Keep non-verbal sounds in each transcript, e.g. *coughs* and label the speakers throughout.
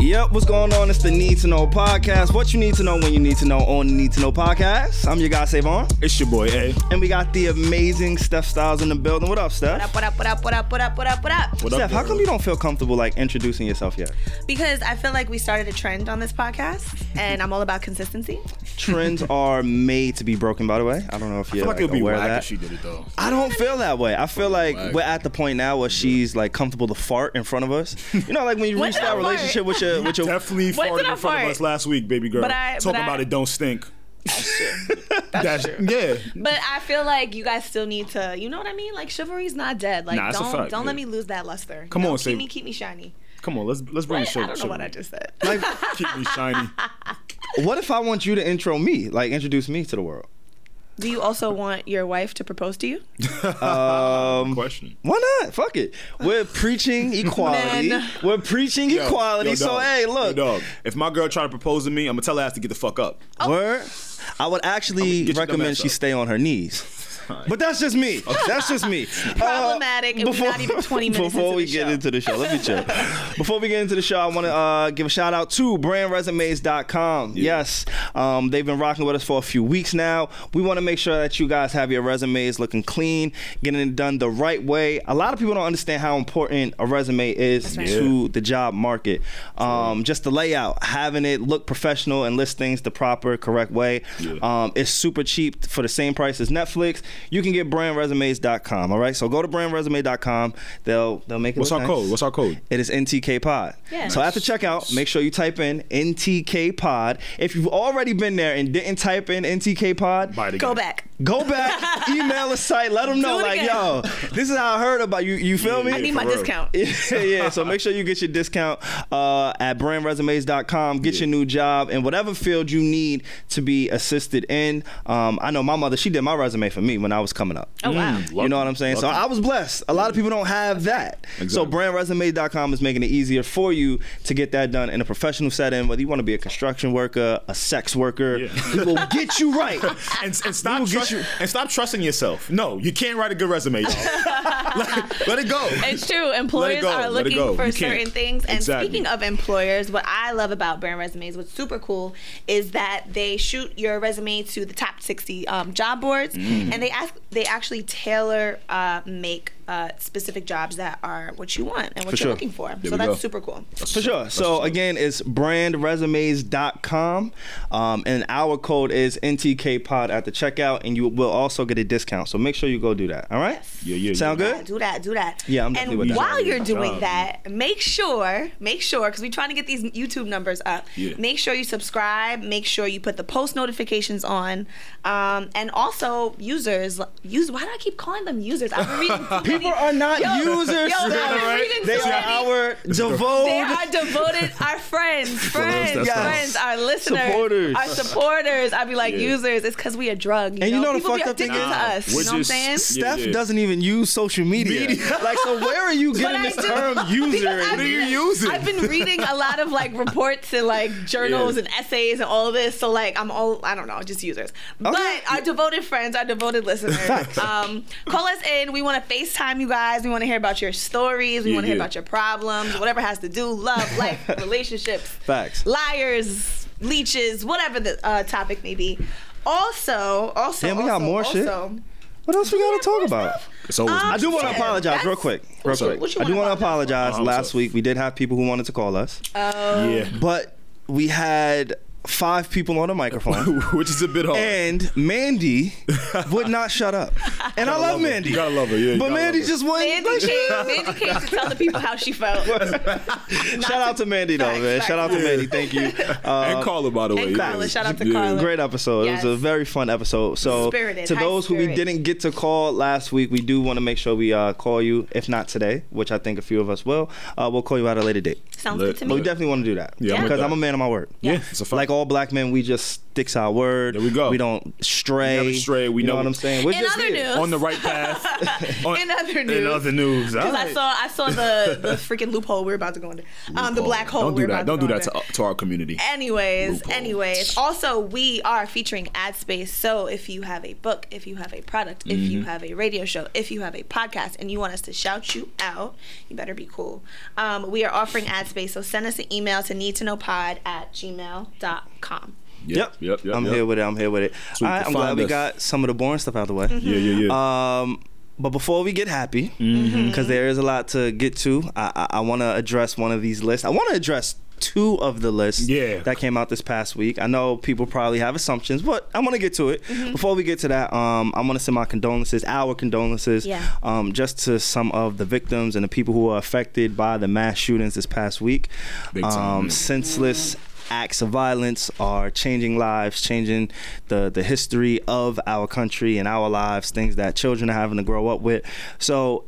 Speaker 1: Yep, what's going on? It's the Need to Know podcast. What you need to know when you need to know on the Need to Know podcast. I'm your guy Savon,
Speaker 2: It's your boy A.
Speaker 1: and we got the amazing Steph Styles in the building. What up,
Speaker 3: What
Speaker 1: Steph?
Speaker 3: up, what up, what up, what up, what up, what up, what up?
Speaker 2: What
Speaker 1: Steph, how
Speaker 2: girl?
Speaker 1: come you don't feel comfortable like introducing yourself yet?
Speaker 3: Because I feel like we started a trend on this podcast, and I'm all about consistency.
Speaker 2: *laughs*
Speaker 1: Trends are made to be broken, by the way. I don't know if
Speaker 2: I
Speaker 1: you're
Speaker 2: feel like
Speaker 1: like,
Speaker 2: it would be
Speaker 1: aware of
Speaker 2: whack
Speaker 1: that.
Speaker 2: if she did it though. *laughs*
Speaker 1: I don't feel that way. I feel like
Speaker 2: whack.
Speaker 1: we're at the point now where she's like comfortable to fart in front of us. You know, like when you
Speaker 3: What
Speaker 1: reach
Speaker 3: did I
Speaker 1: that
Speaker 3: fart?
Speaker 1: relationship with your with your
Speaker 2: Definitely
Speaker 3: What
Speaker 2: farted
Speaker 3: did
Speaker 2: in
Speaker 3: I
Speaker 2: front of
Speaker 3: fart?
Speaker 2: us last week, baby girl.
Speaker 3: But I-
Speaker 2: Talk
Speaker 3: but
Speaker 2: about
Speaker 3: I-
Speaker 2: it, don't
Speaker 3: *laughs*
Speaker 2: stink. That's, yeah.
Speaker 3: But I feel like you guys still need to, you know what I mean? Like chivalry's not dead. Like
Speaker 2: Nah, it's a
Speaker 3: don't
Speaker 2: fact,
Speaker 3: don't
Speaker 2: yeah.
Speaker 3: let me lose that luster. You
Speaker 2: Come
Speaker 3: know,
Speaker 2: on,
Speaker 3: keep
Speaker 2: Sav-
Speaker 3: me keep me shiny.
Speaker 2: Come on, let's let's bring
Speaker 3: I
Speaker 2: the show.
Speaker 3: don't know
Speaker 2: show
Speaker 3: what I
Speaker 2: me.
Speaker 3: just said.
Speaker 1: like.
Speaker 2: *laughs* Keep me shiny.
Speaker 1: What if I want you to intro me, like introduce me to the world?
Speaker 3: Do you also want your wife to propose to you?
Speaker 2: Question.
Speaker 1: Why not? Fuck it. We're
Speaker 2: *laughs*
Speaker 1: preaching equality.
Speaker 3: Men.
Speaker 1: We're preaching
Speaker 2: Yo,
Speaker 1: equality.
Speaker 2: yo,
Speaker 1: so
Speaker 2: dog.
Speaker 1: hey, look.
Speaker 2: Yo, dog. If my girl try to propose to me, I'm gonna tell her I have to get the fuck up.
Speaker 3: Oh.
Speaker 1: Word. I would
Speaker 2: mean,
Speaker 1: actually
Speaker 2: get your dumb
Speaker 1: recommend
Speaker 2: ass
Speaker 1: she
Speaker 2: up.
Speaker 1: stay on her knees. But that's just me. That's just
Speaker 3: *laughs*
Speaker 1: me. Uh,
Speaker 3: Problematic, and we're not even
Speaker 1: *laughs*
Speaker 3: 20 minutes
Speaker 1: Before
Speaker 3: into
Speaker 1: we
Speaker 3: the
Speaker 1: get
Speaker 3: show.
Speaker 1: into the show, let me
Speaker 3: *laughs*
Speaker 1: chill. before we get into the show, I want to uh, give a shout out to brandresumes.com. Yes, um, they've been rocking with us for a few weeks now. We want to make sure that you guys have your resumes looking clean, getting it done the right way. A lot of people don't understand how important a resume is
Speaker 3: right.
Speaker 1: to to the job market. Um, just the layout, having it look professional and list things the proper, correct way. Um, it's super cheap for the same price as Netflix. You can get brandresumes.com. All right, so go to brandresume.com. They'll they'll make it.
Speaker 2: What's
Speaker 1: look
Speaker 2: our
Speaker 1: nice.
Speaker 2: code? What's our code?
Speaker 1: It is NTK Pod.
Speaker 3: Yeah.
Speaker 1: So after checkout, make sure you type in NTK Pod. If you've already been there and didn't type in NTK Pod,
Speaker 2: Buy it again.
Speaker 3: Go back.
Speaker 1: go
Speaker 3: *laughs*
Speaker 1: back, email the site, let them know,
Speaker 3: it
Speaker 1: like,
Speaker 3: again.
Speaker 1: yo, this is how I heard about you. You feel me?
Speaker 3: I need my
Speaker 2: for real.
Speaker 3: discount.
Speaker 1: yeah, *laughs* yeah. So make sure you get your discount uh, at brandresumes.com. Get your new job in whatever field you need to be assisted in. Um, I know my mother, she did my resume for me when I was coming up.
Speaker 3: Oh wow.
Speaker 2: Mm.
Speaker 1: You know what I'm saying? So I was blessed. A lot of people don't have that. So
Speaker 2: Exactly.
Speaker 1: brandresume.com is making it easier for you to get that done in a professional setting, whether you want to be a construction worker, a sex worker.
Speaker 2: Yeah.
Speaker 1: We will get you
Speaker 2: *laughs*
Speaker 1: right.
Speaker 2: and,
Speaker 3: *laughs*
Speaker 2: and stop trust, and stop trusting yourself. No, you can't write a good resume,
Speaker 3: *laughs*
Speaker 2: y'all. let, let it go.
Speaker 3: It's true. Employers
Speaker 2: go.
Speaker 3: are
Speaker 2: Let it
Speaker 3: looking
Speaker 2: go.
Speaker 3: for
Speaker 2: You can't.
Speaker 3: certain things. And
Speaker 2: Exactly.
Speaker 3: speaking of employers, what I love about brand resumes, what's super cool, is that they shoot your resume to the top 60 um, job boards,
Speaker 2: Mm.
Speaker 3: and they ask they actually tailor uh, make uh, specific jobs that are what you want and what
Speaker 1: For
Speaker 3: you're
Speaker 1: sure.
Speaker 3: looking for.
Speaker 2: There
Speaker 3: so
Speaker 2: we
Speaker 3: that's
Speaker 2: go.
Speaker 3: super cool.
Speaker 1: For sure. So again, it's brandresumes.com. Um, and our code is NTKPod at the checkout, and you will also get a discount. So make sure you go do that. All right?
Speaker 2: Yeah, yeah,
Speaker 1: Sound
Speaker 3: Yeah,
Speaker 1: good?
Speaker 3: do that, do that.
Speaker 1: Yeah, I'm
Speaker 3: And
Speaker 1: definitely with that.
Speaker 3: while you're
Speaker 2: Job,
Speaker 3: doing
Speaker 2: job.
Speaker 3: that, make sure, make sure, because we're trying to get these YouTube numbers up.
Speaker 2: Yeah.
Speaker 3: Make sure you subscribe. Make sure you put the post notifications on, um, and also users. Use. Why do I keep calling them users? I've
Speaker 1: *laughs*
Speaker 3: been reading. too
Speaker 1: People
Speaker 3: many-
Speaker 1: are not
Speaker 3: Yo,
Speaker 1: users.
Speaker 3: Yo, I've been
Speaker 2: Right?
Speaker 3: reading
Speaker 1: They
Speaker 3: too
Speaker 1: are
Speaker 3: many.
Speaker 1: our
Speaker 3: They
Speaker 1: devoted
Speaker 3: are devoted. Our friends,
Speaker 1: *laughs*
Speaker 3: friends,
Speaker 2: that's
Speaker 1: us.
Speaker 3: friends, our listeners,
Speaker 1: Supporters.
Speaker 3: our supporters. I'd be like
Speaker 2: Yeah.
Speaker 3: users. It's because we a drug. You
Speaker 1: And you know
Speaker 3: know,
Speaker 1: the
Speaker 3: People be
Speaker 1: fucked up thing
Speaker 3: addicted
Speaker 1: is-
Speaker 3: to us.
Speaker 2: We're
Speaker 3: You know what I'm
Speaker 2: just-
Speaker 3: saying?
Speaker 2: Yeah,
Speaker 1: Steph
Speaker 2: yeah.
Speaker 1: doesn't even use social media.
Speaker 2: Media.
Speaker 1: *laughs* like, so where are you
Speaker 3: But
Speaker 1: getting
Speaker 3: I
Speaker 1: this
Speaker 3: do-
Speaker 1: term
Speaker 3: *laughs* because
Speaker 1: user? in?
Speaker 3: I've
Speaker 2: What are you
Speaker 3: been-
Speaker 2: using?
Speaker 3: I've been reading a lot of like reports
Speaker 1: *laughs*
Speaker 3: and like journals
Speaker 2: Yeah.
Speaker 3: and essays and all this. So like I'm all I don't know, just users.
Speaker 1: Okay.
Speaker 3: But our devoted friends, our devoted listeners, um, call us in. We want to FaceTime you guys. We want to hear about your stories. We
Speaker 2: Yeah,
Speaker 3: want to hear
Speaker 2: yeah.
Speaker 3: about your problems, whatever has to do love,
Speaker 1: *laughs*
Speaker 3: life, relationships,
Speaker 1: Facts.
Speaker 3: liars, leeches, whatever the uh, topic may be. Also, also,
Speaker 1: Damn, we got
Speaker 3: also,
Speaker 1: more shit.
Speaker 3: also,
Speaker 1: What else we got to talk about?
Speaker 2: It's always
Speaker 3: Um,
Speaker 1: I do want to
Speaker 3: Yeah,
Speaker 1: apologize
Speaker 3: that's-
Speaker 1: real quick. Real
Speaker 2: What's up?
Speaker 1: quick.
Speaker 3: What you
Speaker 1: I do
Speaker 3: wanna
Speaker 1: want to apologize.
Speaker 2: for?
Speaker 1: Last week, we did have people who wanted to call us.
Speaker 2: yeah, *laughs*
Speaker 1: but we had five people on the microphone.
Speaker 2: which is a bit hard.
Speaker 1: And
Speaker 2: *laughs*
Speaker 1: Mandy would not shut up, and I love,
Speaker 2: love her.
Speaker 1: Mandy.
Speaker 2: You gotta love her, yeah, you
Speaker 1: but
Speaker 2: gotta
Speaker 1: Mandy
Speaker 2: love her.
Speaker 1: just wouldn't.
Speaker 3: Mandy came,
Speaker 2: *laughs*
Speaker 3: Mandy came to tell the people how she felt.
Speaker 1: Shout out to Mandy though,
Speaker 3: Facts,
Speaker 1: man.
Speaker 3: facts,
Speaker 1: Shout out to
Speaker 3: facts.
Speaker 1: Mandy. Thank
Speaker 2: *laughs*
Speaker 1: you. Uh,
Speaker 2: and Carla, by the way.
Speaker 3: and Carla. Shout out to Carla.
Speaker 1: Great episode.
Speaker 3: Yes.
Speaker 1: It was a very fun episode. So
Speaker 3: Spirited,
Speaker 1: to
Speaker 3: high
Speaker 1: those who we
Speaker 3: spirit.
Speaker 1: didn't get to call last week, we do want to make sure we uh, call you. If not today, which I think a few of us will, uh, we'll call you at a later date.
Speaker 3: *laughs* Sounds
Speaker 2: Lit.
Speaker 3: good to
Speaker 1: But we
Speaker 3: me.
Speaker 2: Lit.
Speaker 1: definitely want to do that
Speaker 2: Yeah, I'm with
Speaker 1: because
Speaker 2: that.
Speaker 1: I'm a man of my word.
Speaker 2: Yeah, it's a fact.
Speaker 1: Like oh, all black men, we just sticks our word.
Speaker 2: There we go.
Speaker 1: We don't stray.
Speaker 2: We never stray. We
Speaker 1: you know,
Speaker 2: know-
Speaker 1: what I'm saying. We're
Speaker 3: In
Speaker 1: just
Speaker 3: other
Speaker 1: here.
Speaker 3: news.
Speaker 2: on the right
Speaker 3: *laughs*
Speaker 2: path. On-
Speaker 3: In other news.
Speaker 2: In other news. All
Speaker 3: Because I
Speaker 2: right.
Speaker 3: saw I saw the the freaking loophole we're about to go into. Um, the black hole.
Speaker 2: Don't
Speaker 3: we're
Speaker 2: do that.
Speaker 3: about
Speaker 2: Don't
Speaker 3: to
Speaker 2: do
Speaker 3: go
Speaker 2: that to, uh,
Speaker 3: into.
Speaker 2: to our community.
Speaker 3: Anyways,
Speaker 2: Loophole.
Speaker 3: anyways. Also, we are featuring ad space. So if you have a book, if you have a product, if you
Speaker 2: Mm-hmm.
Speaker 3: have a radio show, if you have a podcast, and you want us to shout you out, you better be cool. Um, we are offering ad space. So send us an email to needtoknowpod at gmail.com.
Speaker 1: Yep.
Speaker 2: Yep. Yep.
Speaker 1: I'm
Speaker 2: yep.
Speaker 1: here with it. I'm here with it.
Speaker 2: So you
Speaker 1: All right,
Speaker 2: can
Speaker 1: I'm glad
Speaker 2: find
Speaker 1: we
Speaker 2: us.
Speaker 1: got some of the boring stuff out of the way.
Speaker 2: Yeah. Yeah.
Speaker 3: Uh,
Speaker 2: Yeah. Mm-hmm.
Speaker 1: Um, but before we get happy, because is a lot to get to, I, I, I want to address one of these lists. I want to address two of the lists
Speaker 2: Yeah.
Speaker 1: that came out this past week. I know people probably have assumptions, but I'm going to get to it. Before we get to that, um, I want to send my condolences, our condolences,
Speaker 3: Yeah.
Speaker 1: um, just to some of the victims and the people who are affected by the mass shootings this past week.
Speaker 2: Big time,
Speaker 1: Um,
Speaker 2: yeah.
Speaker 1: senseless acts of violence are changing lives, changing the, the history of our country and our lives, things that children are having to grow up with. So,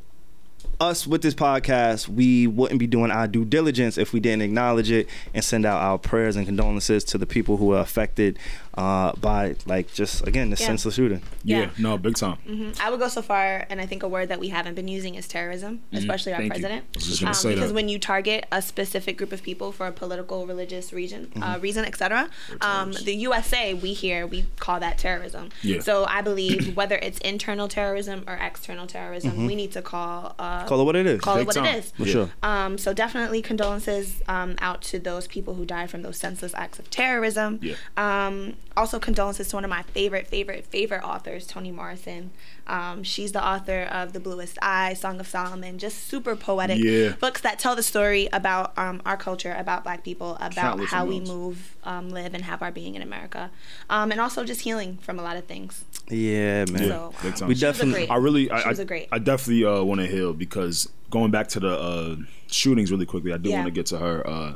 Speaker 1: us with this podcast, we wouldn't be doing our due diligence if we didn't acknowledge it and send out our prayers and condolences to the people who are affected uh, by, like, just again, this
Speaker 3: Yeah.
Speaker 1: senseless shooting.
Speaker 2: yeah.
Speaker 3: yeah. Mm-hmm.
Speaker 2: No. Big time.
Speaker 3: I would go so far, and I think a word that we haven't been using is terrorism, especially our
Speaker 2: Mm-hmm. Thank you.
Speaker 3: president.
Speaker 2: I was just gonna
Speaker 3: um,
Speaker 2: say
Speaker 3: because
Speaker 2: that.
Speaker 3: when you target a specific group of people for a political, religious region, uh, reason, etc., um,
Speaker 2: Mm-hmm. terrorists.
Speaker 3: the USA we here we call that terrorism.
Speaker 2: Yeah.
Speaker 3: So I
Speaker 2: *coughs*
Speaker 3: believe whether it's internal terrorism or external terrorism,
Speaker 2: Mm-hmm.
Speaker 3: we need to call uh,
Speaker 1: Call it what it is.
Speaker 3: call it
Speaker 2: Big
Speaker 3: what
Speaker 2: time.
Speaker 3: it is.
Speaker 1: For sure.
Speaker 3: Um, so definitely condolences um, out to those people who died from those senseless acts of terrorism.
Speaker 2: Yeah.
Speaker 3: Um, also condolences to one of my favorite, favorite, favorite authors, Toni Morrison. Um, she's the author of The Bluest Eye, Song of Solomon, just super poetic
Speaker 2: Yeah.
Speaker 3: books that tell the story about um, our culture, about Black people, about
Speaker 2: Countless
Speaker 3: how we
Speaker 2: amounts.
Speaker 3: move, um, live, and have our being in America, um, and also just healing from a lot of things.
Speaker 1: Yeah, man.
Speaker 3: So
Speaker 2: big time.
Speaker 1: We
Speaker 3: she was a
Speaker 1: definitely-
Speaker 3: great-
Speaker 2: I really,
Speaker 3: she
Speaker 2: I,
Speaker 3: was
Speaker 2: I-
Speaker 3: a great.
Speaker 2: I definitely uh, want to heal because going back to the uh, shootings really quickly, I do
Speaker 3: Yeah.
Speaker 2: want to get to her. Uh,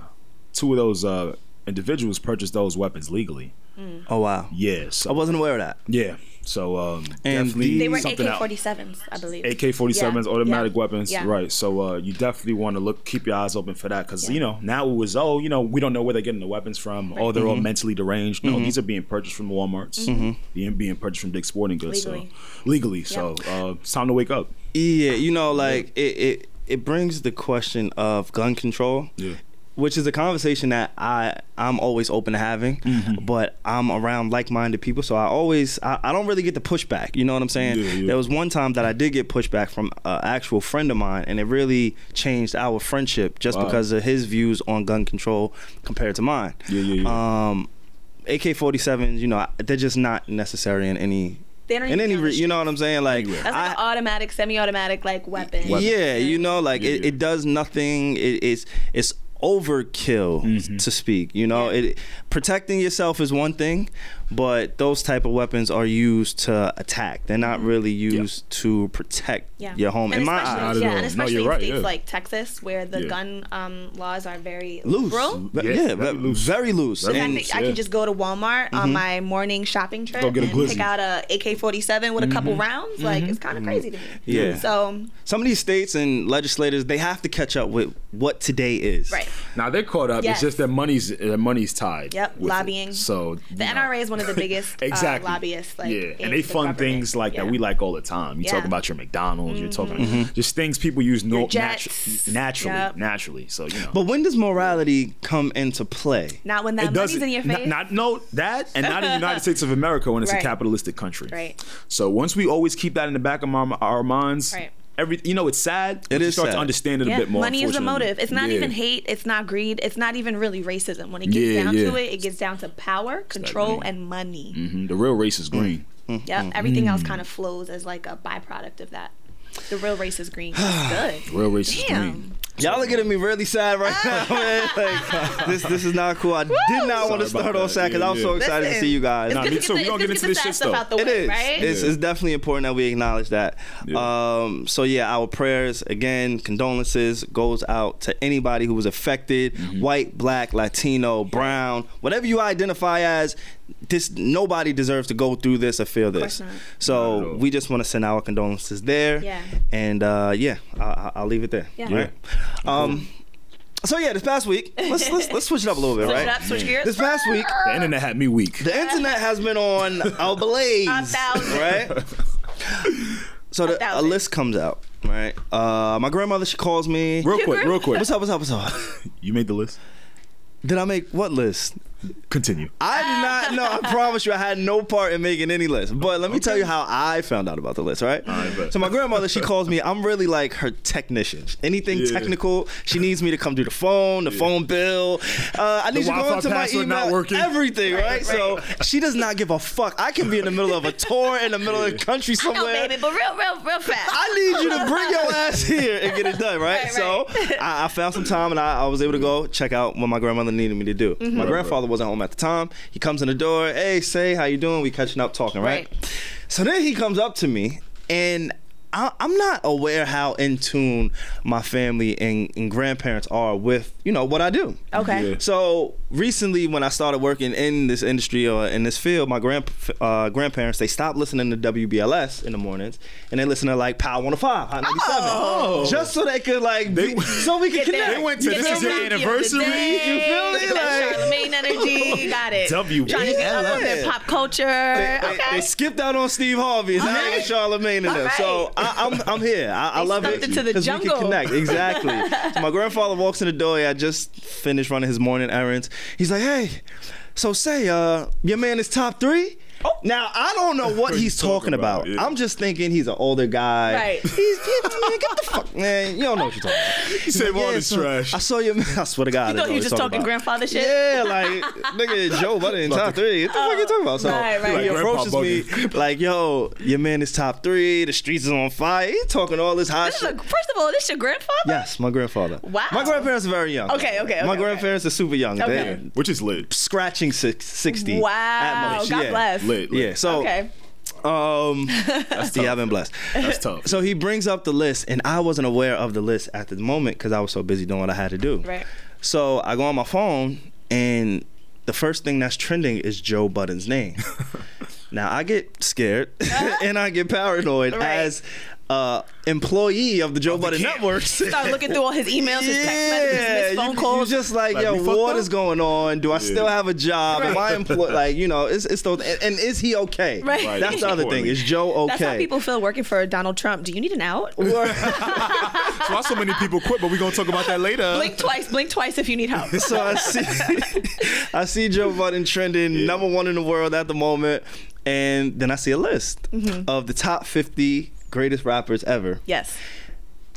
Speaker 2: two of those uh, individuals purchased those weapons legally.
Speaker 1: Oh, wow.
Speaker 2: Yeah,
Speaker 1: I
Speaker 2: so
Speaker 1: wasn't aware of that.
Speaker 2: yeah, so um,
Speaker 1: And
Speaker 2: definitely
Speaker 1: the-
Speaker 3: they were
Speaker 2: something out.
Speaker 3: AK-47s, I believe.
Speaker 2: AK-47s,
Speaker 3: Yeah,
Speaker 2: automatic
Speaker 3: yeah,
Speaker 2: weapons,
Speaker 3: yeah.
Speaker 2: right? So uh, you definitely want to look, keep your eyes open for that, because you know now it was oh, you know we don't know where they're getting the weapons from. Oh, they're
Speaker 1: Mm-hmm.
Speaker 2: all mentally deranged. No, these are being purchased from WalMarts, being being purchased from Dick's Sporting Goods,
Speaker 3: Mm-hmm. Legally.
Speaker 2: so legally. So uh, it's time to wake up.
Speaker 1: Yeah, you know, like it, it it brings the question of gun control.
Speaker 2: Yeah.
Speaker 1: Which is a conversation that I I'm always open to having,
Speaker 2: Mm-hmm.
Speaker 1: but I'm around like-minded people, so I always I, I don't really get the pushback. You know what I'm saying?
Speaker 2: Yeah, yeah.
Speaker 1: There was one time that I did get pushback from an actual friend of mine, and it really changed our friendship just
Speaker 2: Wow.
Speaker 1: because of his views on gun control compared to mine.
Speaker 2: Yeah, yeah, yeah.
Speaker 1: Um, AK-47s, you know, they're just not necessary in any
Speaker 3: They don't
Speaker 1: in
Speaker 3: even
Speaker 1: any
Speaker 3: know
Speaker 1: re-
Speaker 3: the
Speaker 1: you know what I'm saying? Like
Speaker 2: Anywhere.
Speaker 3: That's like an
Speaker 1: I-
Speaker 3: automatic, semi-automatic, like weapon.
Speaker 1: yeah, you know, like
Speaker 2: Yeah,
Speaker 1: it,
Speaker 2: yeah.
Speaker 1: it does nothing. It, it's it's overkill
Speaker 2: Mm-hmm.
Speaker 1: to speak. You know,
Speaker 3: Yeah.
Speaker 1: it protecting yourself is one thing, but those type of weapons are used to attack. They're not really used to protect
Speaker 3: Mm-hmm. Yeah.
Speaker 1: your home.
Speaker 3: And
Speaker 1: In my
Speaker 3: especially-
Speaker 1: eyes,
Speaker 2: Not at
Speaker 3: yeah,
Speaker 2: all.
Speaker 3: and
Speaker 2: No,
Speaker 3: especially
Speaker 2: you're
Speaker 3: in
Speaker 2: right,
Speaker 3: states
Speaker 2: yeah.
Speaker 3: like Texas, where the
Speaker 2: Yeah.
Speaker 3: gun um, laws are very
Speaker 1: loose,
Speaker 3: liberal.
Speaker 1: Ve-
Speaker 2: Yeah,
Speaker 1: yeah,
Speaker 2: very
Speaker 1: ve-
Speaker 2: loose.
Speaker 1: very loose. Mm-hmm.
Speaker 2: Very
Speaker 3: The fact
Speaker 1: And-
Speaker 2: loose.
Speaker 3: that I
Speaker 2: yeah.
Speaker 3: can just go to Walmart on my morning shopping trip
Speaker 2: Go
Speaker 3: and
Speaker 2: get a
Speaker 3: pick
Speaker 2: Glizzy. Mm-hmm.
Speaker 3: out a AK-47 with a couple rounds, like it's kind of crazy to me.
Speaker 1: Yeah.
Speaker 3: So
Speaker 1: some of these states and legislators they have to catch up with what today is.
Speaker 3: right,
Speaker 2: Now they're caught up.
Speaker 3: Yes.
Speaker 2: It's just their money's their money's tied.
Speaker 3: Yep,
Speaker 2: with it.
Speaker 3: lobbying.
Speaker 2: So you
Speaker 3: the
Speaker 2: know.
Speaker 3: NRA is one of
Speaker 2: *laughs*
Speaker 3: the biggest
Speaker 2: Exactly.
Speaker 3: uh, lobbyists. Like,
Speaker 2: yeah,
Speaker 3: in
Speaker 2: and they
Speaker 3: the
Speaker 2: fund
Speaker 3: government.
Speaker 2: things like
Speaker 3: Yeah.
Speaker 2: that we like all the time. You talk
Speaker 3: Yeah. Mm-hmm.
Speaker 2: about your McDonald's. You're talking just things people use no,
Speaker 3: Your
Speaker 2: natu-
Speaker 3: jets.
Speaker 2: naturally,
Speaker 3: Yep.
Speaker 2: naturally. So you know,
Speaker 1: But when does morality come into play?
Speaker 3: Not when that money's in your
Speaker 2: not-
Speaker 3: face.
Speaker 2: Not, no that, and not in
Speaker 3: *laughs*
Speaker 2: the United States of America when it's
Speaker 3: Right.
Speaker 2: a capitalistic country.
Speaker 3: Right.
Speaker 2: So once we always keep that in the back of our, our minds,
Speaker 3: Right.
Speaker 2: every you know it's sad. but you
Speaker 1: is
Speaker 2: start
Speaker 1: sad.
Speaker 2: to understand it
Speaker 3: Yeah,
Speaker 2: a bit more.
Speaker 3: money is a
Speaker 2: unfortunately.
Speaker 3: motive. It's not
Speaker 2: Yeah.
Speaker 3: even hate. It's not greed. It's not even really racism. When it gets
Speaker 2: Yeah,
Speaker 3: down
Speaker 2: yeah.
Speaker 3: to it, it gets down to power, control, and money.
Speaker 2: Mhm, The real race is green.
Speaker 3: Yep.
Speaker 2: Mm-hmm.
Speaker 3: Everything
Speaker 2: Mm.
Speaker 3: else kind of flows as like a byproduct of that. The real race is green.
Speaker 2: *sighs*
Speaker 3: It's
Speaker 2: The
Speaker 3: good.
Speaker 2: real race is green.
Speaker 3: Damn.
Speaker 1: Y'all are getting me really sad right now,
Speaker 2: *laughs*
Speaker 1: man. Like, this this is not cool. I did not want to
Speaker 2: Sorry about
Speaker 1: start on
Speaker 2: that.
Speaker 1: sad because
Speaker 2: Yeah,
Speaker 1: I was
Speaker 2: yeah.
Speaker 1: so excited to
Speaker 3: Listen,
Speaker 1: see you guys.
Speaker 3: It's
Speaker 2: Nah,
Speaker 3: good
Speaker 2: me
Speaker 3: to get
Speaker 2: too.
Speaker 3: the-
Speaker 2: We gonna
Speaker 3: it's
Speaker 2: get
Speaker 3: good
Speaker 2: into
Speaker 3: to
Speaker 2: this
Speaker 3: get the
Speaker 2: shit,
Speaker 3: sad stuff
Speaker 2: though.
Speaker 3: out the
Speaker 1: It
Speaker 3: way,
Speaker 1: is.
Speaker 3: right?
Speaker 1: It's, it's definitely important that we acknowledge that.
Speaker 2: Yeah.
Speaker 1: Um, so yeah, our prayers again, condolences goes out to anybody who was affected,
Speaker 2: Mm-hmm.
Speaker 1: white, black, Latino, brown, whatever you identify as. This nobody deserves to go through this or feel
Speaker 3: course
Speaker 1: this.
Speaker 3: not.
Speaker 2: Not at
Speaker 1: So
Speaker 2: all.
Speaker 1: we just want to send our condolences there.
Speaker 3: Yeah.
Speaker 1: And uh, yeah, I, I- I'll leave it there.
Speaker 3: Yeah.
Speaker 1: Right? Um, So yeah, this past week, let's let's, let's switch it up a little bit,
Speaker 3: Switch
Speaker 1: right?
Speaker 3: it up, switch
Speaker 2: Man.
Speaker 3: gears.
Speaker 1: This past week,
Speaker 2: The internet had me weak.
Speaker 1: the internet has been on a blaze,
Speaker 3: *laughs* A thousand.
Speaker 1: right? So the, a
Speaker 3: thousand.
Speaker 1: list comes out, right? Uh, my grandmother she calls me.
Speaker 2: *laughs* Real
Speaker 3: *laughs*
Speaker 2: quick, real quick.
Speaker 1: What's up? What's up? What's up?
Speaker 2: You made the list.
Speaker 1: Did I make what list?
Speaker 2: Continue.
Speaker 1: I did
Speaker 3: Um, *laughs*
Speaker 1: not know. I promise you, I had no part in making any list. But let me tell you how I found out about the list, all right?
Speaker 2: All right, bet.
Speaker 1: so my grandmother, she calls me. I'm really like her technician. Anything
Speaker 2: Yeah.
Speaker 1: technical, she needs me to come do the phone, the phone bill. Uh, I need you to go
Speaker 2: Wi-Fi
Speaker 1: into my email,
Speaker 2: password not working.
Speaker 1: everything, right? So she does not give a fuck. I can be in the middle of a tour in the middle of the country
Speaker 3: I know,
Speaker 1: somewhere.
Speaker 3: baby, but real, real,
Speaker 2: *laughs*
Speaker 3: real fast.
Speaker 1: I need you to bring
Speaker 3: *laughs*
Speaker 1: your ass here and get it done, right?
Speaker 3: Right, *laughs*
Speaker 1: So I, I found some time and I, I was able to go check out what my grandmother needed me to do. My
Speaker 3: Mm-hmm.
Speaker 2: Right,
Speaker 1: grandfather wasn't home at the time. He comes in the door, hey, say, how you doing? We catching up talking, right? So then he comes up to me and I, I'm not aware how in tune my family and, and grandparents are with, you know, what I do.
Speaker 3: okay.
Speaker 2: Yeah.
Speaker 1: So recently, when I started working in this industry or in this field, my grand uh, grandparents they stopped listening to WBLS in the mornings, and they listen to like Power 105, Hot 97, just so they could like be, so we could
Speaker 3: Get that-
Speaker 1: connect.
Speaker 2: Oh. They went to
Speaker 3: get
Speaker 2: this
Speaker 3: that
Speaker 2: is your
Speaker 3: Rocky of the
Speaker 2: anniversary?
Speaker 3: day,
Speaker 1: You feel me?
Speaker 3: get that
Speaker 1: Like-
Speaker 2: *laughs*
Speaker 3: Charlemagne energy. Got it.
Speaker 2: WBLS.
Speaker 3: Trying to get up on their pop culture.
Speaker 1: They, they-
Speaker 3: okay.
Speaker 1: they skipped out on Steve Harvey. It's not
Speaker 3: right.
Speaker 1: even Charlemagne in
Speaker 3: All
Speaker 1: there. So
Speaker 3: right.
Speaker 1: I, I'm, I'm here. I, I
Speaker 3: They
Speaker 1: love it.
Speaker 3: stuffed into the
Speaker 1: 'cause We
Speaker 3: jungle.
Speaker 1: can connect. Exactly. so my grandfather walks in the door. I just finished running his morning errands. He's like, hey, so say, uh, your man is top three?
Speaker 3: Oh.
Speaker 1: Now I don't know what he's talking about.
Speaker 2: about, yeah.
Speaker 1: I'm just thinking he's an older guy.
Speaker 3: Right.
Speaker 1: He's, he's man, get the fuck, man. You don't know what you're talking
Speaker 3: *laughs*
Speaker 1: about. He's
Speaker 2: Save all this
Speaker 1: so
Speaker 2: trash."
Speaker 1: I saw your. I swear to God.
Speaker 3: You
Speaker 1: I didn't know
Speaker 3: thought you
Speaker 1: what
Speaker 3: were
Speaker 1: he's
Speaker 3: just talking
Speaker 1: about.
Speaker 3: grandfather shit?
Speaker 1: Yeah, like
Speaker 3: *laughs*
Speaker 1: nigga Joe Budden in top three. What the fuck you talking about? So
Speaker 3: Right, right.
Speaker 1: he
Speaker 2: Like
Speaker 1: approaches
Speaker 2: grandpa
Speaker 1: me like, "Yo, your man is top three. The streets is on fire. He talking all this hot
Speaker 3: This is
Speaker 1: shit."
Speaker 3: a- first of all, this your grandfather?
Speaker 1: yes, my grandfather.
Speaker 3: Wow.
Speaker 1: My grandparents are very young.
Speaker 3: Okay, okay, okay,
Speaker 1: My
Speaker 3: okay.
Speaker 1: grandparents are super young. They're
Speaker 3: Okay.
Speaker 2: Which is lit.
Speaker 1: scratching six, sixty.
Speaker 3: Wow.
Speaker 1: At most.
Speaker 3: God
Speaker 1: yeah.
Speaker 3: bless.
Speaker 2: Lit. lit.
Speaker 1: Yeah. So
Speaker 3: Okay. *laughs*
Speaker 1: um, yeah, I've been blessed.
Speaker 2: That's tough.
Speaker 1: So he brings up the list, and I wasn't aware of the list at the moment because I was so busy doing what I had to do.
Speaker 3: Right.
Speaker 1: So I go on my phone, and the first thing that's trending is Joe Budden's
Speaker 3: *laughs*
Speaker 1: name. now I get scared and I get paranoid
Speaker 3: Right.
Speaker 1: as uh, employee of the Joe Budden Networks.
Speaker 3: Start looking through all his emails, his text messages, his missed
Speaker 1: you-
Speaker 3: phone
Speaker 1: you
Speaker 3: calls.
Speaker 1: just like,
Speaker 2: Like,
Speaker 1: yo,
Speaker 2: we fucked
Speaker 1: what
Speaker 2: up?
Speaker 1: is going on? Do I still have a job? Am I employed? Like, you know, it's it's those, and, and is he okay?
Speaker 3: Right. Right,
Speaker 1: That's
Speaker 2: that's
Speaker 1: the other thing.
Speaker 2: important.
Speaker 1: Is Joe okay?
Speaker 3: That's how people feel working for Donald Trump. Do you need
Speaker 1: *laughs*
Speaker 3: an out?
Speaker 2: That's why so many people quit, but we're going to talk about that later.
Speaker 3: blink twice, blink twice if you need help.
Speaker 1: *laughs* so I see, *laughs* I see Joe Budden trending number one in the world at the moment, and then I see a list
Speaker 3: Mm-hmm.
Speaker 1: of the top fifty greatest rappers ever.
Speaker 3: Yes.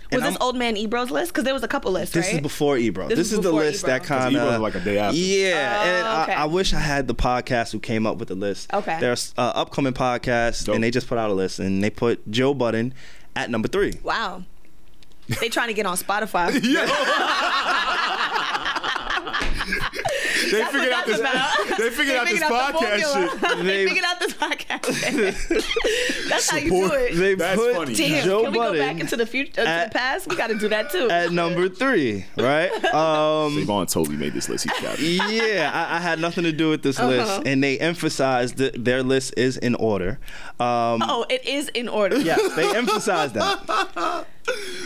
Speaker 1: And
Speaker 3: Was this
Speaker 1: I'm-
Speaker 3: old man Ebro's list? Because there was a couple lists,
Speaker 1: This
Speaker 3: right?
Speaker 1: is before Ebro. This,
Speaker 3: This
Speaker 1: is
Speaker 3: is
Speaker 1: the
Speaker 3: before
Speaker 1: list that
Speaker 3: Ebro.
Speaker 1: kind
Speaker 2: Ebro's
Speaker 1: of
Speaker 2: like a day after.
Speaker 1: Yeah,
Speaker 3: Oh,
Speaker 1: and I,
Speaker 3: okay.
Speaker 1: I wish I had the podcast who came up with the list.
Speaker 3: Okay.
Speaker 1: there's uh, upcoming podcast,
Speaker 2: Dope.
Speaker 1: and they just put out a list, and they put Joe Budden at number three.
Speaker 3: wow. They trying to get
Speaker 1: *laughs*
Speaker 3: on Spotify.
Speaker 2: *laughs* They figured out this.
Speaker 3: that's about.
Speaker 2: *laughs* They figured out this
Speaker 3: the
Speaker 2: podcast shit.
Speaker 3: formula. *laughs* they
Speaker 1: They-
Speaker 3: figured out
Speaker 1: *laughs*
Speaker 3: this podcast. That's how you do
Speaker 2: Support-
Speaker 3: it.
Speaker 1: They
Speaker 2: That's
Speaker 1: put
Speaker 2: funny.
Speaker 3: Damn,
Speaker 1: Joe
Speaker 3: can we
Speaker 1: Budden
Speaker 3: go back into the future, uh, to
Speaker 1: at-
Speaker 3: the past? We got to do that too.
Speaker 1: at number three,
Speaker 3: *laughs*
Speaker 1: right? Um,
Speaker 2: Devon totally made this list. He's got it.
Speaker 1: yeah, I, I had nothing to do with this list,
Speaker 3: Uh-huh.
Speaker 1: and they emphasized that their list is in order. Um,
Speaker 3: oh, it is in order.
Speaker 1: Yes, they emphasized that.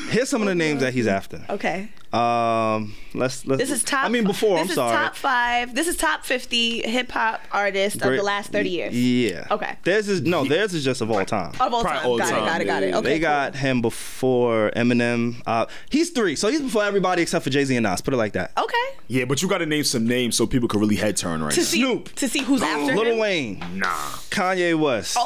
Speaker 1: Here's some of the names that he's after.
Speaker 3: Okay.
Speaker 1: Um, let's let's.
Speaker 3: This is top.
Speaker 1: I mean, before.
Speaker 3: This
Speaker 1: I'm
Speaker 3: is
Speaker 1: sorry.
Speaker 3: top five. This is top fifty hip hop artists of
Speaker 1: Great-
Speaker 3: the last thirty years
Speaker 1: Yeah.
Speaker 3: Okay. Oh,
Speaker 1: Theirs is no. Theirs is just of all time.
Speaker 3: of all
Speaker 2: Probably
Speaker 3: time.
Speaker 2: all
Speaker 3: got
Speaker 2: time,
Speaker 3: it. Got it. Got
Speaker 2: yeah,
Speaker 3: it.
Speaker 2: yeah.
Speaker 3: Okay.
Speaker 1: they got him before Eminem. Uh, he's three, so he's before everybody except for Jay Z and Nas. Put it like that.
Speaker 3: cool. Okay.
Speaker 2: Yeah, but you got to name some names so people can really head turn right
Speaker 3: To
Speaker 2: now.
Speaker 3: see
Speaker 1: Snoop.
Speaker 3: to see who's after
Speaker 1: Little
Speaker 3: him.
Speaker 1: Wayne,
Speaker 2: Nah.
Speaker 1: Kanye West,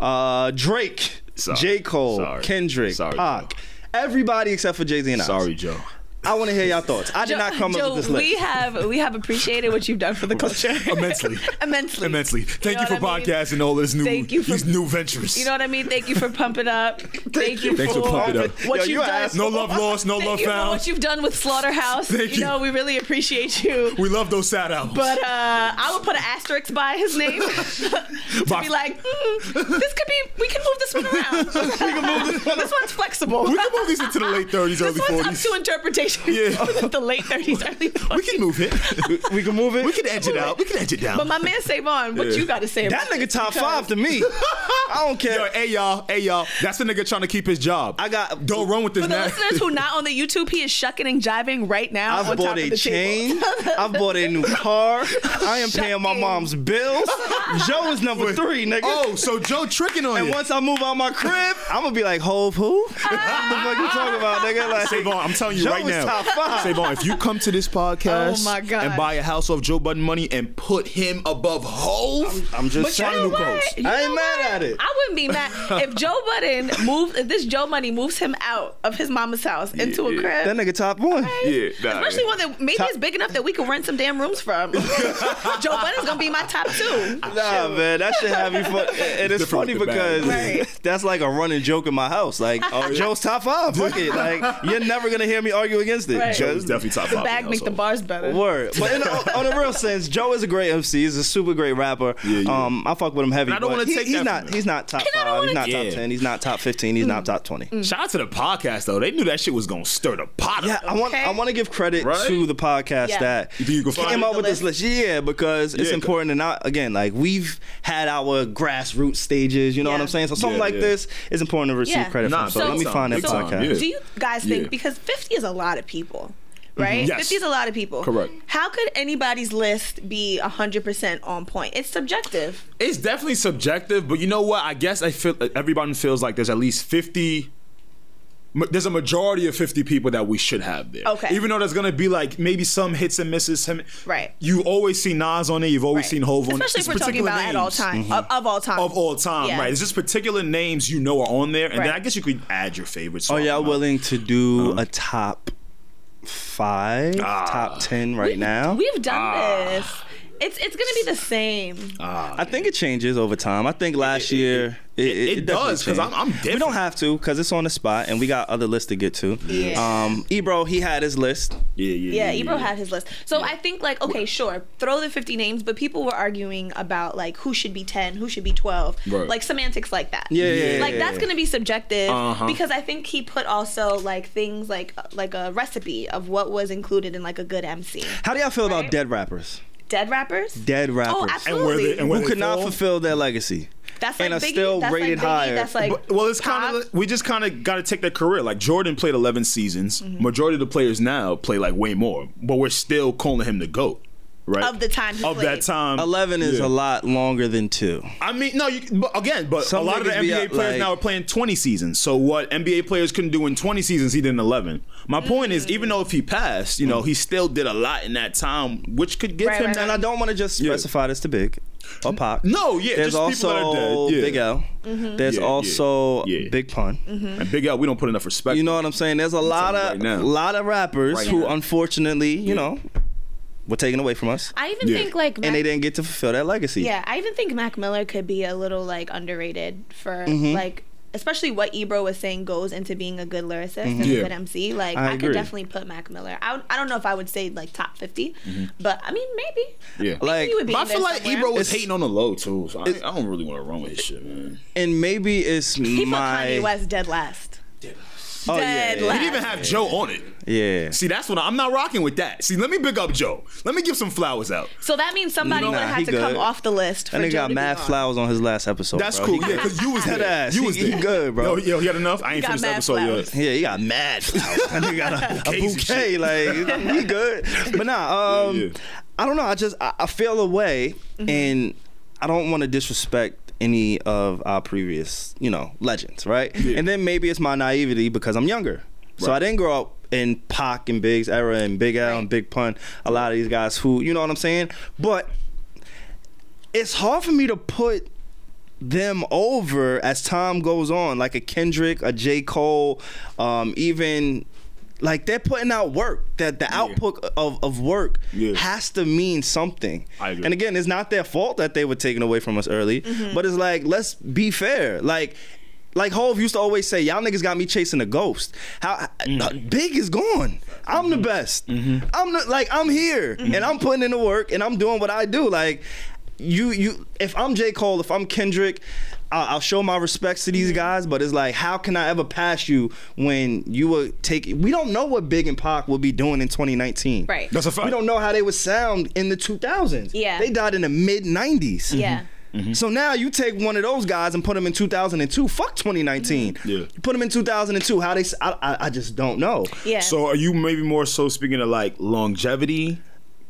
Speaker 1: uh, Drake,
Speaker 2: Oh. Sorry.
Speaker 1: J. Cole,
Speaker 2: Sorry.
Speaker 1: Kendrick,
Speaker 2: Sorry,
Speaker 1: Pac.
Speaker 2: Joe.
Speaker 1: Everybody except for Jay Z and Nas.
Speaker 2: Sorry, Joe.
Speaker 1: I want to hear y'all thoughts. I did
Speaker 3: Joe-
Speaker 1: not come
Speaker 3: Joe,
Speaker 1: up with this
Speaker 3: We
Speaker 1: list.
Speaker 3: have we have appreciated what you've done for the culture *laughs*
Speaker 2: Immensely.
Speaker 3: immensely.
Speaker 2: Immensely. Thank
Speaker 3: know
Speaker 2: you, for
Speaker 3: what I mean?
Speaker 2: podcasting all this new
Speaker 3: Thank you for-
Speaker 2: these new ventures.
Speaker 3: You know what I mean? Thank you for
Speaker 1: *laughs*
Speaker 3: pumping up. Thank, you
Speaker 2: Thanks for
Speaker 3: for
Speaker 2: Pump It Up.
Speaker 3: what
Speaker 1: Yo,
Speaker 3: you've
Speaker 1: you a
Speaker 3: done.
Speaker 1: asshole.
Speaker 2: no love lost, no
Speaker 3: Thank
Speaker 2: love
Speaker 3: you for
Speaker 2: found.
Speaker 3: what you've done with Slaughterhouse.
Speaker 2: Thank you.
Speaker 3: know, we really appreciate you.
Speaker 2: we love those sad albums.
Speaker 3: But uh, I would put an asterisk by his name *laughs* to
Speaker 2: By-
Speaker 3: be like, mm, this could be. We can move this *laughs* one around. we can move this one. one's flexible. *laughs*
Speaker 2: we can move these into the late 30s, early
Speaker 3: This one's up
Speaker 2: 40s.
Speaker 3: to conversation. *laughs* Yeah. the late 30s, early 40s.
Speaker 2: We can move it.
Speaker 1: We- *laughs* we can move it.
Speaker 2: We can edge it out. We can edge it down.
Speaker 3: But my man Savon, what you got to say
Speaker 1: that
Speaker 3: about
Speaker 1: nigga
Speaker 3: this?
Speaker 1: top
Speaker 3: Because-
Speaker 1: five to me. I don't care.
Speaker 2: Yo, hey y'all, hey y'all. That's the nigga trying to keep his job.
Speaker 1: I got-
Speaker 2: Don't run with this.
Speaker 3: For the
Speaker 2: na-
Speaker 3: listeners who not on the YouTube, he is shucking and jiving right now.
Speaker 1: I've
Speaker 3: on top
Speaker 1: bought
Speaker 3: of
Speaker 1: a
Speaker 3: the
Speaker 1: chain.
Speaker 3: Table.
Speaker 1: I've bought a new car. I am paying my
Speaker 3: Shocking.
Speaker 1: mom's bills. Joe is number three, nigga.
Speaker 2: oh, so Joe tricking on
Speaker 1: And
Speaker 2: you.
Speaker 1: once I move out my crib, I'm gonna be like, Hove who? *laughs* what the fuck you talking about, nigga? Like,
Speaker 2: Savon, I'm telling you
Speaker 1: Joe
Speaker 2: right
Speaker 1: is
Speaker 2: now.
Speaker 1: top five.
Speaker 2: Savon, if you come to this podcast
Speaker 3: Oh my God.
Speaker 2: and buy a house off Joe Budden money and put him above Hove,
Speaker 1: I'm just
Speaker 2: But you
Speaker 1: saying.
Speaker 2: know what?
Speaker 1: I ain't
Speaker 3: You know
Speaker 1: mad
Speaker 3: what?
Speaker 1: at it.
Speaker 3: I wouldn't be mad if Joe Budden moved. If this Joe Money moves him out of his mama's house into a
Speaker 2: yeah.
Speaker 3: crib.
Speaker 1: that nigga top one.
Speaker 2: yeah, nah,
Speaker 3: Especially
Speaker 2: yeah.
Speaker 3: one that maybe
Speaker 1: Top-
Speaker 3: it's big enough that we could rent some damn
Speaker 1: *laughs*
Speaker 3: rooms from. Joe Budden's gonna be my top two.
Speaker 1: Nah, man, that should have
Speaker 3: *laughs*
Speaker 1: me fun. And it's
Speaker 2: Different
Speaker 1: funny
Speaker 2: with the bag.
Speaker 1: because
Speaker 3: Right.
Speaker 1: *laughs*
Speaker 3: Oh,
Speaker 1: that's like a running joke in my house. Like, Joe's top five. Fuck it. Like, you're never gonna hear me argue against it.
Speaker 3: Right.
Speaker 2: Joe's definitely top
Speaker 3: The
Speaker 2: five.
Speaker 3: bag make the bars better.
Speaker 1: Word, but in
Speaker 2: *laughs*
Speaker 1: a, on a real sense, Joe is a great MC. He's a super great rapper.
Speaker 2: Yeah, yeah.
Speaker 1: Um, I fuck with him heavy.
Speaker 2: And I don't
Speaker 1: but
Speaker 2: wanna
Speaker 1: he-
Speaker 2: take
Speaker 1: he's
Speaker 2: that
Speaker 1: not.
Speaker 2: from him.
Speaker 1: He's not top
Speaker 3: I don't
Speaker 1: five. He's
Speaker 3: wanna-
Speaker 1: not
Speaker 2: Yeah.
Speaker 1: top ten. He's not top fifteen. He's not top twenty.
Speaker 2: Shout out to the podcast though. They knew that shit was gonna stir the pot
Speaker 1: Yeah,
Speaker 2: up.
Speaker 1: I want
Speaker 3: Okay.
Speaker 1: I want to give credit
Speaker 2: Right?
Speaker 1: to the podcast
Speaker 3: Yeah.
Speaker 1: that
Speaker 2: You think you can find
Speaker 1: came
Speaker 2: it?
Speaker 1: up with this list. Yeah, because it's
Speaker 2: Yeah.
Speaker 1: important. And I, again, like we've had our grassroots stages. You know what
Speaker 3: Yeah.
Speaker 1: I'm saying? So something
Speaker 2: Yeah,
Speaker 1: like
Speaker 2: yeah.
Speaker 1: this is important to receive
Speaker 3: Yeah.
Speaker 1: credit
Speaker 2: Nah,
Speaker 1: for. So,
Speaker 3: big
Speaker 1: let me
Speaker 3: time,
Speaker 1: find that
Speaker 2: big time,
Speaker 1: podcast.
Speaker 2: yeah.
Speaker 3: Do you guys think
Speaker 2: Yeah.
Speaker 3: because 50 is a lot of people,
Speaker 1: Mm-hmm.
Speaker 3: right?
Speaker 2: Yes.
Speaker 3: 50 is a lot of people.
Speaker 2: Correct.
Speaker 3: How could anybody's list be 100% on point? It's subjective.
Speaker 2: It's definitely subjective, but you know what? I guess I feel everybody feels like there's at least 50 ma- there's a majority of 50 people that we should have there.
Speaker 3: Okay.
Speaker 2: Even though there's going to be like maybe some hits and misses some-
Speaker 3: Right.
Speaker 2: You always see Nas on it, you've always
Speaker 3: Right.
Speaker 2: seen Hov on it.
Speaker 3: Especially if
Speaker 2: It's
Speaker 3: we're talking
Speaker 2: particular
Speaker 3: about at all
Speaker 2: names
Speaker 3: time.
Speaker 1: Mm-hmm.
Speaker 3: Of, of all time.
Speaker 2: Of all time,
Speaker 3: Yeah.
Speaker 2: right? It's just particular names you know are on there, and then
Speaker 3: Right.
Speaker 2: I guess you could add your favorites.
Speaker 1: Are
Speaker 2: off
Speaker 1: y'all
Speaker 2: and on.
Speaker 1: willing to do a top five,
Speaker 2: Uh-huh. Ah.
Speaker 1: top ten right now? Ah.
Speaker 3: We've done this. It's it's gonna be the same.
Speaker 2: Ah,
Speaker 1: I think it changes over time. I think last year it, it,
Speaker 2: it
Speaker 1: definitely
Speaker 2: does, 'cause I'm- I'm
Speaker 1: changed. We
Speaker 2: different.
Speaker 1: don't have to because it's on the spot and we got other lists to get to.
Speaker 3: Yeah.
Speaker 1: Um, Ebro he had his list.
Speaker 2: Yeah, yeah,
Speaker 3: yeah,
Speaker 2: yeah,
Speaker 3: Ebro
Speaker 2: yeah.
Speaker 3: had his list. So I think like okay, sure, throw the 50 names, but people were arguing about like who should be 10, who should be 12,
Speaker 2: Right.
Speaker 3: like semantics like that.
Speaker 1: Yeah, yeah, yeah,
Speaker 3: like that's
Speaker 1: yeah.
Speaker 3: gonna be subjective
Speaker 2: Uh-huh.
Speaker 3: because I think he put also like things like uh, like a recipe of what was included in like a good MC.
Speaker 1: How do y'all feel about
Speaker 3: Right.
Speaker 1: dead rappers?
Speaker 3: Dead rappers.
Speaker 1: Dead rappers.
Speaker 3: Oh,
Speaker 2: And where
Speaker 3: absolutely.
Speaker 2: they- and where
Speaker 1: who
Speaker 2: they
Speaker 1: could not
Speaker 2: fall?
Speaker 1: fulfill their legacy.
Speaker 3: that's like
Speaker 1: and are
Speaker 3: Biggie,
Speaker 1: still
Speaker 3: that's
Speaker 1: rated
Speaker 3: like Biggie,
Speaker 1: higher.
Speaker 3: That's like
Speaker 2: But- well, it's kind
Speaker 3: Pac.
Speaker 2: of we just kind of got to take their career. Like Jordan played 11 seasons.
Speaker 3: Mm-hmm.
Speaker 2: Majority of the players now play like way more, but we're still calling him the goat, right?
Speaker 3: Of the time he
Speaker 2: of
Speaker 3: played.
Speaker 2: that time,
Speaker 1: Eleven is
Speaker 2: Yeah.
Speaker 1: a lot longer than two.
Speaker 2: I mean, no, you, but again, but
Speaker 1: Some
Speaker 2: a lot of the
Speaker 1: niggas be
Speaker 2: NBA
Speaker 1: out,
Speaker 2: players
Speaker 1: like-
Speaker 2: now are playing 20 seasons. So what NBA players couldn't do in 20 seasons, he did in 11. My point is, even though if he passed, you know, he still did a lot in that time, which could give
Speaker 3: Right,
Speaker 2: him.
Speaker 3: right,
Speaker 2: that-
Speaker 1: And I don't want to just
Speaker 2: Yeah.
Speaker 1: specify this to Big or Pop.
Speaker 2: No, yeah,
Speaker 1: There's
Speaker 2: just people that are
Speaker 1: also
Speaker 2: dead, yeah.
Speaker 1: Big L.
Speaker 3: Mm-hmm.
Speaker 1: There's
Speaker 2: Yeah, yeah,
Speaker 1: also
Speaker 2: yeah.
Speaker 1: Big Pun.
Speaker 2: And Big L, we don't put enough respect.
Speaker 1: You know what I'm saying? There's a lot
Speaker 2: telling
Speaker 1: of
Speaker 2: you right now.
Speaker 1: lot of rappers
Speaker 2: Right
Speaker 1: who
Speaker 2: now.
Speaker 1: unfortunately, you
Speaker 2: Yeah.
Speaker 1: know, were taken away from us.
Speaker 3: I even
Speaker 2: Yeah.
Speaker 3: think like
Speaker 1: and they
Speaker 3: Mac-
Speaker 1: didn't get to fulfill that legacy.
Speaker 3: Yeah, I even think Mac Miller could be a little like underrated for
Speaker 1: Mm-hmm.
Speaker 3: like especially what Ebro was saying goes into being a good lyricist and
Speaker 2: Yeah.
Speaker 3: a good MC. Like
Speaker 1: Mm-hmm. I
Speaker 3: I,
Speaker 1: agree.
Speaker 3: could definitely put Mac Miller. I, would, I don't know if I would say like top 50, but I mean maybe.
Speaker 2: Yeah.
Speaker 3: Maybe
Speaker 1: Mm-hmm. Like,
Speaker 3: he would be
Speaker 2: But I
Speaker 3: in there
Speaker 2: feel like
Speaker 3: somewhere.
Speaker 2: Ebro was
Speaker 1: It's-
Speaker 2: hating on the low too. So I, I don't really want to run with his shit, man.
Speaker 1: And maybe it's
Speaker 3: he put
Speaker 1: my
Speaker 3: Kanye West dead last.
Speaker 1: Oh, yeah,
Speaker 3: dead
Speaker 1: yeah.
Speaker 2: He
Speaker 3: last.
Speaker 2: didn't even have Joe on it.
Speaker 1: yeah.
Speaker 2: See, that's what I, am not rocking with that. See, let me big up Joe. Let me give some flowers out.
Speaker 3: so that means somebody
Speaker 1: Nah,
Speaker 3: would have
Speaker 1: he
Speaker 3: had to
Speaker 1: good.
Speaker 3: come off the list. For
Speaker 1: That nigga
Speaker 3: Joe
Speaker 1: got
Speaker 3: to
Speaker 1: mad
Speaker 3: be on.
Speaker 1: flowers on his last episode.
Speaker 2: That's
Speaker 1: bro.
Speaker 2: cool.
Speaker 1: He
Speaker 2: Yeah, because you was
Speaker 1: Dead
Speaker 2: there.
Speaker 1: ass.
Speaker 2: You
Speaker 1: He-
Speaker 2: was
Speaker 1: he
Speaker 2: there.
Speaker 1: good, bro.
Speaker 2: Yo, yo, he had got enough. I ain't
Speaker 3: got
Speaker 2: finished the
Speaker 3: mad
Speaker 2: episode
Speaker 3: flowers.
Speaker 1: *laughs*
Speaker 2: yet.
Speaker 1: Yeah, he got
Speaker 2: *laughs*
Speaker 1: mad. that *laughs* nigga got a, a
Speaker 2: Crazy
Speaker 1: bouquet. Like he good, but nah. Um,
Speaker 2: *laughs* Yeah, yeah.
Speaker 1: I don't know. I just I, I feel a way, and I don't want to disrespect any of our previous, you know, legends, right?
Speaker 2: Yeah.
Speaker 1: And then maybe it's my naivety because I'm younger, so
Speaker 2: Right.
Speaker 1: I didn't grow up in Pac and Big's era and Big L and Big Pun. A lot of these guys who, you know what I'm saying, but it's hard for me to put them over as time goes on, like a Kendrick, a J. Cole, um, even like they're putting out work. That the output of, of work
Speaker 2: Yeah.
Speaker 1: has to mean something.
Speaker 2: I agree.
Speaker 1: And again, it's not their fault that they were taken away from us early, but it's like let's be fair. Like like Hove used to always say, y'all niggas got me chasing a ghost. How uh, big is gone? I'm the best. I'm the, like I'm here and I'm putting in the work and I'm doing what I do. Like you you if I'm J Cole, if I'm Kendrick. I'll, I'll show my respects to these guys, but it's like, how can I ever pass you when you were taking? We don't know what Big and Pac will be doing in 2019.
Speaker 3: Right.
Speaker 2: That's a fact.
Speaker 1: We don't know how they would sound in the 2000s.
Speaker 3: Yeah.
Speaker 1: They died in the mid 90s.
Speaker 2: Mm-hmm.
Speaker 3: Yeah.
Speaker 1: So now you take one of those guys and put them in 2002. Fuck 2019.
Speaker 2: Yeah.
Speaker 1: You put them in 2002. How they? s- I, I- I just don't know.
Speaker 3: Yeah.
Speaker 2: So are you maybe more so speaking of like longevity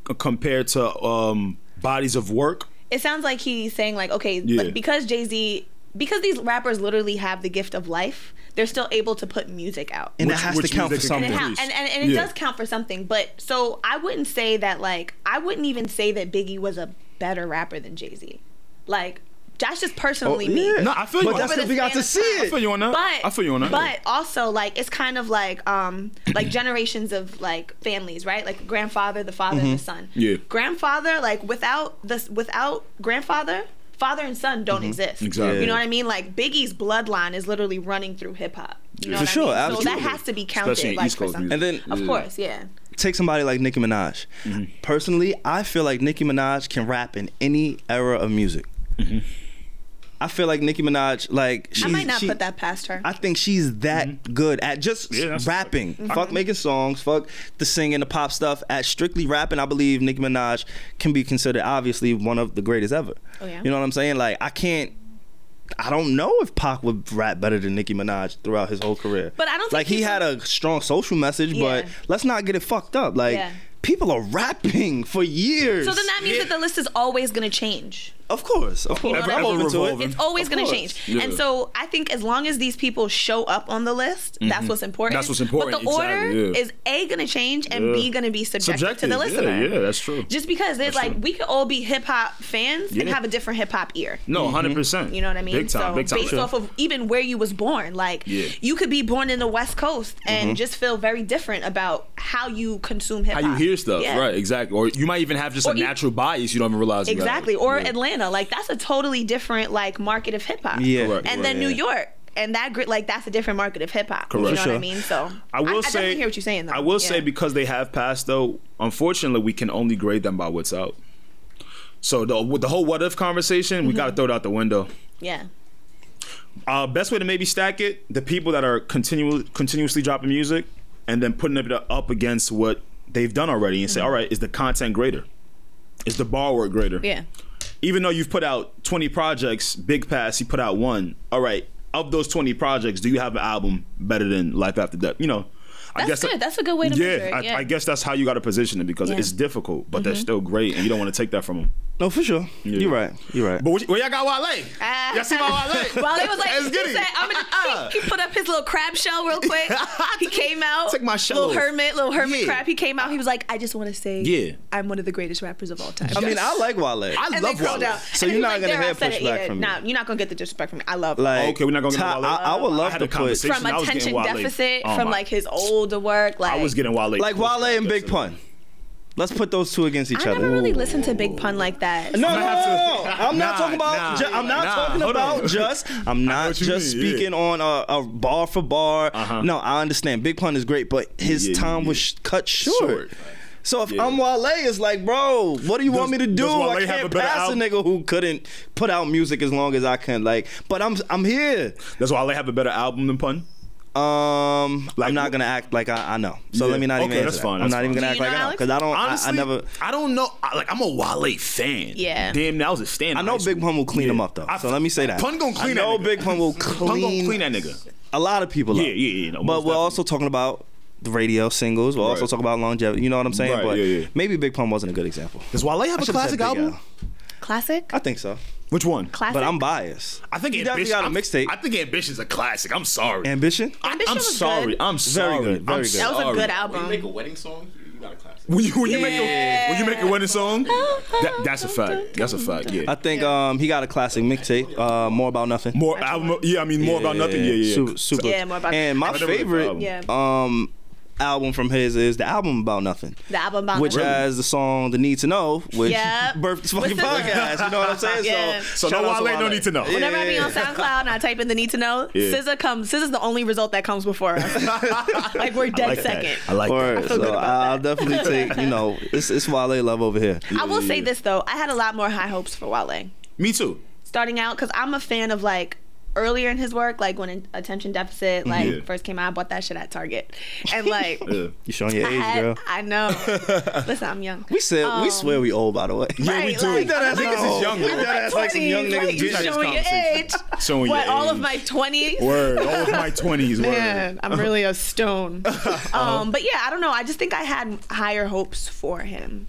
Speaker 2: c- compared to um bodies of work?
Speaker 3: it sounds like he's saying like okay
Speaker 2: Yeah.
Speaker 3: but because jay-z because these rappers literally have the gift of life they're still able to put music out
Speaker 1: And
Speaker 2: Which-
Speaker 1: it has to
Speaker 2: which
Speaker 1: count for
Speaker 2: music
Speaker 3: and
Speaker 1: something.
Speaker 3: it, ha-
Speaker 2: Please.
Speaker 3: and, and, and it
Speaker 2: Yeah.
Speaker 3: does count for something but so i wouldn't say that like i wouldn't even say that biggie was a better rapper than jay-z like that's just personally
Speaker 1: Oh,
Speaker 3: me
Speaker 2: No, I feel you
Speaker 1: but
Speaker 2: on
Speaker 1: that's
Speaker 2: that.
Speaker 1: because we got to see
Speaker 2: I
Speaker 1: it.
Speaker 2: feel you on that.
Speaker 3: But
Speaker 2: I feel you on that.
Speaker 3: But also like it's kind of like um
Speaker 1: *clears throat*
Speaker 3: like generations of like families, right? Like grandfather, the father,
Speaker 1: Mm-hmm.
Speaker 3: and the son.
Speaker 2: Yeah.
Speaker 3: Grandfather, like without this without grandfather, father and son
Speaker 1: Mm-hmm.
Speaker 3: don't exist.
Speaker 2: Exactly.
Speaker 3: You know what I mean? Like Biggie's bloodline is literally running through hip hop. You know
Speaker 1: For
Speaker 3: what
Speaker 1: sure,
Speaker 3: I mean? So that
Speaker 1: absolutely.
Speaker 3: has to be counted
Speaker 2: Especially in
Speaker 3: like
Speaker 2: East
Speaker 3: for
Speaker 2: Coast
Speaker 3: something.
Speaker 1: And
Speaker 2: music.
Speaker 1: then
Speaker 3: of course, yeah.
Speaker 1: take somebody like Nicki Minaj.
Speaker 2: Mm-hmm.
Speaker 1: Personally, I feel like Nicki Minaj can rap in any era of music.
Speaker 2: Mm-hmm.
Speaker 1: I feel like Nicki Minaj, like she's,
Speaker 3: I might not
Speaker 1: she-
Speaker 3: put that past her.
Speaker 1: I think she's that good at just
Speaker 2: Mm-hmm. Yeah, that's- Mm-hmm.
Speaker 1: rapping. Fuck making songs. Fuck the singing, the pop stuff. At strictly rapping, I believe Nicki Minaj can be considered obviously one of the greatest ever.
Speaker 3: Oh, yeah?
Speaker 1: You know what I'm saying? Like I can't. I don't know if Pac would rap better than Nicki Minaj throughout his whole career.
Speaker 3: But I don't think
Speaker 1: like he
Speaker 3: people-
Speaker 1: had a strong social message, but
Speaker 3: Yeah.
Speaker 1: let's not get it fucked up. Like
Speaker 3: Yeah.
Speaker 1: people are rapping for years.
Speaker 3: so then that means that the list is always gonna change.
Speaker 1: of course, of course,
Speaker 3: know
Speaker 1: I'm
Speaker 3: what I
Speaker 1: open
Speaker 2: mean?
Speaker 1: to it.
Speaker 2: Revolving.
Speaker 3: It's always
Speaker 1: Of
Speaker 3: going to
Speaker 1: course.
Speaker 3: change.
Speaker 2: Mm-hmm. Yeah.
Speaker 3: And so I think as long as these people show up on the list, that's what's important.
Speaker 2: Mm-hmm. That's what's important,
Speaker 3: But the order
Speaker 2: exactly, yeah.
Speaker 3: is A, going to change and
Speaker 2: Yeah.
Speaker 3: B, going to be subjective, to the
Speaker 2: Subjective,
Speaker 3: listener.
Speaker 2: yeah, yeah, that's true.
Speaker 3: Just because it's like
Speaker 2: true.
Speaker 3: we could all be hip hop fans and
Speaker 2: Yeah.
Speaker 3: have a different hip hop ear.
Speaker 2: No, 100 percent.
Speaker 3: You know what I mean?
Speaker 2: Big time,
Speaker 3: so
Speaker 2: big time.
Speaker 3: based off of even where you was born, like
Speaker 2: Yeah. Mm-hmm.
Speaker 3: you could be born in the West Coast and just feel very different about how you consume hip
Speaker 2: how
Speaker 3: hop.
Speaker 2: you hear stuff,
Speaker 3: Yeah.
Speaker 2: right? Exactly. Or you might even have just
Speaker 3: Or
Speaker 2: a
Speaker 3: you-
Speaker 2: natural bias you don't even realize. you got.
Speaker 3: Exactly. Or
Speaker 2: Yeah.
Speaker 3: Atlanta, like that's a totally different like market of hip hop.
Speaker 1: Yeah.
Speaker 2: Correct.
Speaker 3: and then
Speaker 2: Right.
Speaker 3: New York. And that gr- like that's a different market of hip hop. You know
Speaker 2: Correct.
Speaker 3: what I
Speaker 1: Sure.
Speaker 3: mean? So
Speaker 2: I will
Speaker 3: I,
Speaker 2: say,
Speaker 3: definitely hear what you're saying. Though.
Speaker 2: I will
Speaker 3: Yeah.
Speaker 2: say because they have passed though. Unfortunately, we can only grade them by what's out. So the with the whole what if conversation, we
Speaker 3: Mm-hmm.
Speaker 2: got to throw it out the window.
Speaker 3: yeah,
Speaker 2: Uh, best way to maybe stack it: the people that are continually continuously dropping music, and then putting it up against what they've done already, and
Speaker 3: Mm-hmm.
Speaker 2: say, all right, is the content greater? Is the bar work greater?
Speaker 3: yeah,
Speaker 2: even though you've put out 20 projects, Big Pass, you put out one. All right, of those 20 projects, do you have an album better than Life After Death? You know, I
Speaker 3: That's
Speaker 2: guess
Speaker 3: good. That's a good way to
Speaker 2: yeah,
Speaker 3: measure it,
Speaker 2: I,
Speaker 3: yeah.
Speaker 2: I guess that's how you got to position it because
Speaker 3: Yeah. Mm-hmm.
Speaker 2: it's difficult, but they're still great, and you don't want to take that from them.
Speaker 1: No, for sure. You're right. You're right.
Speaker 2: But what, where y'all got Wale?
Speaker 3: Ah.
Speaker 2: y'all see my
Speaker 3: *laughs*
Speaker 2: Wale?
Speaker 3: Well, it was like
Speaker 2: Let's
Speaker 3: he
Speaker 2: get it.
Speaker 3: said, "I'm gonna."
Speaker 2: *laughs*
Speaker 3: He, he put up his little crab shell real quick. he came out.
Speaker 2: Take my shell
Speaker 3: Little
Speaker 2: off.
Speaker 3: hermit, little hermit
Speaker 2: Yeah.
Speaker 3: crab. He came out. He was like, "I just want to say,
Speaker 2: Yeah.
Speaker 3: I'm one of the greatest rappers of all time."
Speaker 1: I mean, I like Wale.
Speaker 2: I
Speaker 3: and
Speaker 2: love
Speaker 3: then
Speaker 2: Wale.
Speaker 3: down.
Speaker 1: So you're
Speaker 3: And he was
Speaker 1: not
Speaker 3: like,
Speaker 1: gonna
Speaker 3: "There,
Speaker 1: hear
Speaker 3: I said it."
Speaker 1: pushback
Speaker 3: Yeah,
Speaker 1: from me.
Speaker 3: Nah, you're not gonna get the disrespect from me. I love.
Speaker 1: Like,
Speaker 2: Okay, we're not gonna get
Speaker 1: Ty-
Speaker 2: Wale.
Speaker 1: I, I would love
Speaker 2: I had
Speaker 1: to
Speaker 2: a
Speaker 1: put
Speaker 2: conversation.
Speaker 3: from
Speaker 2: I was getting
Speaker 3: attention
Speaker 2: Wale.
Speaker 3: deficit,
Speaker 2: Oh
Speaker 3: from
Speaker 2: my-
Speaker 3: like his older work. Like
Speaker 2: I was getting Wale.
Speaker 1: like Wale and Big Pun. Let's put those two against each
Speaker 3: I
Speaker 1: other.
Speaker 3: never really listened to Big Pun like that.
Speaker 1: No, no,
Speaker 2: I'm
Speaker 1: no,
Speaker 2: gonna have
Speaker 1: no,
Speaker 2: to-
Speaker 1: no. I'm not
Speaker 2: Nah,
Speaker 1: talking about.
Speaker 2: nah,
Speaker 1: ju- I'm not
Speaker 2: nah,
Speaker 1: talking
Speaker 2: hold
Speaker 1: about
Speaker 2: on.
Speaker 1: just. I'm not
Speaker 2: what you
Speaker 1: just
Speaker 2: mean, yeah.
Speaker 1: speaking on a, a bar for bar.
Speaker 2: Uh-huh.
Speaker 1: No, I understand. Big Pun is great, but his
Speaker 2: Yeah, yeah,
Speaker 1: time
Speaker 2: yeah.
Speaker 1: was sh- cut short.
Speaker 2: Short.
Speaker 1: So if
Speaker 2: Yeah.
Speaker 1: I'm Wale, it's like, bro, what do you want me to
Speaker 2: Does-
Speaker 1: do?
Speaker 2: does Wale
Speaker 1: I
Speaker 2: have a
Speaker 1: can't
Speaker 2: better
Speaker 1: pass a
Speaker 2: album?
Speaker 1: nigga who couldn't put out music as long as I can. Like, but I'm I'm here.
Speaker 2: Does Wale have a better album than Pun?
Speaker 1: Um,
Speaker 2: Like,
Speaker 1: I'm not
Speaker 2: wh-
Speaker 1: gonna act like I, I know. So
Speaker 2: Yeah.
Speaker 1: let me not even.
Speaker 2: Okay,
Speaker 1: answer
Speaker 2: that's
Speaker 1: that.
Speaker 2: fine,
Speaker 1: I'm
Speaker 2: that's
Speaker 1: not even
Speaker 2: fine.
Speaker 1: gonna
Speaker 3: Do
Speaker 1: act
Speaker 3: you
Speaker 1: like
Speaker 3: know
Speaker 1: I know
Speaker 3: Alex?
Speaker 1: because I don't. I-
Speaker 2: Honestly,
Speaker 1: I, never.
Speaker 2: I don't know. I, like I'm a Wale fan.
Speaker 3: Yeah.
Speaker 2: Damn, that was a stand.
Speaker 1: I
Speaker 2: in
Speaker 1: know
Speaker 2: high
Speaker 1: Big
Speaker 2: school.
Speaker 1: Pun will clean
Speaker 2: Yeah.
Speaker 1: him up though.
Speaker 2: I-
Speaker 1: so let me say that.
Speaker 2: Pun gonna clean
Speaker 1: I know
Speaker 2: that nigga.
Speaker 1: Big Pun will
Speaker 2: *laughs* Pun
Speaker 1: clean,
Speaker 2: gonna clean that nigga.
Speaker 1: a lot of people. up.
Speaker 2: Yeah, yeah, yeah, no,
Speaker 1: but
Speaker 2: most
Speaker 1: we're also talking about the radio singles. We're also
Speaker 2: Right.
Speaker 1: talking about longevity. You know what I'm saying?
Speaker 2: Right,
Speaker 1: but
Speaker 2: yeah, yeah.
Speaker 1: maybe Big Pun wasn't a good example.
Speaker 2: Does Wale
Speaker 1: I
Speaker 2: have a
Speaker 1: should've said
Speaker 2: classic
Speaker 1: Big
Speaker 2: album?
Speaker 1: Al.
Speaker 3: Classic.
Speaker 1: I think so,
Speaker 2: Which one?
Speaker 3: Classic.
Speaker 1: but I'm biased.
Speaker 2: I think
Speaker 1: He definitely
Speaker 2: Ambition-
Speaker 1: got a
Speaker 2: I'm-
Speaker 1: mixtape.
Speaker 2: I think Ambition's a classic. I'm sorry.
Speaker 1: Ambition.
Speaker 2: I,
Speaker 3: Ambition
Speaker 2: am
Speaker 3: was
Speaker 2: sorry.
Speaker 3: good.
Speaker 2: I'm sorry.
Speaker 1: good, very
Speaker 2: I'm
Speaker 1: good.
Speaker 3: that was a
Speaker 2: sorry.
Speaker 3: good
Speaker 4: When you
Speaker 3: album. *laughs*
Speaker 4: make a wedding song, you, you got a classic.
Speaker 2: When you, when you make a when you make a winning song, that, that's a fact. That's a fact. Yeah.
Speaker 1: I think um he got a classic mixtape. Uh, more about nothing.
Speaker 2: more album. Yeah, I mean more about nothing. Yeah, yeah.
Speaker 1: Super, super.
Speaker 3: Yeah, More About
Speaker 1: And my
Speaker 2: Nothing. I never
Speaker 1: favorite
Speaker 2: heard
Speaker 3: Yeah.
Speaker 1: um album from his is the album about nothing.
Speaker 3: the album about
Speaker 1: which
Speaker 3: Nothing.
Speaker 2: uh,
Speaker 1: has the song "The Need to Know," which *laughs*
Speaker 3: Yep.
Speaker 1: birthed this fucking
Speaker 3: With the-
Speaker 1: podcast. You know what I'm saying?
Speaker 3: Yeah.
Speaker 1: So,
Speaker 2: So no
Speaker 1: shout out to
Speaker 2: Wale, no need to know.
Speaker 1: Yeah,
Speaker 3: Whenever
Speaker 1: yeah,
Speaker 3: I be
Speaker 1: yeah.
Speaker 3: on SoundCloud and I type in the need to know,
Speaker 2: Yeah.
Speaker 3: SZA comes. SZA's the only result that comes
Speaker 2: *laughs*
Speaker 3: before us. like we're dead second.
Speaker 2: I like
Speaker 1: Word.
Speaker 2: that.
Speaker 3: feel
Speaker 1: so
Speaker 3: good about
Speaker 1: I'll
Speaker 3: *laughs*
Speaker 1: definitely take. You know, it's it's Wale love over here.
Speaker 3: I will say this though, I had a lot more high hopes for Wale.
Speaker 2: Me too.
Speaker 3: starting out because I'm a fan of like earlier in his work, like when Attention Deficit like
Speaker 2: Yeah.
Speaker 3: first came out. I bought that shit at Target, and
Speaker 2: *laughs*
Speaker 3: like.
Speaker 2: Yeah.
Speaker 1: You showing your
Speaker 3: I,
Speaker 1: age,
Speaker 3: had-
Speaker 1: girl.
Speaker 2: *laughs*
Speaker 3: I know. Listen, I'm young.
Speaker 1: We said we
Speaker 3: Um,
Speaker 1: swear we old, by the way. *laughs*
Speaker 2: Yeah, we
Speaker 3: Right,
Speaker 2: do.
Speaker 3: like-
Speaker 1: That
Speaker 2: Niggas is
Speaker 1: old.
Speaker 2: young,
Speaker 1: That
Speaker 2: though.
Speaker 1: ass like some young
Speaker 3: 20s,
Speaker 1: niggas.
Speaker 3: like,
Speaker 1: do
Speaker 3: you
Speaker 2: that
Speaker 1: that.
Speaker 2: shit.
Speaker 3: showing your age.
Speaker 2: Showing your
Speaker 3: What, all of
Speaker 2: age.
Speaker 3: my 20s?
Speaker 2: Word. Uh-huh. All of my twenties. Word.
Speaker 3: Man, I'm really
Speaker 2: *laughs*
Speaker 3: a stone.
Speaker 2: Uh-huh.
Speaker 3: um, but yeah, I don't know. I just think I had higher hopes for him.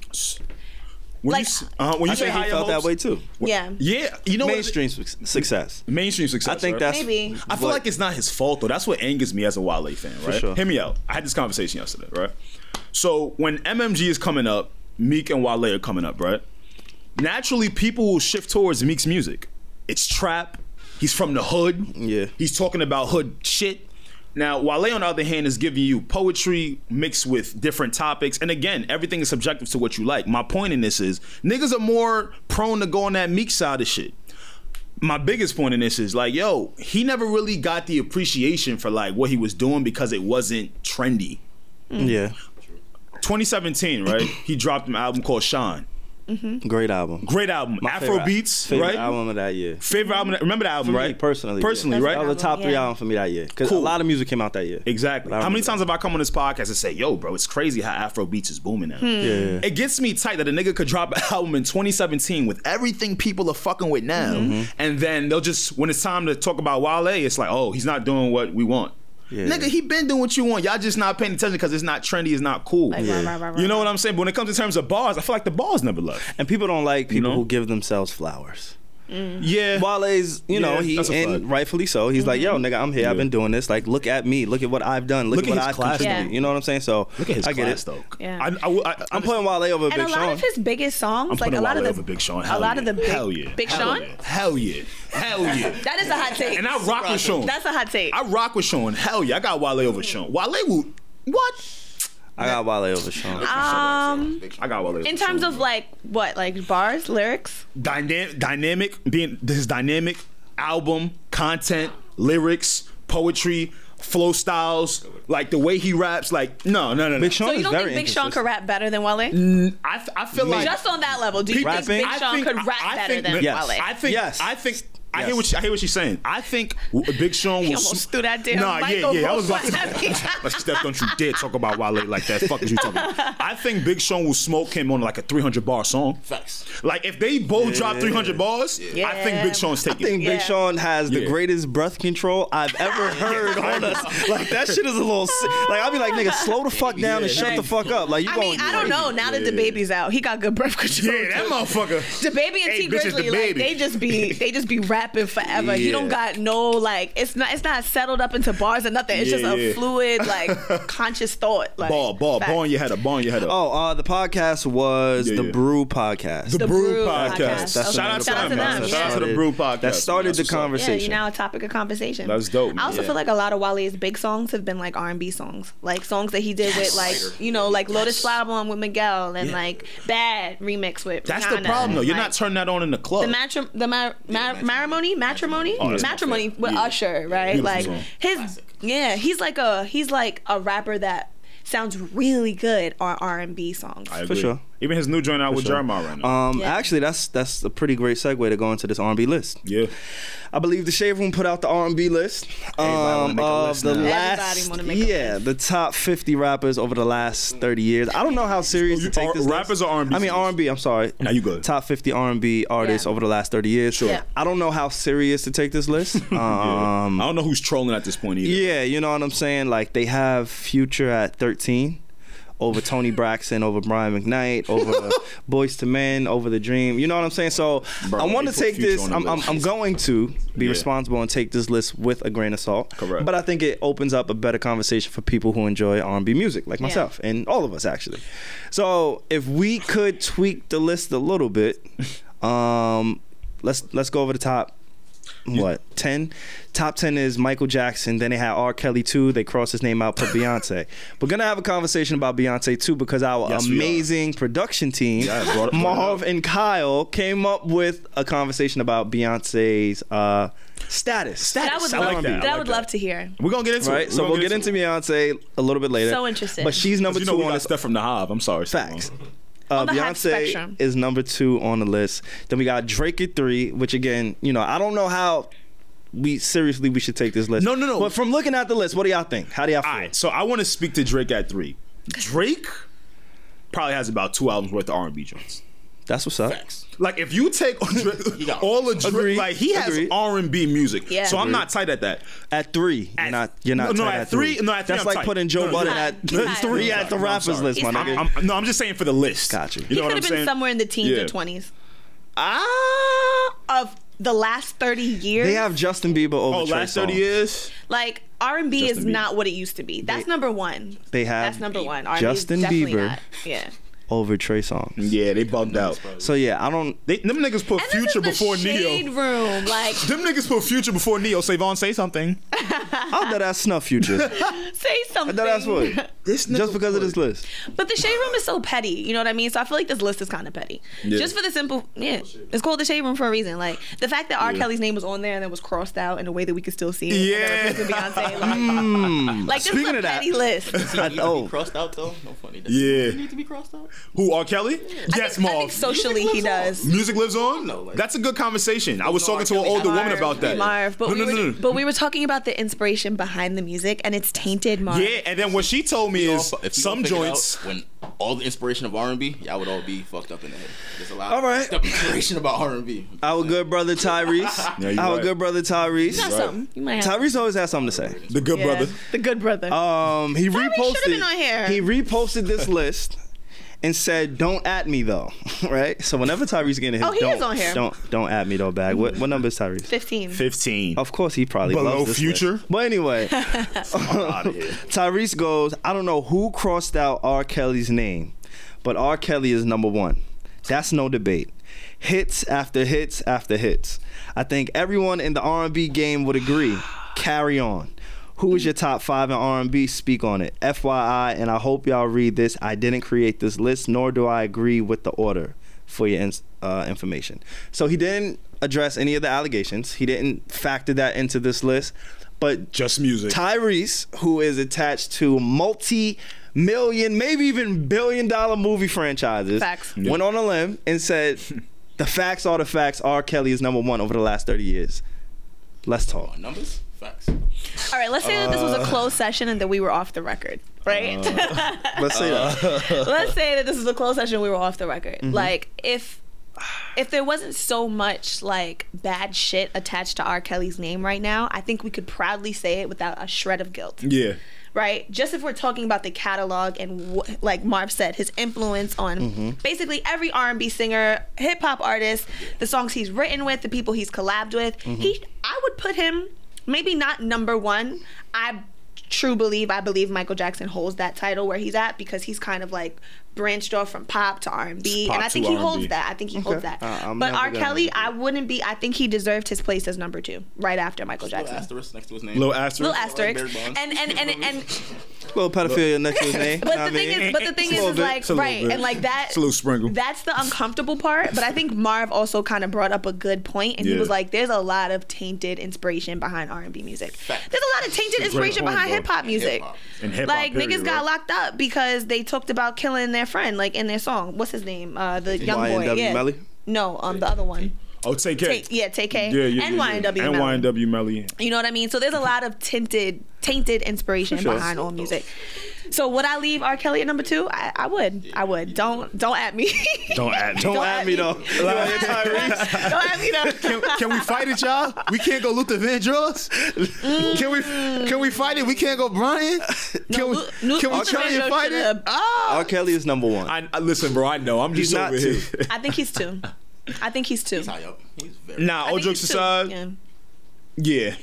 Speaker 2: When
Speaker 3: Like-
Speaker 2: you, s- uh, when you
Speaker 1: I
Speaker 2: say
Speaker 1: think he
Speaker 2: higher
Speaker 1: felt that
Speaker 2: hopes-
Speaker 1: way too.
Speaker 3: Yeah.
Speaker 2: Yeah, you know what?
Speaker 1: Mainstream su- success.
Speaker 2: mainstream success.
Speaker 1: I think
Speaker 2: right?
Speaker 1: that's
Speaker 3: Maybe.
Speaker 2: I feel
Speaker 1: what-
Speaker 2: like it's not his fault though. That's what angers me as a Wale fan, right?
Speaker 1: sure.
Speaker 2: Hear me out. I had this conversation yesterday, right? So when MMG is coming up, Meek and Wale are coming up, right? Naturally, people will shift towards Meek's music. It's trap. He's from the hood.
Speaker 1: Yeah.
Speaker 2: He's talking about hood shit. Now, Wale, on the other hand, is giving you poetry mixed with different topics. And again, everything is subjective to what you like. My point in this is niggas are more prone to go on that Meek side of shit my biggest point in this is like, yo, he never really got the appreciation for like what he was doing because it wasn't trendy.
Speaker 3: Mm.
Speaker 1: Yeah, *clears throat*
Speaker 2: 2017, right? he dropped an album called Shine.
Speaker 1: great album.
Speaker 2: Great album. Afro
Speaker 1: Favorite-
Speaker 2: beats,
Speaker 1: favorite
Speaker 2: right?
Speaker 1: album of that year.
Speaker 2: Favorite album. Remember the
Speaker 1: For
Speaker 2: album,
Speaker 1: me,
Speaker 2: right?
Speaker 1: personally, yeah.
Speaker 2: Personally,
Speaker 3: That's
Speaker 2: right?
Speaker 3: the
Speaker 1: That was the top three
Speaker 3: Yeah.
Speaker 1: album for me that year because a
Speaker 2: Cool.
Speaker 1: lot of music came out that year.
Speaker 2: Exactly.
Speaker 1: But I
Speaker 2: How many
Speaker 1: remember
Speaker 2: times have I come on this podcast and say, yo, bro, it's crazy how Afro beats is booming
Speaker 3: Hmm.
Speaker 2: now?
Speaker 1: Yeah.
Speaker 2: It gets me tight that a nigga could drop an *laughs* album in 2017 with everything people are fucking with now.
Speaker 3: Mm-hmm.
Speaker 1: Mm-hmm.
Speaker 2: And then they'll just, when it's time to talk about Wale, it's like, oh, he's not doing what we want.
Speaker 1: Yeah.
Speaker 2: Nigga, he been doing what you want. Y'all just not paying attention because it's not trendy, it's not cool.
Speaker 3: Like, rah, rah, rah, rah,
Speaker 2: You know
Speaker 3: rah.
Speaker 2: what I'm saying? But when it comes in terms of bars, I feel like the bars never left.
Speaker 1: And people don't like people
Speaker 2: know?
Speaker 1: who give themselves flowers.
Speaker 2: Yeah.
Speaker 3: Mm-hmm.
Speaker 1: Wale's, you know,
Speaker 2: Yeah,
Speaker 1: he
Speaker 2: that's a
Speaker 1: and
Speaker 2: fact.
Speaker 1: rightfully so. He's like, yo, nigga, I'm here. I've been doing this. Like, look at me. Look at what I've done. Look,
Speaker 2: Look
Speaker 1: at
Speaker 2: at
Speaker 1: what
Speaker 2: his
Speaker 1: I've
Speaker 2: class,
Speaker 1: contributed.
Speaker 3: though.
Speaker 1: You know what I'm saying? So
Speaker 2: Look at his
Speaker 1: I get
Speaker 2: class,
Speaker 1: it.
Speaker 2: though.
Speaker 3: Yeah.
Speaker 2: I, I, I,
Speaker 1: I'm putting Wale over
Speaker 3: And
Speaker 1: Big
Speaker 3: a lot
Speaker 1: Sean.
Speaker 3: of his biggest songs, like
Speaker 2: putting
Speaker 3: a lot
Speaker 2: Wale
Speaker 3: of
Speaker 2: over
Speaker 3: the
Speaker 2: Big Sean.
Speaker 3: a
Speaker 2: Hell
Speaker 3: lot
Speaker 2: yeah.
Speaker 3: of the big
Speaker 2: Hell yeah.
Speaker 3: Big
Speaker 2: Hell
Speaker 3: Sean.
Speaker 2: yeah. Hell yeah. Hell yeah.
Speaker 3: *laughs* *laughs* That is a
Speaker 2: *laughs*
Speaker 3: hot take.
Speaker 2: And I rock with Sean.
Speaker 3: That's a hot take.
Speaker 2: I rock with Sean. Hell yeah, I got Wale over Sean. Wale will what?
Speaker 1: I got Wale over Sean.
Speaker 3: um,
Speaker 2: I got Wale.
Speaker 3: in terms of like what, like bars, lyrics,
Speaker 2: dynamic, dynamic being this is dynamic album content, lyrics, poetry, flow styles, like the way he raps. Like no, no, no, no.
Speaker 1: Big Sean
Speaker 3: so you
Speaker 1: is
Speaker 3: don't
Speaker 1: very
Speaker 3: think Big Sean
Speaker 1: inconsistent.
Speaker 3: could rap better than Wale?
Speaker 2: I, f- I feel like
Speaker 3: Just on that level, do you
Speaker 2: people-
Speaker 3: think Big
Speaker 2: I
Speaker 3: Sean
Speaker 2: think-
Speaker 3: could rap
Speaker 2: I- I
Speaker 3: better
Speaker 2: think-
Speaker 3: than
Speaker 1: yes.
Speaker 3: Wale?
Speaker 2: I think.
Speaker 1: Yes.
Speaker 2: I think. I hear
Speaker 1: Yes.
Speaker 2: what she, I hear what she's saying. I think w- Big Sean
Speaker 3: He
Speaker 2: was
Speaker 3: almost threw that damn
Speaker 2: Nah,
Speaker 3: mic
Speaker 2: yeah,
Speaker 3: over
Speaker 2: yeah. I was
Speaker 3: my *laughs*
Speaker 2: about to. *laughs*
Speaker 3: head.
Speaker 2: Like Steph, don't you dare talk about Wale like that. Fuck is you talking? about? I think Big Sean will smoke him on like a 300 bar song.
Speaker 4: Facts.
Speaker 2: Like if they both drop 300 bars, I think
Speaker 3: Yeah.
Speaker 2: Big Sean's
Speaker 1: I
Speaker 2: taking.
Speaker 1: think
Speaker 2: it.
Speaker 1: Big
Speaker 3: Yeah.
Speaker 1: Sean has the
Speaker 2: Yeah.
Speaker 1: greatest breath control I've *laughs* ever heard on us. Like that shit is a little si- like I'll be like nigga, slow the fuck down and
Speaker 2: Yeah.
Speaker 1: shut the fuck up. Like you
Speaker 3: I
Speaker 1: going
Speaker 3: mean, I don't know. Now that the baby's out, he got good breath *laughs* control.
Speaker 2: yeah, that motherfucker.
Speaker 3: The baby and
Speaker 2: Hey,
Speaker 3: T
Speaker 2: bitch, it's
Speaker 3: Grizzly,
Speaker 2: DaBaby.
Speaker 3: like they
Speaker 2: *laughs*
Speaker 3: just be they just be rapping forever. He
Speaker 1: Yeah.
Speaker 3: don't got no like it's not it's not settled up into bars or nothing. It's
Speaker 2: Yeah,
Speaker 3: just a
Speaker 2: yeah.
Speaker 3: fluid
Speaker 2: *laughs*
Speaker 3: like conscious thought. Like
Speaker 2: Ball, ball,
Speaker 3: fact.
Speaker 2: ball in your head up, ball in your head up.
Speaker 1: Oh, uh, the podcast was
Speaker 2: Yeah,
Speaker 1: the
Speaker 2: yeah.
Speaker 1: Brew Podcast.
Speaker 3: The Brew Podcast.
Speaker 1: That's- that's
Speaker 3: Okay.
Speaker 2: Shout out to
Speaker 3: Shout out
Speaker 2: them,
Speaker 3: to
Speaker 2: man.
Speaker 3: them,
Speaker 2: Shout out
Speaker 3: yeah.
Speaker 2: to the Brew Podcast.
Speaker 1: That started
Speaker 2: That's
Speaker 1: the
Speaker 2: what's up.
Speaker 3: Yeah, you're
Speaker 1: conversation.
Speaker 3: now a topic of conversation.
Speaker 2: That's dope, man.
Speaker 3: I also
Speaker 2: Yeah.
Speaker 3: feel like a lot of Wale's big songs have been like R&B songs, like songs that he did with like you know like Lotus Flower Bomb with Miguel and like Bad remix with.
Speaker 2: That's the
Speaker 3: Rihanna.
Speaker 2: problem, though. You're
Speaker 3: Like,
Speaker 2: not turning that on in the club.
Speaker 3: the matri- the ma- ma- matrimony matrimony
Speaker 2: Oh, that's my
Speaker 3: matrimony
Speaker 2: favorite.
Speaker 3: with
Speaker 2: Yeah.
Speaker 3: Usher, right?
Speaker 2: Beautiful
Speaker 3: like
Speaker 2: song.
Speaker 3: his yeah, he's like a he's like a rapper that sounds really good on R and B songs.
Speaker 2: I
Speaker 1: For
Speaker 2: agree.
Speaker 1: sure.
Speaker 2: Even his new joint out with Jeremiah right now.
Speaker 1: Um,
Speaker 3: Yeah.
Speaker 1: actually, that's that's a pretty great segue to go into this R&B list.
Speaker 2: yeah.
Speaker 1: I believe the Shave Room put out the R&B list
Speaker 2: wanna
Speaker 1: um,
Speaker 2: make a
Speaker 1: of
Speaker 2: list
Speaker 1: the
Speaker 2: now.
Speaker 3: Everybody
Speaker 1: last,
Speaker 3: wanna make a
Speaker 1: yeah, the top 50 rappers over the last 30 years. I don't know how serious
Speaker 2: Oh, You-
Speaker 1: to take
Speaker 2: R-
Speaker 1: this.
Speaker 2: rappers
Speaker 1: list.
Speaker 2: or R&B
Speaker 1: I mean
Speaker 2: singers?
Speaker 1: R&B. I'm sorry.
Speaker 2: Now you good.
Speaker 1: Top 50 R&B artists
Speaker 3: Yeah.
Speaker 1: over the last 30 years. Sure.
Speaker 3: Yeah.
Speaker 1: I don't know how serious to take this
Speaker 2: *laughs*
Speaker 1: list. Um,
Speaker 2: I don't know who's trolling at this point either.
Speaker 1: Yeah, you know what I'm saying? Like they have Future at 13 over
Speaker 2: *laughs*
Speaker 1: Tony Braxton, over Brian McKnight, over Boys to Men, over The Dream. You know what I'm saying? So
Speaker 2: Bro,
Speaker 1: I want
Speaker 2: they
Speaker 1: to
Speaker 2: put
Speaker 1: take
Speaker 2: Future
Speaker 1: this.
Speaker 2: on the
Speaker 1: I'm, I'm,
Speaker 2: list.
Speaker 1: I'm going to be
Speaker 2: Yeah.
Speaker 1: responsible and take this list with a grain of salt.
Speaker 2: Correct.
Speaker 1: But I think it opens up a better conversation for people who enjoy R&B music, like myself and all of us actually. So if we could tweak the list a little
Speaker 2: *laughs*
Speaker 1: bit, um, let's let's go over the top what ten? Top ten is Michael Jackson. Then they had R. Kelly too. They crossed his name out,
Speaker 2: *laughs*
Speaker 1: put Beyonce. We're gonna have a conversation about Beyonce too because our
Speaker 2: Yes, we are.
Speaker 1: amazing production team,
Speaker 2: Yes, brought it- brought it
Speaker 1: Marv and Kyle, came up with a conversation about Beyonce's uh, status.
Speaker 3: that I would
Speaker 2: I
Speaker 3: love
Speaker 2: like that. I
Speaker 3: I
Speaker 2: like
Speaker 3: would
Speaker 2: that.
Speaker 3: love to hear.
Speaker 2: We're going to get into
Speaker 1: Right.
Speaker 2: it.
Speaker 1: So we'll get into Beyonce a little bit later.
Speaker 3: So interesting.
Speaker 1: But she's number
Speaker 2: Number you know,
Speaker 1: two
Speaker 2: we
Speaker 1: on
Speaker 2: got
Speaker 1: this.
Speaker 2: stuff from the Hive. I'm
Speaker 1: *laughs*
Speaker 2: sorry.
Speaker 1: Facts.
Speaker 2: Stefan.
Speaker 1: Uh,
Speaker 3: On the hype
Speaker 1: Beyonce
Speaker 3: spectrum.
Speaker 1: is number two on the list. Then we got Drake at three, which again, you know, I don't know how we seriously we should take this list.
Speaker 2: No, no, no.
Speaker 1: But from looking at the list, what do y'all think? How do y'all feel?
Speaker 2: All right, so I want to speak to Drake at three. Drake probably has about two albums worth of R and B joints.
Speaker 1: That's what's up.
Speaker 4: Facts.
Speaker 2: Like if you take
Speaker 4: got-
Speaker 2: all the Drake,
Speaker 1: Agreed,
Speaker 2: like he has
Speaker 1: agreed.
Speaker 2: R and B music.
Speaker 3: Yeah.
Speaker 2: So I'm not tight at that.
Speaker 1: At three, you're
Speaker 2: At-
Speaker 1: not. You're not.
Speaker 2: No, no,
Speaker 1: tight
Speaker 2: at three- no, at three
Speaker 1: That's
Speaker 2: I'm
Speaker 1: like
Speaker 2: tight.
Speaker 1: putting Joe
Speaker 2: No, no,
Speaker 1: Budden
Speaker 3: no.
Speaker 1: at
Speaker 3: He's tight.
Speaker 1: three
Speaker 3: No,
Speaker 1: at the
Speaker 2: no, I'm
Speaker 1: rappers
Speaker 2: sorry.
Speaker 1: list, my
Speaker 3: He's tight.
Speaker 1: nigga.
Speaker 2: I'm, no, I'm just saying for the list.
Speaker 1: Got you.
Speaker 2: You know
Speaker 3: he
Speaker 2: what I'm
Speaker 3: could have been
Speaker 2: saying?
Speaker 3: somewhere in the teens
Speaker 2: Yeah.
Speaker 3: or twenties. Ah, of the last thirty years,
Speaker 1: They have Justin Bieber over.
Speaker 2: Oh,
Speaker 1: Trey
Speaker 2: last thirty
Speaker 1: Songz.
Speaker 2: years.
Speaker 3: like R and B is
Speaker 2: Justin Bieber.
Speaker 3: not what it used to be. That's number one.
Speaker 1: They have
Speaker 3: That's number one. R&B is
Speaker 1: Justin
Speaker 3: definitely
Speaker 1: Bieber.
Speaker 3: not. Yeah.
Speaker 1: over Trey Songz.
Speaker 2: Yeah, they bugged out.
Speaker 1: So yeah, I don't.
Speaker 2: They, them niggas put
Speaker 3: And
Speaker 2: Future
Speaker 3: this is
Speaker 2: before
Speaker 3: the shade
Speaker 2: Neo. *laughs*
Speaker 3: room, like
Speaker 2: Them niggas put Future before Neo. Savon, say something.
Speaker 1: I'll bet that's snuff future.
Speaker 3: say something.
Speaker 1: that's
Speaker 3: *laughs*
Speaker 1: what.
Speaker 2: This
Speaker 1: Just because of this
Speaker 2: *laughs*
Speaker 1: list.
Speaker 3: But the shade room is so petty. You know what I mean? So I feel like this list is kind of petty. Just for the simple, yeah, it's called the shade room for a reason. Like the fact that R. Kelly's name was on there and it was crossed out in a way that we could still see it.
Speaker 2: Yeah. Mm.
Speaker 3: And that replaced
Speaker 2: *laughs*
Speaker 3: with Beyonce, like,
Speaker 1: Hmm.
Speaker 3: like this
Speaker 1: Speaking
Speaker 3: is a
Speaker 1: of that-
Speaker 3: petty list. I
Speaker 1: I-
Speaker 4: You need to
Speaker 1: oh.
Speaker 4: be crossed out though. No funny. That's You
Speaker 2: Yeah.
Speaker 4: need to be crossed out.
Speaker 2: Who R. Kelly? Yes,
Speaker 3: think- I
Speaker 2: Marv.
Speaker 3: think socially he does.
Speaker 2: Music lives on.
Speaker 4: No, like-
Speaker 2: That's a good conversation. I was
Speaker 4: No,
Speaker 2: talking to
Speaker 4: R.
Speaker 2: an
Speaker 4: Kelly.
Speaker 2: older woman
Speaker 3: Marv,
Speaker 2: about that.
Speaker 3: Marv, but
Speaker 2: no,
Speaker 3: we
Speaker 2: no,
Speaker 3: were,
Speaker 2: no, no.
Speaker 3: but we were talking about the inspiration behind the music, and it's tainted, Marv.
Speaker 2: yeah, and then what she told me is
Speaker 4: If you
Speaker 2: some
Speaker 4: don't figure it
Speaker 2: joints.
Speaker 4: out when all the inspiration of R and B, y'all would all be fucked up in the head. There's a lot.
Speaker 1: All right.
Speaker 4: Of inspiration about R and B.
Speaker 1: Our good brother Tyrese.
Speaker 2: *laughs* Yeah, you
Speaker 1: Our
Speaker 2: right.
Speaker 1: good brother
Speaker 3: You got
Speaker 1: Tyrese.
Speaker 3: something. You might have.
Speaker 1: Tyrese always has something to say.
Speaker 2: The good
Speaker 3: Yeah.
Speaker 2: brother. Uh,
Speaker 3: The good brother.
Speaker 1: Um, he
Speaker 3: should've
Speaker 1: reposted.
Speaker 3: been on here.
Speaker 1: He reposted this list and said, "Don't at me though." *laughs* right. So whenever Tyrese getting hit,
Speaker 3: Oh, he
Speaker 1: don't,
Speaker 3: is on here.
Speaker 1: don't don't at me though. Bag. What what number is Tyrese?
Speaker 3: 15.
Speaker 2: Fifteen.
Speaker 1: Of course, he probably
Speaker 2: Below
Speaker 1: loves this
Speaker 2: Future?
Speaker 1: list. But anyway,
Speaker 2: *laughs*
Speaker 3: *laughs*
Speaker 4: *laughs*
Speaker 2: outta here.
Speaker 1: Tyrese goes. I don't know who crossed out R. Kelly's name, but R. Kelly is number one. That's no debate. Hits after hits after hits. I think everyone in the R&B game would agree. Carry on. Who is your top five in R&B? Speak on it. FYI, and I hope y'all read this. I didn't create this list, nor do I agree with the order for your ins- uh, information. So he didn't address any of the allegations. He didn't factor that into this list. But
Speaker 2: Just music.
Speaker 1: Tyrese, who is attached to multi million, maybe even billion dollar movie franchises,
Speaker 3: Facts.
Speaker 1: went on a limb and
Speaker 2: *laughs*
Speaker 1: said, The facts are the facts. R. Kelly is number one over the last 30 years. Let's talk.
Speaker 4: My numbers, facts.
Speaker 3: All right, let's say that this was
Speaker 2: Uh.
Speaker 3: a closed session and that we were off the record, right?
Speaker 1: Let's say
Speaker 2: Uh,
Speaker 1: that.
Speaker 3: *laughs* let's say that this is a closed session we were off the record like if if there wasn't so much like bad shit attached to r kelly's name right now i think we could proudly say it without a shred of guilt
Speaker 2: yeah.
Speaker 3: right just if we're talking about the catalog and wh- like marv said his influence on basically every r&b singer hip-hop artist the songs he's written with the people he's collabed with he i would put him maybe not number one i true believe i believe michael jackson holds that title where he's at because he's kind of like branched off from pop to r&b
Speaker 2: Pop
Speaker 3: and i think
Speaker 2: to
Speaker 3: he
Speaker 2: R&B.
Speaker 3: holds that i think he holds that
Speaker 1: Uh, I'm
Speaker 3: but
Speaker 1: never
Speaker 3: r
Speaker 1: gonna
Speaker 3: kelly
Speaker 1: argue.
Speaker 3: i wouldn't be i think he deserved his place as number two right after michael
Speaker 4: Little
Speaker 3: jackson
Speaker 4: asterisk next to his name.
Speaker 2: Little asterisk.
Speaker 3: little asterisk
Speaker 4: *laughs* Barry
Speaker 3: and
Speaker 4: Bonds.
Speaker 3: and and, and, and
Speaker 1: Little pedophilia next
Speaker 3: *laughs*
Speaker 1: to his name.
Speaker 3: but the thing is, but the thing
Speaker 2: It's a
Speaker 3: is,
Speaker 2: little
Speaker 3: is
Speaker 2: bit.
Speaker 3: like
Speaker 2: It's a little
Speaker 3: right
Speaker 2: bit.
Speaker 3: and like that.
Speaker 2: It's a little sprinkle.
Speaker 3: That's the uncomfortable part. But I think Marv also kind of brought up a good point, and he
Speaker 2: Yeah.
Speaker 3: was like, "There's a lot of tainted inspiration behind R&B music. There's a lot of tainted
Speaker 2: a great
Speaker 3: inspiration
Speaker 2: point,
Speaker 3: behind
Speaker 2: bro.
Speaker 3: hip hop music.
Speaker 4: hip-hop.
Speaker 2: And hip-hop,
Speaker 3: Like
Speaker 2: period,
Speaker 3: niggas got
Speaker 2: right?
Speaker 3: locked up because they talked about killing their friend, like in their song. What's his name? Uh, the young boy.
Speaker 1: YNW
Speaker 3: Yeah.
Speaker 1: Melly?
Speaker 3: No, um, the other one.
Speaker 2: Oh, take care.
Speaker 3: Take, yeah, TK.
Speaker 2: Yeah, yeah,
Speaker 3: and
Speaker 2: yeah, yeah.
Speaker 3: YNW.
Speaker 2: And
Speaker 3: Melly.
Speaker 2: YNW Melly.
Speaker 3: You know what I mean? So
Speaker 2: Mm-hmm.
Speaker 3: there's a lot of tinted, tainted inspiration
Speaker 1: sure.
Speaker 3: behind all music. So would I leave R. Kelly at number two? I, I would. I would. Don't don't at me. *laughs*
Speaker 2: Don't add.
Speaker 1: Don't,
Speaker 3: Don't
Speaker 1: at
Speaker 3: at
Speaker 1: me
Speaker 3: me.
Speaker 1: though.
Speaker 3: *laughs* don't at me though.
Speaker 2: *laughs* Can, can we fight it, y'all? We can't go Luther Vandross.
Speaker 3: Mm.
Speaker 2: Can we? Can we fight it? We can't go Brian. Can we?
Speaker 3: Lu- Lu-
Speaker 2: can we
Speaker 3: Luther
Speaker 2: try
Speaker 3: Vandross
Speaker 2: and fight
Speaker 3: should've-
Speaker 2: it?
Speaker 1: *laughs*
Speaker 2: Ah.
Speaker 1: R. Kelly is number one.
Speaker 2: I, I- listen, bro. I know. I'm
Speaker 1: He's
Speaker 2: just
Speaker 1: not
Speaker 2: over
Speaker 1: too.
Speaker 2: here.
Speaker 3: *laughs* I think he's two. I think he's two.
Speaker 4: He's high up. He's very.
Speaker 2: Nah, all jokes aside. Yeah.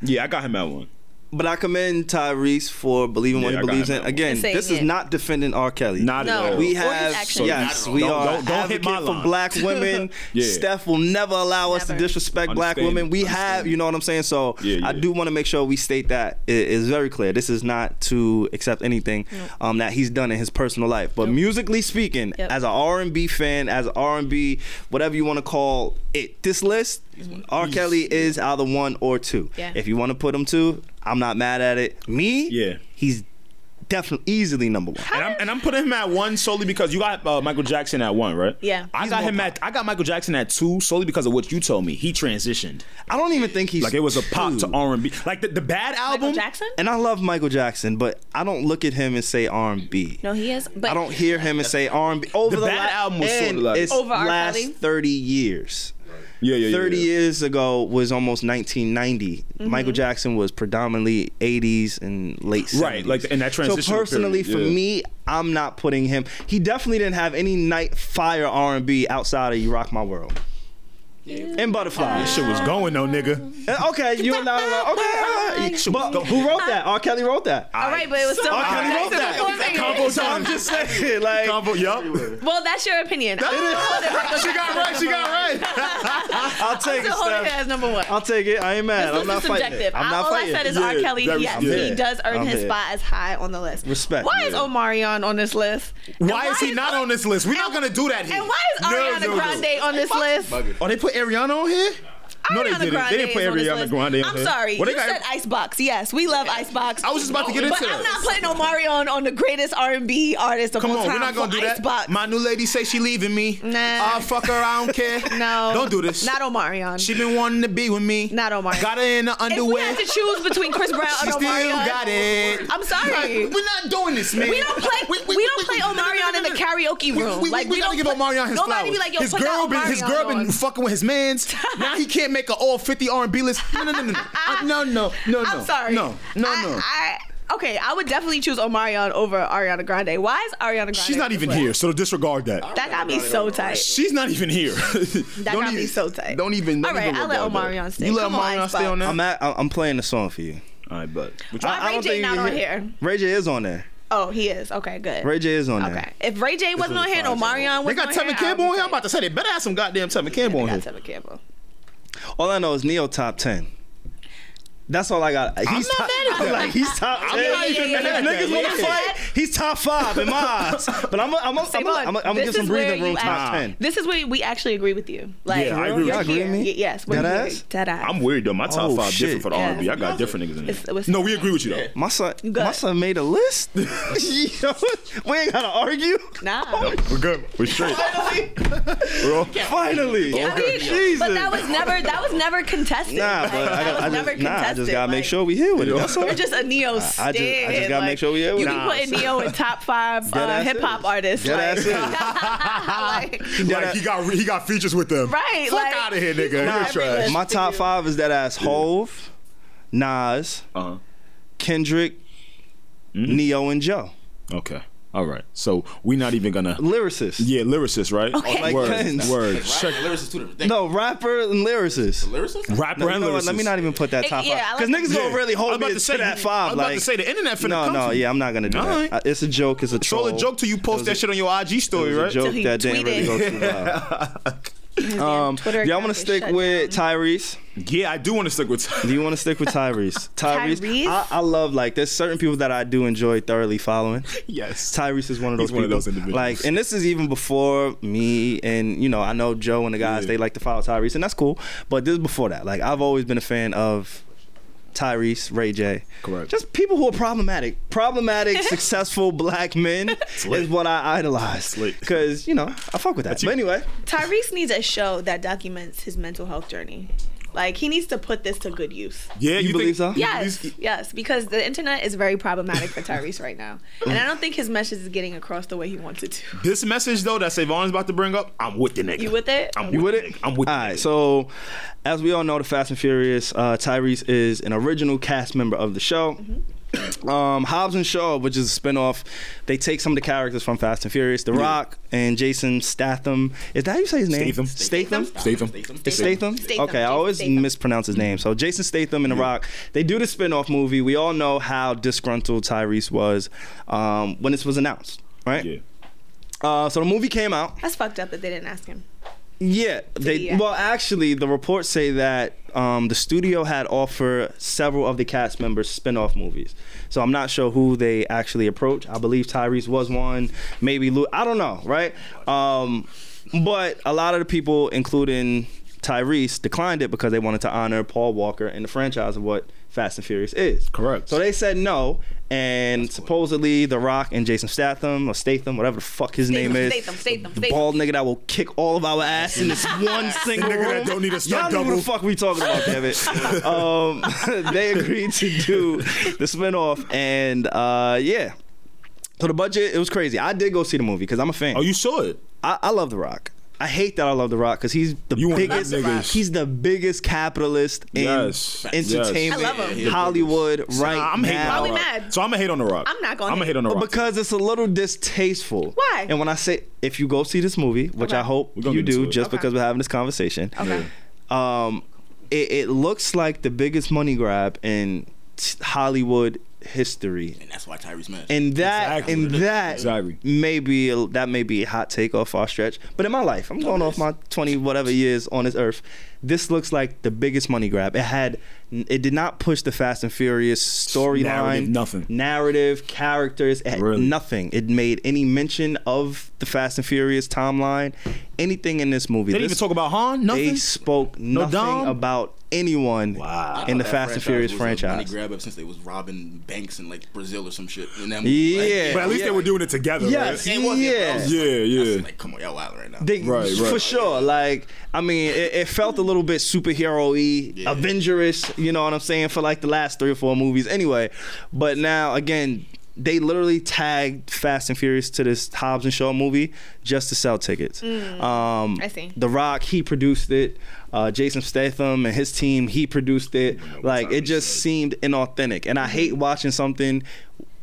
Speaker 2: yeah, I got him at one.
Speaker 1: But I commend Tyrese for believing what
Speaker 2: Yeah,
Speaker 1: he
Speaker 2: I got
Speaker 1: believes
Speaker 2: him
Speaker 1: in.
Speaker 2: at one.
Speaker 1: Again,
Speaker 3: And saying
Speaker 1: this is
Speaker 3: it.
Speaker 1: not defending R. Kelly.
Speaker 2: Not at
Speaker 3: No.
Speaker 2: all.
Speaker 1: We
Speaker 3: Or his
Speaker 1: have
Speaker 3: actions.
Speaker 1: yes,
Speaker 4: Not at all.
Speaker 1: we
Speaker 2: Don't-
Speaker 1: are
Speaker 2: don't- don't hit
Speaker 1: advocate
Speaker 2: my
Speaker 1: for
Speaker 2: line. *laughs*
Speaker 1: black women.
Speaker 2: Yeah.
Speaker 1: Steph will never allow us to
Speaker 3: Never.
Speaker 1: disrespect black
Speaker 2: Understand-
Speaker 1: women. We have,
Speaker 2: understand.
Speaker 1: you know what I'm saying. So
Speaker 2: Yeah,
Speaker 1: I
Speaker 2: yeah.
Speaker 1: do want to make sure we state that it is very clear. This is not to accept anything um, that he's done in his personal life, but musically speaking,
Speaker 3: Yep.
Speaker 1: as an R&B fan, as R&B, whatever you want to call it, this list, R. Kelly is either one or two.
Speaker 3: Yeah.
Speaker 1: If you want to put him two, I'm not mad at it. Me,
Speaker 2: Yeah.
Speaker 1: he's definitely easily number one.
Speaker 2: And I'm, and I'm putting him at one solely because you got uh, Michael Jackson at one, right?
Speaker 3: Yeah.
Speaker 2: I
Speaker 3: He's
Speaker 2: got
Speaker 3: more
Speaker 2: him at I got Michael Jackson at two solely because of what you told me. He transitioned
Speaker 1: I don't even think he's
Speaker 2: like it was a pop
Speaker 1: two.
Speaker 2: to R and B. Like the, the bad
Speaker 3: Michael
Speaker 2: album.
Speaker 3: Jackson?
Speaker 1: And I love Michael Jackson, but I don't look at him and say R and B.
Speaker 3: No, he is. But
Speaker 1: I don't hear him and say R and B over
Speaker 2: The
Speaker 1: the,
Speaker 2: Bad
Speaker 1: la-
Speaker 2: album was
Speaker 1: and
Speaker 2: sorta like-
Speaker 1: it's
Speaker 3: Over R.
Speaker 1: last
Speaker 3: Kelly?
Speaker 1: thirty years.
Speaker 2: Yeah, yeah, yeah.
Speaker 1: 30
Speaker 2: yeah.
Speaker 1: years ago was almost 1990.
Speaker 3: Mm-hmm.
Speaker 1: Michael Jackson was predominantly 80s and late 70s.
Speaker 2: Right, like, and that
Speaker 1: So
Speaker 2: transitional
Speaker 1: personally,
Speaker 2: period,
Speaker 1: for
Speaker 2: yeah.
Speaker 1: me, I'm not putting him. He definitely didn't have any night fire R&B outside of "You Rock My World" and "Butterfly."
Speaker 2: Shit was going though, nigga.
Speaker 1: And- Uh, Okay, you and not alone. Okay, all right. but who wrote that? R. Kelly wrote that.
Speaker 3: all right, but it was still.
Speaker 1: R. Kelly wrote
Speaker 3: Jackson
Speaker 1: that.
Speaker 3: performing it.
Speaker 2: Combo
Speaker 1: So I'm
Speaker 2: time.
Speaker 1: just saying, like, *laughs*
Speaker 2: Combo. Yup.
Speaker 3: Well, that's your opinion. I don't know that Michael
Speaker 2: She got
Speaker 3: Jackson
Speaker 2: right. She got
Speaker 3: performed.
Speaker 2: right.
Speaker 1: I'll take it.
Speaker 3: Still holding it
Speaker 1: Steph.
Speaker 3: as number one.
Speaker 1: I'll take it. I ain't mad.
Speaker 3: This
Speaker 1: I'm not
Speaker 3: list is
Speaker 1: fighting.
Speaker 3: subjective.
Speaker 1: I'm not
Speaker 3: All
Speaker 1: fighting.
Speaker 3: I said is
Speaker 2: Yeah,
Speaker 3: R. Kelly.
Speaker 2: very-
Speaker 3: Yes,
Speaker 1: I'm
Speaker 3: he
Speaker 1: here.
Speaker 3: does earn
Speaker 1: I'm
Speaker 3: his
Speaker 1: here.
Speaker 3: spot as high on the list.
Speaker 1: Respect.
Speaker 3: Why is
Speaker 1: Yeah.
Speaker 3: Omarion on this list?
Speaker 2: *laughs*
Speaker 3: And
Speaker 2: Why is he not on this list? We're not gonna do that here.
Speaker 3: And why is
Speaker 2: No,
Speaker 3: Ariana
Speaker 2: no, no.
Speaker 3: Grande on this list?
Speaker 4: Bugger.
Speaker 2: Oh, they put Ariana on here? no, they
Speaker 3: Ariana
Speaker 2: didn't.
Speaker 3: Grande
Speaker 2: they didn't put
Speaker 3: is on this
Speaker 2: Ariana
Speaker 3: list.
Speaker 2: Grande on
Speaker 3: I'm
Speaker 2: here.
Speaker 3: sorry.
Speaker 2: Well, they
Speaker 3: you
Speaker 2: got-
Speaker 3: said Icebox. Yes, we love Icebox.
Speaker 2: I was just about to get into
Speaker 3: But
Speaker 2: it.
Speaker 3: I'm not putting Omarion on the greatest R&B artist of
Speaker 2: Come
Speaker 3: all
Speaker 2: on,
Speaker 3: time.
Speaker 2: we're not gonna
Speaker 3: for
Speaker 2: do that.
Speaker 3: Icebox.
Speaker 2: My new lady say she leaving me.
Speaker 3: Nah.
Speaker 2: Uh, fuck her, I
Speaker 3: *laughs*
Speaker 2: don't care.
Speaker 3: no,
Speaker 2: Don't do this.
Speaker 3: Not Omarion.
Speaker 2: She been wanting to be with me.
Speaker 3: Not Omarion.
Speaker 2: Got her in the
Speaker 3: if we
Speaker 2: underwear.
Speaker 3: had to choose between Chris Brown
Speaker 2: She
Speaker 3: and
Speaker 2: still
Speaker 3: Omarion,
Speaker 2: got it.
Speaker 3: I'm sorry.
Speaker 2: We're not doing this, man.
Speaker 3: We don't play. We, don't play Omarion in the karaoke
Speaker 2: We-
Speaker 3: room.
Speaker 2: We, we,
Speaker 3: like
Speaker 2: we,
Speaker 3: we,
Speaker 2: gotta
Speaker 3: don't
Speaker 2: give
Speaker 3: put-
Speaker 2: Omarion his
Speaker 3: nobody
Speaker 2: flowers.
Speaker 3: be like, yo,
Speaker 2: his
Speaker 3: put
Speaker 2: girl
Speaker 3: that
Speaker 2: been his
Speaker 3: Omarion
Speaker 2: girl been
Speaker 3: on.
Speaker 2: fucking with his *laughs* mans. now he can't make an all fifty R and B list. No, no, no, no, no, Uh, no, no, no.
Speaker 3: I'm
Speaker 2: no.
Speaker 3: sorry.
Speaker 2: No, no,
Speaker 3: I,
Speaker 2: no.
Speaker 3: I, okay, I would definitely choose Omarion over Ariana Grande. Why is Ariana Grande?
Speaker 2: She's not
Speaker 3: on this
Speaker 2: even
Speaker 3: list?
Speaker 2: here, so disregard that.
Speaker 3: That got me so tight.
Speaker 2: She's not even here. *laughs* that
Speaker 3: That got me so tight.
Speaker 2: Don't even. Don't
Speaker 3: All right,
Speaker 2: even
Speaker 3: I'll let
Speaker 2: regard that.
Speaker 3: Omarion stay.
Speaker 2: You let
Speaker 3: Come on,
Speaker 2: Omarion stay
Speaker 3: Xbox.
Speaker 2: on that.
Speaker 1: I'm at. I- I'm playing the song for you.
Speaker 2: All right, but
Speaker 3: Why Ray J
Speaker 1: think
Speaker 3: not
Speaker 1: you
Speaker 3: on
Speaker 1: can-
Speaker 3: here?
Speaker 1: Ray J is on there.
Speaker 3: Oh, he is. Okay, good.
Speaker 1: Ray J is on there.
Speaker 3: Okay, if Ray J wasn't on here, and Omarion
Speaker 2: they
Speaker 3: wasn't
Speaker 2: got
Speaker 3: on here.
Speaker 2: Tevin Campbell on here. I'm about to say they better have some goddamn Tevin Campbell on
Speaker 3: Got
Speaker 2: here.
Speaker 3: Tevin Campbell.
Speaker 1: All I know is Neo top ten. That's all I got. He's
Speaker 2: not
Speaker 1: top,
Speaker 2: mad at
Speaker 1: *laughs*
Speaker 2: that.
Speaker 1: like he's top ten.
Speaker 2: not even
Speaker 1: And
Speaker 2: mad
Speaker 1: if
Speaker 2: at
Speaker 1: niggas
Speaker 2: that.
Speaker 1: want to
Speaker 2: Yeah.
Speaker 1: fight, he's top five
Speaker 3: *laughs*
Speaker 1: in my eyes. But I'm I'm I'm
Speaker 3: Simone,
Speaker 1: I'm gonna
Speaker 3: this
Speaker 1: give some
Speaker 3: is where
Speaker 1: breathing
Speaker 3: you
Speaker 1: room. Top
Speaker 3: act-
Speaker 1: ten.
Speaker 3: This is where we actually agree with you. Like,
Speaker 2: Yeah, I agree with
Speaker 3: you're
Speaker 2: you.
Speaker 1: Agree with
Speaker 3: here.
Speaker 1: me?
Speaker 3: Y- Yes, we're
Speaker 1: Dead
Speaker 3: here.
Speaker 1: ass?
Speaker 3: Dead ass.
Speaker 2: I'm worried though. My top
Speaker 1: Oh,
Speaker 2: five
Speaker 1: shit.
Speaker 2: different for the
Speaker 3: Yeah.
Speaker 2: R&B. I got different niggas in
Speaker 3: It's- it was-
Speaker 2: here. No, we agree with you though.
Speaker 1: My son,
Speaker 3: good.
Speaker 1: my son made a
Speaker 2: *laughs*
Speaker 1: list. Yo, we ain't gotta argue. Oh,
Speaker 3: Nah.
Speaker 2: We're good. We're straight. *laughs*
Speaker 1: Finally,
Speaker 2: Bro.
Speaker 1: finally.
Speaker 3: I mean,
Speaker 1: Jesus.
Speaker 3: But that was never that was never contested.
Speaker 1: Nah,
Speaker 3: Like,
Speaker 1: but I,
Speaker 3: that
Speaker 1: got,
Speaker 3: was
Speaker 1: I
Speaker 3: never
Speaker 1: just, nah, I
Speaker 3: contested.
Speaker 1: just gotta make
Speaker 3: like,
Speaker 1: sure we here with it.
Speaker 2: Yo.
Speaker 1: That's all.
Speaker 3: You're just a neo
Speaker 1: I- I
Speaker 3: stan.
Speaker 1: just- I just gotta
Speaker 3: like,
Speaker 1: make sure we here
Speaker 3: You
Speaker 1: with
Speaker 3: can
Speaker 1: it.
Speaker 3: put a neo in top five
Speaker 1: Dead
Speaker 3: uh,
Speaker 1: ass
Speaker 3: hip hop
Speaker 1: is.
Speaker 3: artists.
Speaker 1: Dead
Speaker 3: *laughs* like,
Speaker 1: ass *laughs*
Speaker 3: like,
Speaker 2: Like he got he got features with them.
Speaker 3: Right,
Speaker 2: Fuck
Speaker 3: like-
Speaker 2: out of here, nigga.
Speaker 3: Nah,
Speaker 2: You're trash.
Speaker 1: My top five is that ass Hove, Nas,
Speaker 2: Uh-huh.
Speaker 1: Kendrick,
Speaker 2: Mm-hmm.
Speaker 1: Neo, and Joe.
Speaker 2: Okay. All right. So we're not even gonna.
Speaker 1: Lyricist.
Speaker 2: Yeah, lyricist, right?
Speaker 3: Okay. Like
Speaker 2: Word.
Speaker 1: pens.
Speaker 2: Word.
Speaker 4: Like,
Speaker 2: Check.
Speaker 4: rap and lyrics is two different things.
Speaker 1: No, rapper and lyricist.
Speaker 4: Lyricist?
Speaker 2: Rapper
Speaker 1: No, you
Speaker 2: and
Speaker 1: know
Speaker 2: lyricist.
Speaker 1: what, Let me not even put that
Speaker 3: Hey,
Speaker 1: top
Speaker 3: yeah,
Speaker 1: five
Speaker 3: I
Speaker 1: because
Speaker 3: like-
Speaker 1: niggas gonna
Speaker 2: Yeah.
Speaker 1: really
Speaker 2: I was
Speaker 1: hold
Speaker 2: about
Speaker 1: me to,
Speaker 2: to say,
Speaker 1: that
Speaker 2: you-
Speaker 1: five.
Speaker 2: I was about
Speaker 1: like,
Speaker 2: to say, the internet finna
Speaker 1: no,
Speaker 2: come
Speaker 1: no,
Speaker 2: for you.
Speaker 1: yeah, I'm not gonna do
Speaker 2: All
Speaker 1: that.
Speaker 2: right.
Speaker 1: Uh, It's a joke. It's a troll.
Speaker 2: Troll a joke till you post that shit on your IG
Speaker 1: It
Speaker 2: story,
Speaker 1: was a
Speaker 2: right?
Speaker 1: joke
Speaker 3: he
Speaker 1: that didn't
Speaker 3: tweeted.
Speaker 1: really go too
Speaker 3: *laughs*
Speaker 1: well. Um, yeah, I
Speaker 3: Twitter account
Speaker 1: want
Speaker 3: is
Speaker 1: to stick
Speaker 3: shut
Speaker 1: with Tyrese.
Speaker 2: Yeah, I do want to stick with. *laughs*
Speaker 1: Do you want to stick with Tyrese? Tyrese,
Speaker 3: *laughs* Tyrese?
Speaker 1: I, I love like there's certain people that I do enjoy thoroughly following.
Speaker 2: yes.
Speaker 1: Tyrese is one of those
Speaker 2: He's one of
Speaker 1: people.
Speaker 2: those individuals.
Speaker 1: Like, and this is even before me and you know I know Joe and the guys
Speaker 2: Yeah.
Speaker 1: they like to follow Tyrese and that's cool. But this is before that. Like I've always been a fan of Tyrese, Ray J.
Speaker 2: Correct.
Speaker 1: Just people who are problematic,
Speaker 3: *laughs*
Speaker 1: problematic, successful black men is what I idolize.
Speaker 2: lit.
Speaker 1: Because you know I fuck with that. But anyway,
Speaker 3: Tyrese needs a show that documents his mental health journey. Like he needs to put this to good use.
Speaker 2: Yeah, you,
Speaker 1: you, believe
Speaker 2: think-
Speaker 1: so?
Speaker 3: Yes,
Speaker 2: e-
Speaker 3: yes, because the internet is very problematic for Tyrese right now, and I don't think his message is getting across the way he wants it to.
Speaker 2: This message though that Savon's about to bring up, I'm with the nigga.
Speaker 3: You with it?
Speaker 2: I'm
Speaker 1: You
Speaker 2: with
Speaker 1: with
Speaker 2: it.
Speaker 1: it?
Speaker 2: I'm with.
Speaker 1: All right, so as we all know, the Fast and Furious, uh, Tyrese is an original cast member of the show.
Speaker 2: Mm-hmm.
Speaker 1: Um, Hobbs and Shaw, which is a spinoff, they take some of the characters from Fast and Furious, The Rock and Jason Statham. Is that how you say his name?
Speaker 2: Statham.
Speaker 1: Statham.
Speaker 2: Statham.
Speaker 1: Statham? Okay,
Speaker 3: Statham.
Speaker 1: I
Speaker 3: Jason
Speaker 1: always
Speaker 3: Statham.
Speaker 1: mispronounce his name. So Jason Statham and The Rock, they do the spin-off movie. We all know how disgruntled Tyrese was um, when this was announced, right?
Speaker 2: Yeah.
Speaker 1: Uh, so the movie came out.
Speaker 3: That's fucked up that they didn't ask him.
Speaker 1: Yeah, they
Speaker 3: the actor.
Speaker 1: well actually the reports say that um, the studio had offered several of the cast members spin-off movies. So I'm not sure who they actually approached. I believe Tyrese was one, maybe Lou. I don't know, right? Um, but a lot of the people, including Tyrese, declined it because they wanted to honor Paul Walker and the franchise of what Fast and Furious is.
Speaker 2: Correct.
Speaker 1: So they said no, and supposedly The Rock and Jason Statham or Statham, whatever the fuck his
Speaker 3: Statham,
Speaker 1: name is.
Speaker 3: Statham, Statham,
Speaker 1: the
Speaker 3: Statham.
Speaker 1: bald nigga that will kick all of our ass
Speaker 2: *laughs*
Speaker 1: in this one single
Speaker 2: nigga that
Speaker 1: room.
Speaker 2: don't need a
Speaker 1: Y'all
Speaker 2: stunt
Speaker 1: know who the
Speaker 2: double.
Speaker 1: fuck we talking about, damn
Speaker 2: *laughs*
Speaker 1: it. Um, *laughs* they agreed to do the spinoff, and uh, yeah. So the budget, it was crazy. I did go see the movie because I'm a fan.
Speaker 2: Oh, you saw it?
Speaker 1: I, I love The Rock. I hate that I love The Rock because he's the
Speaker 2: You one of them
Speaker 1: biggest.
Speaker 2: niggas.
Speaker 1: He's the biggest capitalist in
Speaker 2: Yes. Yes.
Speaker 1: entertainment,
Speaker 3: I love him.
Speaker 4: Yeah.
Speaker 1: Hollywood right
Speaker 2: Nah, I'm hating
Speaker 1: now.
Speaker 2: on
Speaker 3: Why
Speaker 2: the
Speaker 3: we
Speaker 2: rock.
Speaker 3: mad?
Speaker 2: So I'm gonna hate on the rock.
Speaker 3: I'm not gonna
Speaker 2: I'm gonna
Speaker 3: hate.
Speaker 2: hate on the rock.
Speaker 1: Because it's a little distasteful.
Speaker 3: Why?
Speaker 1: And when I say, if you go see this movie, which
Speaker 3: Okay.
Speaker 1: I hope
Speaker 2: gonna
Speaker 1: you
Speaker 2: get into
Speaker 1: do,
Speaker 2: it.
Speaker 1: just
Speaker 3: Okay.
Speaker 1: because we're having this conversation,
Speaker 3: Okay.
Speaker 1: um, it, it looks like the biggest money grab in t- Hollywood history.
Speaker 4: And that's why Tyrese Mash.
Speaker 1: And that,
Speaker 2: Exactly.
Speaker 1: and that,
Speaker 2: Exactly.
Speaker 1: maybe a, that may be a hot take or a far stretch. But in my life, I'm going off my 20 whatever years on this earth. This looks like the biggest money grab. It had, it did not push the Fast and Furious storyline,
Speaker 2: Narrative, nothing.
Speaker 1: narrative, characters, it had
Speaker 2: Really?
Speaker 1: nothing. It made any mention of the Fast and Furious timeline, anything in this movie.
Speaker 2: They didn't
Speaker 1: This-
Speaker 2: even talk about Han.
Speaker 1: They
Speaker 2: Nothing.
Speaker 1: spoke nothing
Speaker 2: Dom?
Speaker 1: about anyone
Speaker 2: Wow.
Speaker 1: in the
Speaker 4: That
Speaker 1: Fast and Furious
Speaker 4: was a Money
Speaker 1: franchise.
Speaker 4: grab up since they was robbing banks in like Brazil or some shit. In that
Speaker 1: Yeah.
Speaker 2: but at least
Speaker 1: Yeah.
Speaker 2: they were doing it together.
Speaker 1: Yes.
Speaker 2: Right?
Speaker 4: It wasn't, but I was just
Speaker 2: Yeah,
Speaker 4: like- I was
Speaker 2: yeah.
Speaker 4: just Like, come on, y'all wild right now.
Speaker 1: They,
Speaker 2: Right, right.
Speaker 1: For sure. Like, I mean, it, it felt a little bit superhero y,
Speaker 4: Yeah.
Speaker 1: Avengerish, you know what I'm saying, for like the last three or four movies anyway. But now, again, they literally tagged Fast and Furious to this Hobbs and Shaw movie just to sell tickets. Um,
Speaker 3: Mm. I see.
Speaker 1: The Rock, he produced it. Uh, Jason Statham and his team, he produced it. Like, it just seemed inauthentic. And
Speaker 2: Mm-hmm.
Speaker 1: I hate watching something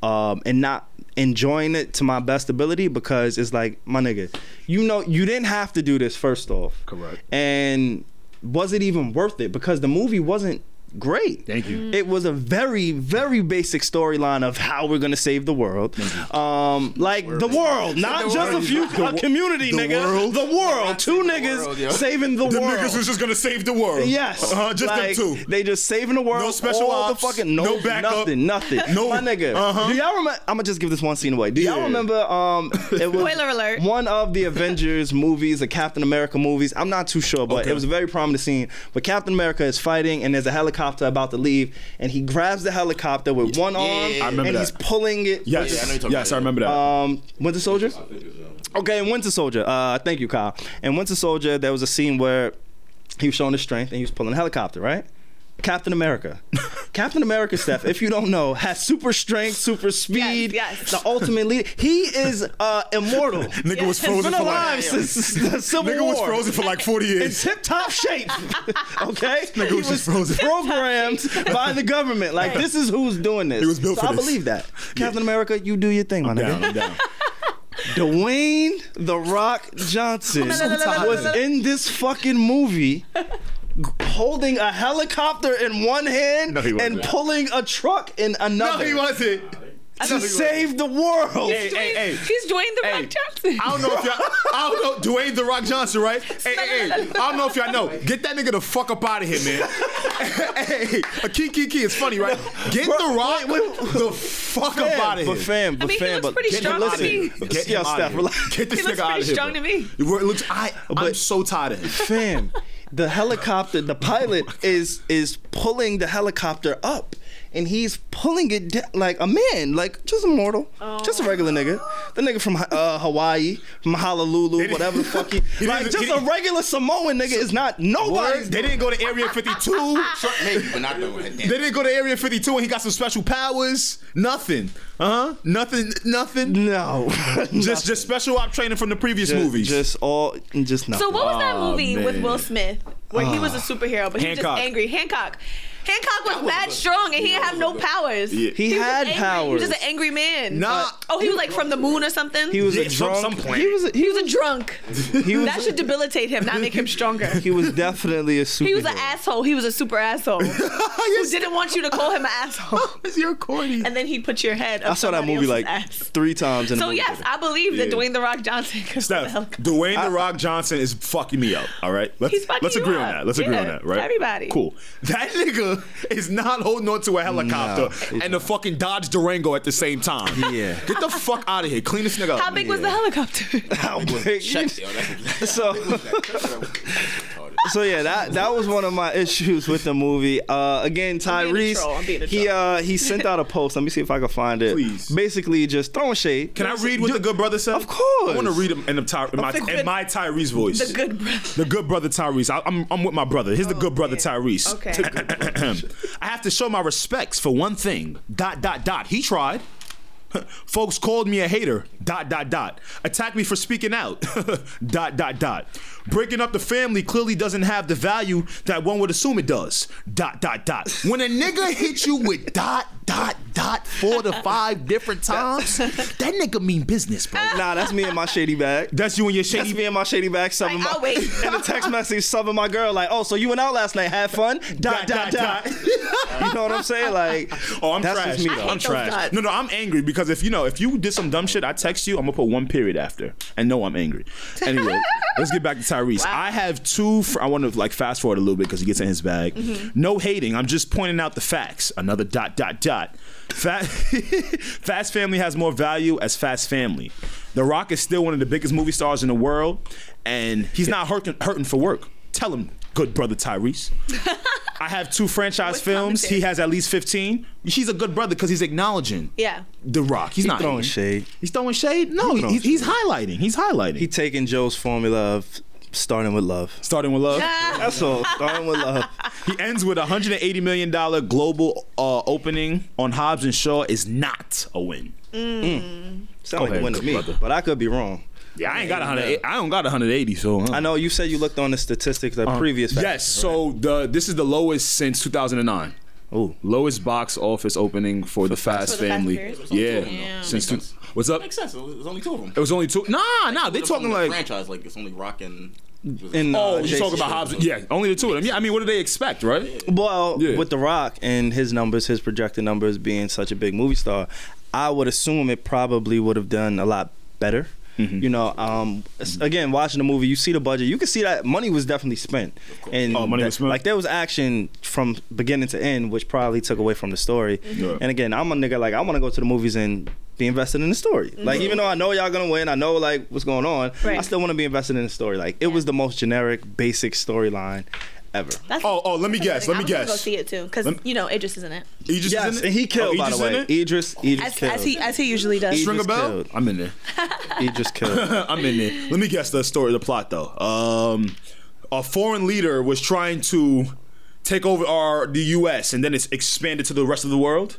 Speaker 1: um, and not enjoying it to my best ability because it's like, my nigga, you know, you didn't have to do this first off.
Speaker 2: Correct.
Speaker 1: And was it even worth it? Because the movie wasn't great.
Speaker 2: Thank you.
Speaker 1: It was a very, very basic storyline of how we're gonna save the world. Um, like the world, not just a few a community,
Speaker 2: The
Speaker 1: nigga.
Speaker 2: world?
Speaker 1: The world, two
Speaker 4: The
Speaker 1: niggas
Speaker 4: world, yo.
Speaker 1: saving the,
Speaker 2: The
Speaker 1: world.
Speaker 2: niggas was just gonna save the world.
Speaker 1: Yes,
Speaker 2: Uh, just
Speaker 1: Like,
Speaker 2: them two.
Speaker 1: They just saving the world.
Speaker 2: No special
Speaker 1: all
Speaker 2: ops,
Speaker 1: the fucking no,
Speaker 2: no backup,
Speaker 1: nothing, nothing.
Speaker 2: no-
Speaker 1: my nigga.
Speaker 2: Uh-huh.
Speaker 1: Do y'all remember? I'm gonna just give this one scene away. Do y'all
Speaker 2: Yeah.
Speaker 1: remember? Um,
Speaker 3: *laughs*
Speaker 1: it was
Speaker 3: Spoiler alert.
Speaker 1: One of the Avengers movies, the Captain America movies. I'm not too sure, but
Speaker 2: Okay.
Speaker 1: it was a very prominent scene. But Captain America is fighting, and there's a helicopter about to leave, and he grabs the helicopter with one arm,
Speaker 4: I
Speaker 2: remember
Speaker 1: and
Speaker 2: that.
Speaker 1: he's pulling it.
Speaker 2: Yes.
Speaker 4: Yeah, I know you're talking
Speaker 2: yes,
Speaker 4: about
Speaker 2: I remember that.
Speaker 1: Um, Winter Soldier. Okay, and Winter Soldier. Uh, thank you, Kyle. And Winter Soldier, there was a scene where he was showing his strength and he was pulling a helicopter, right? Captain
Speaker 2: *laughs*
Speaker 1: America. Captain America, Steph, if you don't know, has super strength, super speed.
Speaker 3: Yes, yes.
Speaker 1: The ultimate leader. He is uh, immortal.
Speaker 2: *laughs* nigga was
Speaker 3: Yeah, it's
Speaker 2: frozen
Speaker 1: Been
Speaker 2: for
Speaker 1: alive
Speaker 2: like.
Speaker 1: since the Civil
Speaker 2: Nigga
Speaker 1: War.
Speaker 2: was frozen for like 40
Speaker 1: In
Speaker 2: years.
Speaker 1: tip top shape, *laughs* okay?
Speaker 2: Nigga was just frozen.
Speaker 1: *laughs* programmed by the government. Like this is who's doing this. He
Speaker 2: was built
Speaker 1: so
Speaker 2: for
Speaker 1: I
Speaker 2: this.
Speaker 1: believe that. Captain America, you do your thing, my nigga.
Speaker 2: Down, I'm down.
Speaker 1: Dwayne The Rock Johnson was in this fucking movie holding a helicopter in one hand
Speaker 2: No, he wasn't.
Speaker 1: and pulling a truck in another
Speaker 2: wasn't.
Speaker 1: to save the world.
Speaker 2: Hey, hey, hey.
Speaker 3: He's Dwayne the Rock Johnson.
Speaker 2: I don't know if y'all. I don't know Dwayne the Rock Johnson, right? Hey, hey, hey! I don't know if y'all know. Get that nigga the fuck up out of here, man. *laughs* hey, hey, a key, key, key. It's funny, right? Get
Speaker 1: bro,
Speaker 2: the Rock
Speaker 1: wait, wait.
Speaker 2: the fuck
Speaker 1: Fam,
Speaker 2: up out of here.
Speaker 1: but fam, but
Speaker 3: I mean, he
Speaker 1: fam,
Speaker 3: looks
Speaker 1: but
Speaker 3: pretty strong
Speaker 1: listen,
Speaker 3: to me.
Speaker 2: Get
Speaker 1: yo,
Speaker 2: him out
Speaker 1: Steph,
Speaker 2: of here.
Speaker 1: relax.
Speaker 2: Get this
Speaker 3: He looks
Speaker 2: nigga out
Speaker 3: pretty
Speaker 2: of here.
Speaker 3: strong
Speaker 2: bro.
Speaker 3: to me.
Speaker 2: It looks. I. I'm
Speaker 1: But-
Speaker 2: so tired of him.
Speaker 1: fam the helicopter the pilot is is pulling the helicopter up and he's pulling it down like a man like just a mortal just a regular nigga the nigga from uh, hawaii from honolulu whatever the fuck he,
Speaker 2: *laughs* He
Speaker 1: like
Speaker 2: didn't-
Speaker 1: just
Speaker 2: he
Speaker 1: a
Speaker 2: didn't-
Speaker 1: regular samoan nigga is not nobody's
Speaker 2: They didn't go to Area 52.
Speaker 4: Sure, maybe, but not the one. Damn.
Speaker 2: They didn't go to Area 52 and he got some special powers. Nothing. Uh huh. Nothing. Nothing.
Speaker 1: no *laughs*
Speaker 2: Just just special op training from the previous
Speaker 1: just,
Speaker 2: movies.
Speaker 1: just all just nothing
Speaker 3: So what was that
Speaker 2: Aw,
Speaker 3: movie with
Speaker 2: man.
Speaker 3: Will Smith where he was a superhero but he was
Speaker 2: Hancock.
Speaker 3: just angry? Hancock. Hancock was
Speaker 4: wasn't
Speaker 3: mad
Speaker 4: good.
Speaker 3: strong and he
Speaker 4: Yeah,
Speaker 3: didn't have
Speaker 4: that
Speaker 3: no
Speaker 4: wasn't good.
Speaker 3: powers.
Speaker 2: Yeah.
Speaker 1: He
Speaker 3: was
Speaker 1: had
Speaker 3: angry. He was just
Speaker 1: powers.
Speaker 3: an angry man.
Speaker 2: Nah.
Speaker 3: oh, he was like from the moon or something.
Speaker 1: he was
Speaker 2: Yeah,
Speaker 1: a
Speaker 2: some-
Speaker 1: drunk
Speaker 2: some planet.
Speaker 1: he was a, he,
Speaker 3: He was a drunk.
Speaker 1: he was
Speaker 3: That should debilitate him, not make him stronger.
Speaker 1: he was definitely a superhero
Speaker 3: *laughs* He was an asshole. He was a
Speaker 2: *laughs*
Speaker 3: super asshole. Who didn't want you to call him an asshole.
Speaker 2: you're corny.
Speaker 3: And then he put your head up
Speaker 1: I saw that
Speaker 3: somebody
Speaker 1: movie like
Speaker 3: else's ass.
Speaker 1: three times in the
Speaker 3: So
Speaker 1: movie
Speaker 3: yes,
Speaker 1: *laughs* theater.
Speaker 3: I believe that
Speaker 2: Yeah.
Speaker 3: Dwayne the Rock Johnson could
Speaker 2: Steph, Dwayne the Rock Johnson is fucking me up. All right, let's
Speaker 3: He's fucking
Speaker 2: let's
Speaker 3: you
Speaker 2: agree on
Speaker 3: up.
Speaker 2: that. Let's agree on
Speaker 3: Yeah,
Speaker 2: that, right?
Speaker 3: everybody.
Speaker 2: Cool. That nigga is not holding on to a helicopter
Speaker 1: No,
Speaker 2: and a fucking Dodge Durango at the same time.
Speaker 1: Yeah.
Speaker 2: get the fuck out of here. Clean this nigga up.
Speaker 1: *laughs*
Speaker 3: How big was the helicopter? *laughs*
Speaker 1: How big-
Speaker 4: Check, yo, that's what-
Speaker 1: So-
Speaker 4: That was retarded.
Speaker 1: so yeah, that that was one of
Speaker 3: *laughs*
Speaker 1: my issues with the movie. Uh, again,
Speaker 3: I'm being a
Speaker 1: Tyrese,
Speaker 3: troll. I'm being a
Speaker 1: he
Speaker 3: troll.
Speaker 1: uh, he sent out a post. Let me see if I can find it.
Speaker 2: Please.
Speaker 1: Basically, just throwing shade.
Speaker 2: Can I read what the good brother said?
Speaker 1: Of course.
Speaker 2: I want to read him in, the Ty- in, my,
Speaker 3: the good-
Speaker 2: in my Tyrese voice.
Speaker 3: The good brother.
Speaker 2: The good brother Tyrese. I, I'm, I'm with my brother. Here's the good brother Tyrese.
Speaker 3: Oh, Okay.
Speaker 2: *clears throat* I have to show my respects for one thing. Dot dot dot. He tried. *laughs* Folks called me a hater. Dot dot dot. Attacked me for speaking out. *laughs* dot dot dot. Breaking up the family clearly doesn't have the value that one would assume it does. Dot dot dot. When a nigga hits you with *laughs* dot dot dot four to five different times, that nigga mean business,
Speaker 3: *laughs*
Speaker 2: bro.
Speaker 1: Nah, that's me in my shady bag.
Speaker 2: *laughs* That's you and your shady
Speaker 1: That's me in my shady bag subbing
Speaker 3: Like, I'll
Speaker 1: my
Speaker 3: wait.
Speaker 1: *laughs* and the text message subbing my girl like, oh, so you went out last night, had fun? Dot dot
Speaker 2: Dot, dot,
Speaker 1: dot. *laughs* you know what I'm saying? Like,
Speaker 2: *laughs* Oh, I'm
Speaker 1: that's
Speaker 2: trash.
Speaker 1: Just me,
Speaker 3: I
Speaker 1: though.
Speaker 3: hate
Speaker 2: I'm
Speaker 3: those
Speaker 2: trash.
Speaker 3: guys.
Speaker 2: No, no, I'm angry because if you know, if you did some dumb shit, I text you, I'm gonna put one period after and know I'm angry. *laughs* Anyway, let's get back to Tyrese. I have two. Fr- I want to like fast forward a little bit because he gets in his bag. No hating. I'm just pointing out the facts. Another dot dot dot. Fat, *laughs* Fast Family has more value as Fast Family. The Rock is still one of the biggest movie stars in the world, and he's not hurting, hurting for work. Tell him, good brother *laughs* Tyrese. I have two franchise
Speaker 3: With
Speaker 2: films. He
Speaker 3: commentary.
Speaker 2: has at least 15. He's a good brother because he's acknowledging *laughs*
Speaker 3: Yeah.
Speaker 2: The Rock. He's not
Speaker 1: throwing
Speaker 2: hating.
Speaker 1: shade.
Speaker 2: He's throwing shade. No, he-
Speaker 1: throwing
Speaker 2: he's, he's highlighting. He's highlighting.
Speaker 1: He taking Joe's formula of starting with love.
Speaker 2: starting with love.
Speaker 1: That's
Speaker 3: *laughs*
Speaker 1: all. Starting with love.
Speaker 2: he ends with a 180 million dollar global uh, opening on Hobbs and Shaw is not a win.
Speaker 1: Sound like
Speaker 2: ahead,
Speaker 1: a win to
Speaker 2: good
Speaker 1: me,
Speaker 2: brother.
Speaker 1: but I could be wrong.
Speaker 2: Yeah, I ain't got 100. I don't got 180. So uh.
Speaker 1: I know you said you looked on the statistics, the previous.
Speaker 2: Yes.
Speaker 1: fact.
Speaker 2: So the this is the lowest since 2009.
Speaker 1: Ooh.
Speaker 2: Lowest box office opening for the Fast
Speaker 3: For the Fast
Speaker 2: Family.
Speaker 3: Furious? It was
Speaker 4: only
Speaker 2: yeah.
Speaker 4: two of them, though.
Speaker 2: Since
Speaker 4: Makes
Speaker 2: two,
Speaker 4: sense.
Speaker 2: what's up?
Speaker 4: Makes sense. It was, it was only two of them.
Speaker 2: It was only two. Nah, nah. They
Speaker 4: They're from
Speaker 2: talking
Speaker 4: the
Speaker 2: like
Speaker 4: franchise. Like it's only Rock and.
Speaker 1: And,
Speaker 2: Oh,
Speaker 1: uh,
Speaker 2: you
Speaker 1: Jason-
Speaker 2: talking about Hobbs? Yeah, only the two of them. Yeah, I mean, what do they expect, right?
Speaker 1: Well,
Speaker 2: Yeah.
Speaker 1: with The Rock and his numbers, his projected numbers being such a big movie star, I would assume it probably would have done a lot better. You know, um, s- again, watching the movie, you see the budget. You can see that money was definitely spent, and
Speaker 2: Oh, money
Speaker 1: that-
Speaker 2: was spent?
Speaker 1: like there was action from beginning to end, which probably took away from the story.
Speaker 2: Yeah.
Speaker 1: And again, I'm a nigga like I want to go to the movies and be invested in the story. Like even though I know y'all gonna win, I know like what's going on. I
Speaker 3: Right.
Speaker 1: still want to be invested in the story. Like it was the most generic, basic storyline ever.
Speaker 3: That's
Speaker 2: Oh, oh, let me guess, let me
Speaker 3: I'm gonna Go
Speaker 2: guess.
Speaker 3: see it too, because
Speaker 2: Lem-
Speaker 3: you know Idris isn't it.
Speaker 2: Aegis
Speaker 1: Yes,
Speaker 2: is in it?
Speaker 1: and he killed
Speaker 2: Oh,
Speaker 1: by the
Speaker 2: Aegis
Speaker 1: way.
Speaker 2: in it?
Speaker 1: Idris, Idris
Speaker 3: As,
Speaker 1: killed.
Speaker 3: as he as he usually does.
Speaker 1: Idris
Speaker 2: Ring a bell?
Speaker 1: killed.
Speaker 2: I'm in there. *laughs*
Speaker 1: Idris killed.
Speaker 2: I'm in there. Let me guess the story, the plot though. Um, a foreign leader was trying to take over our the U.S. and then it's expanded to the rest of the world.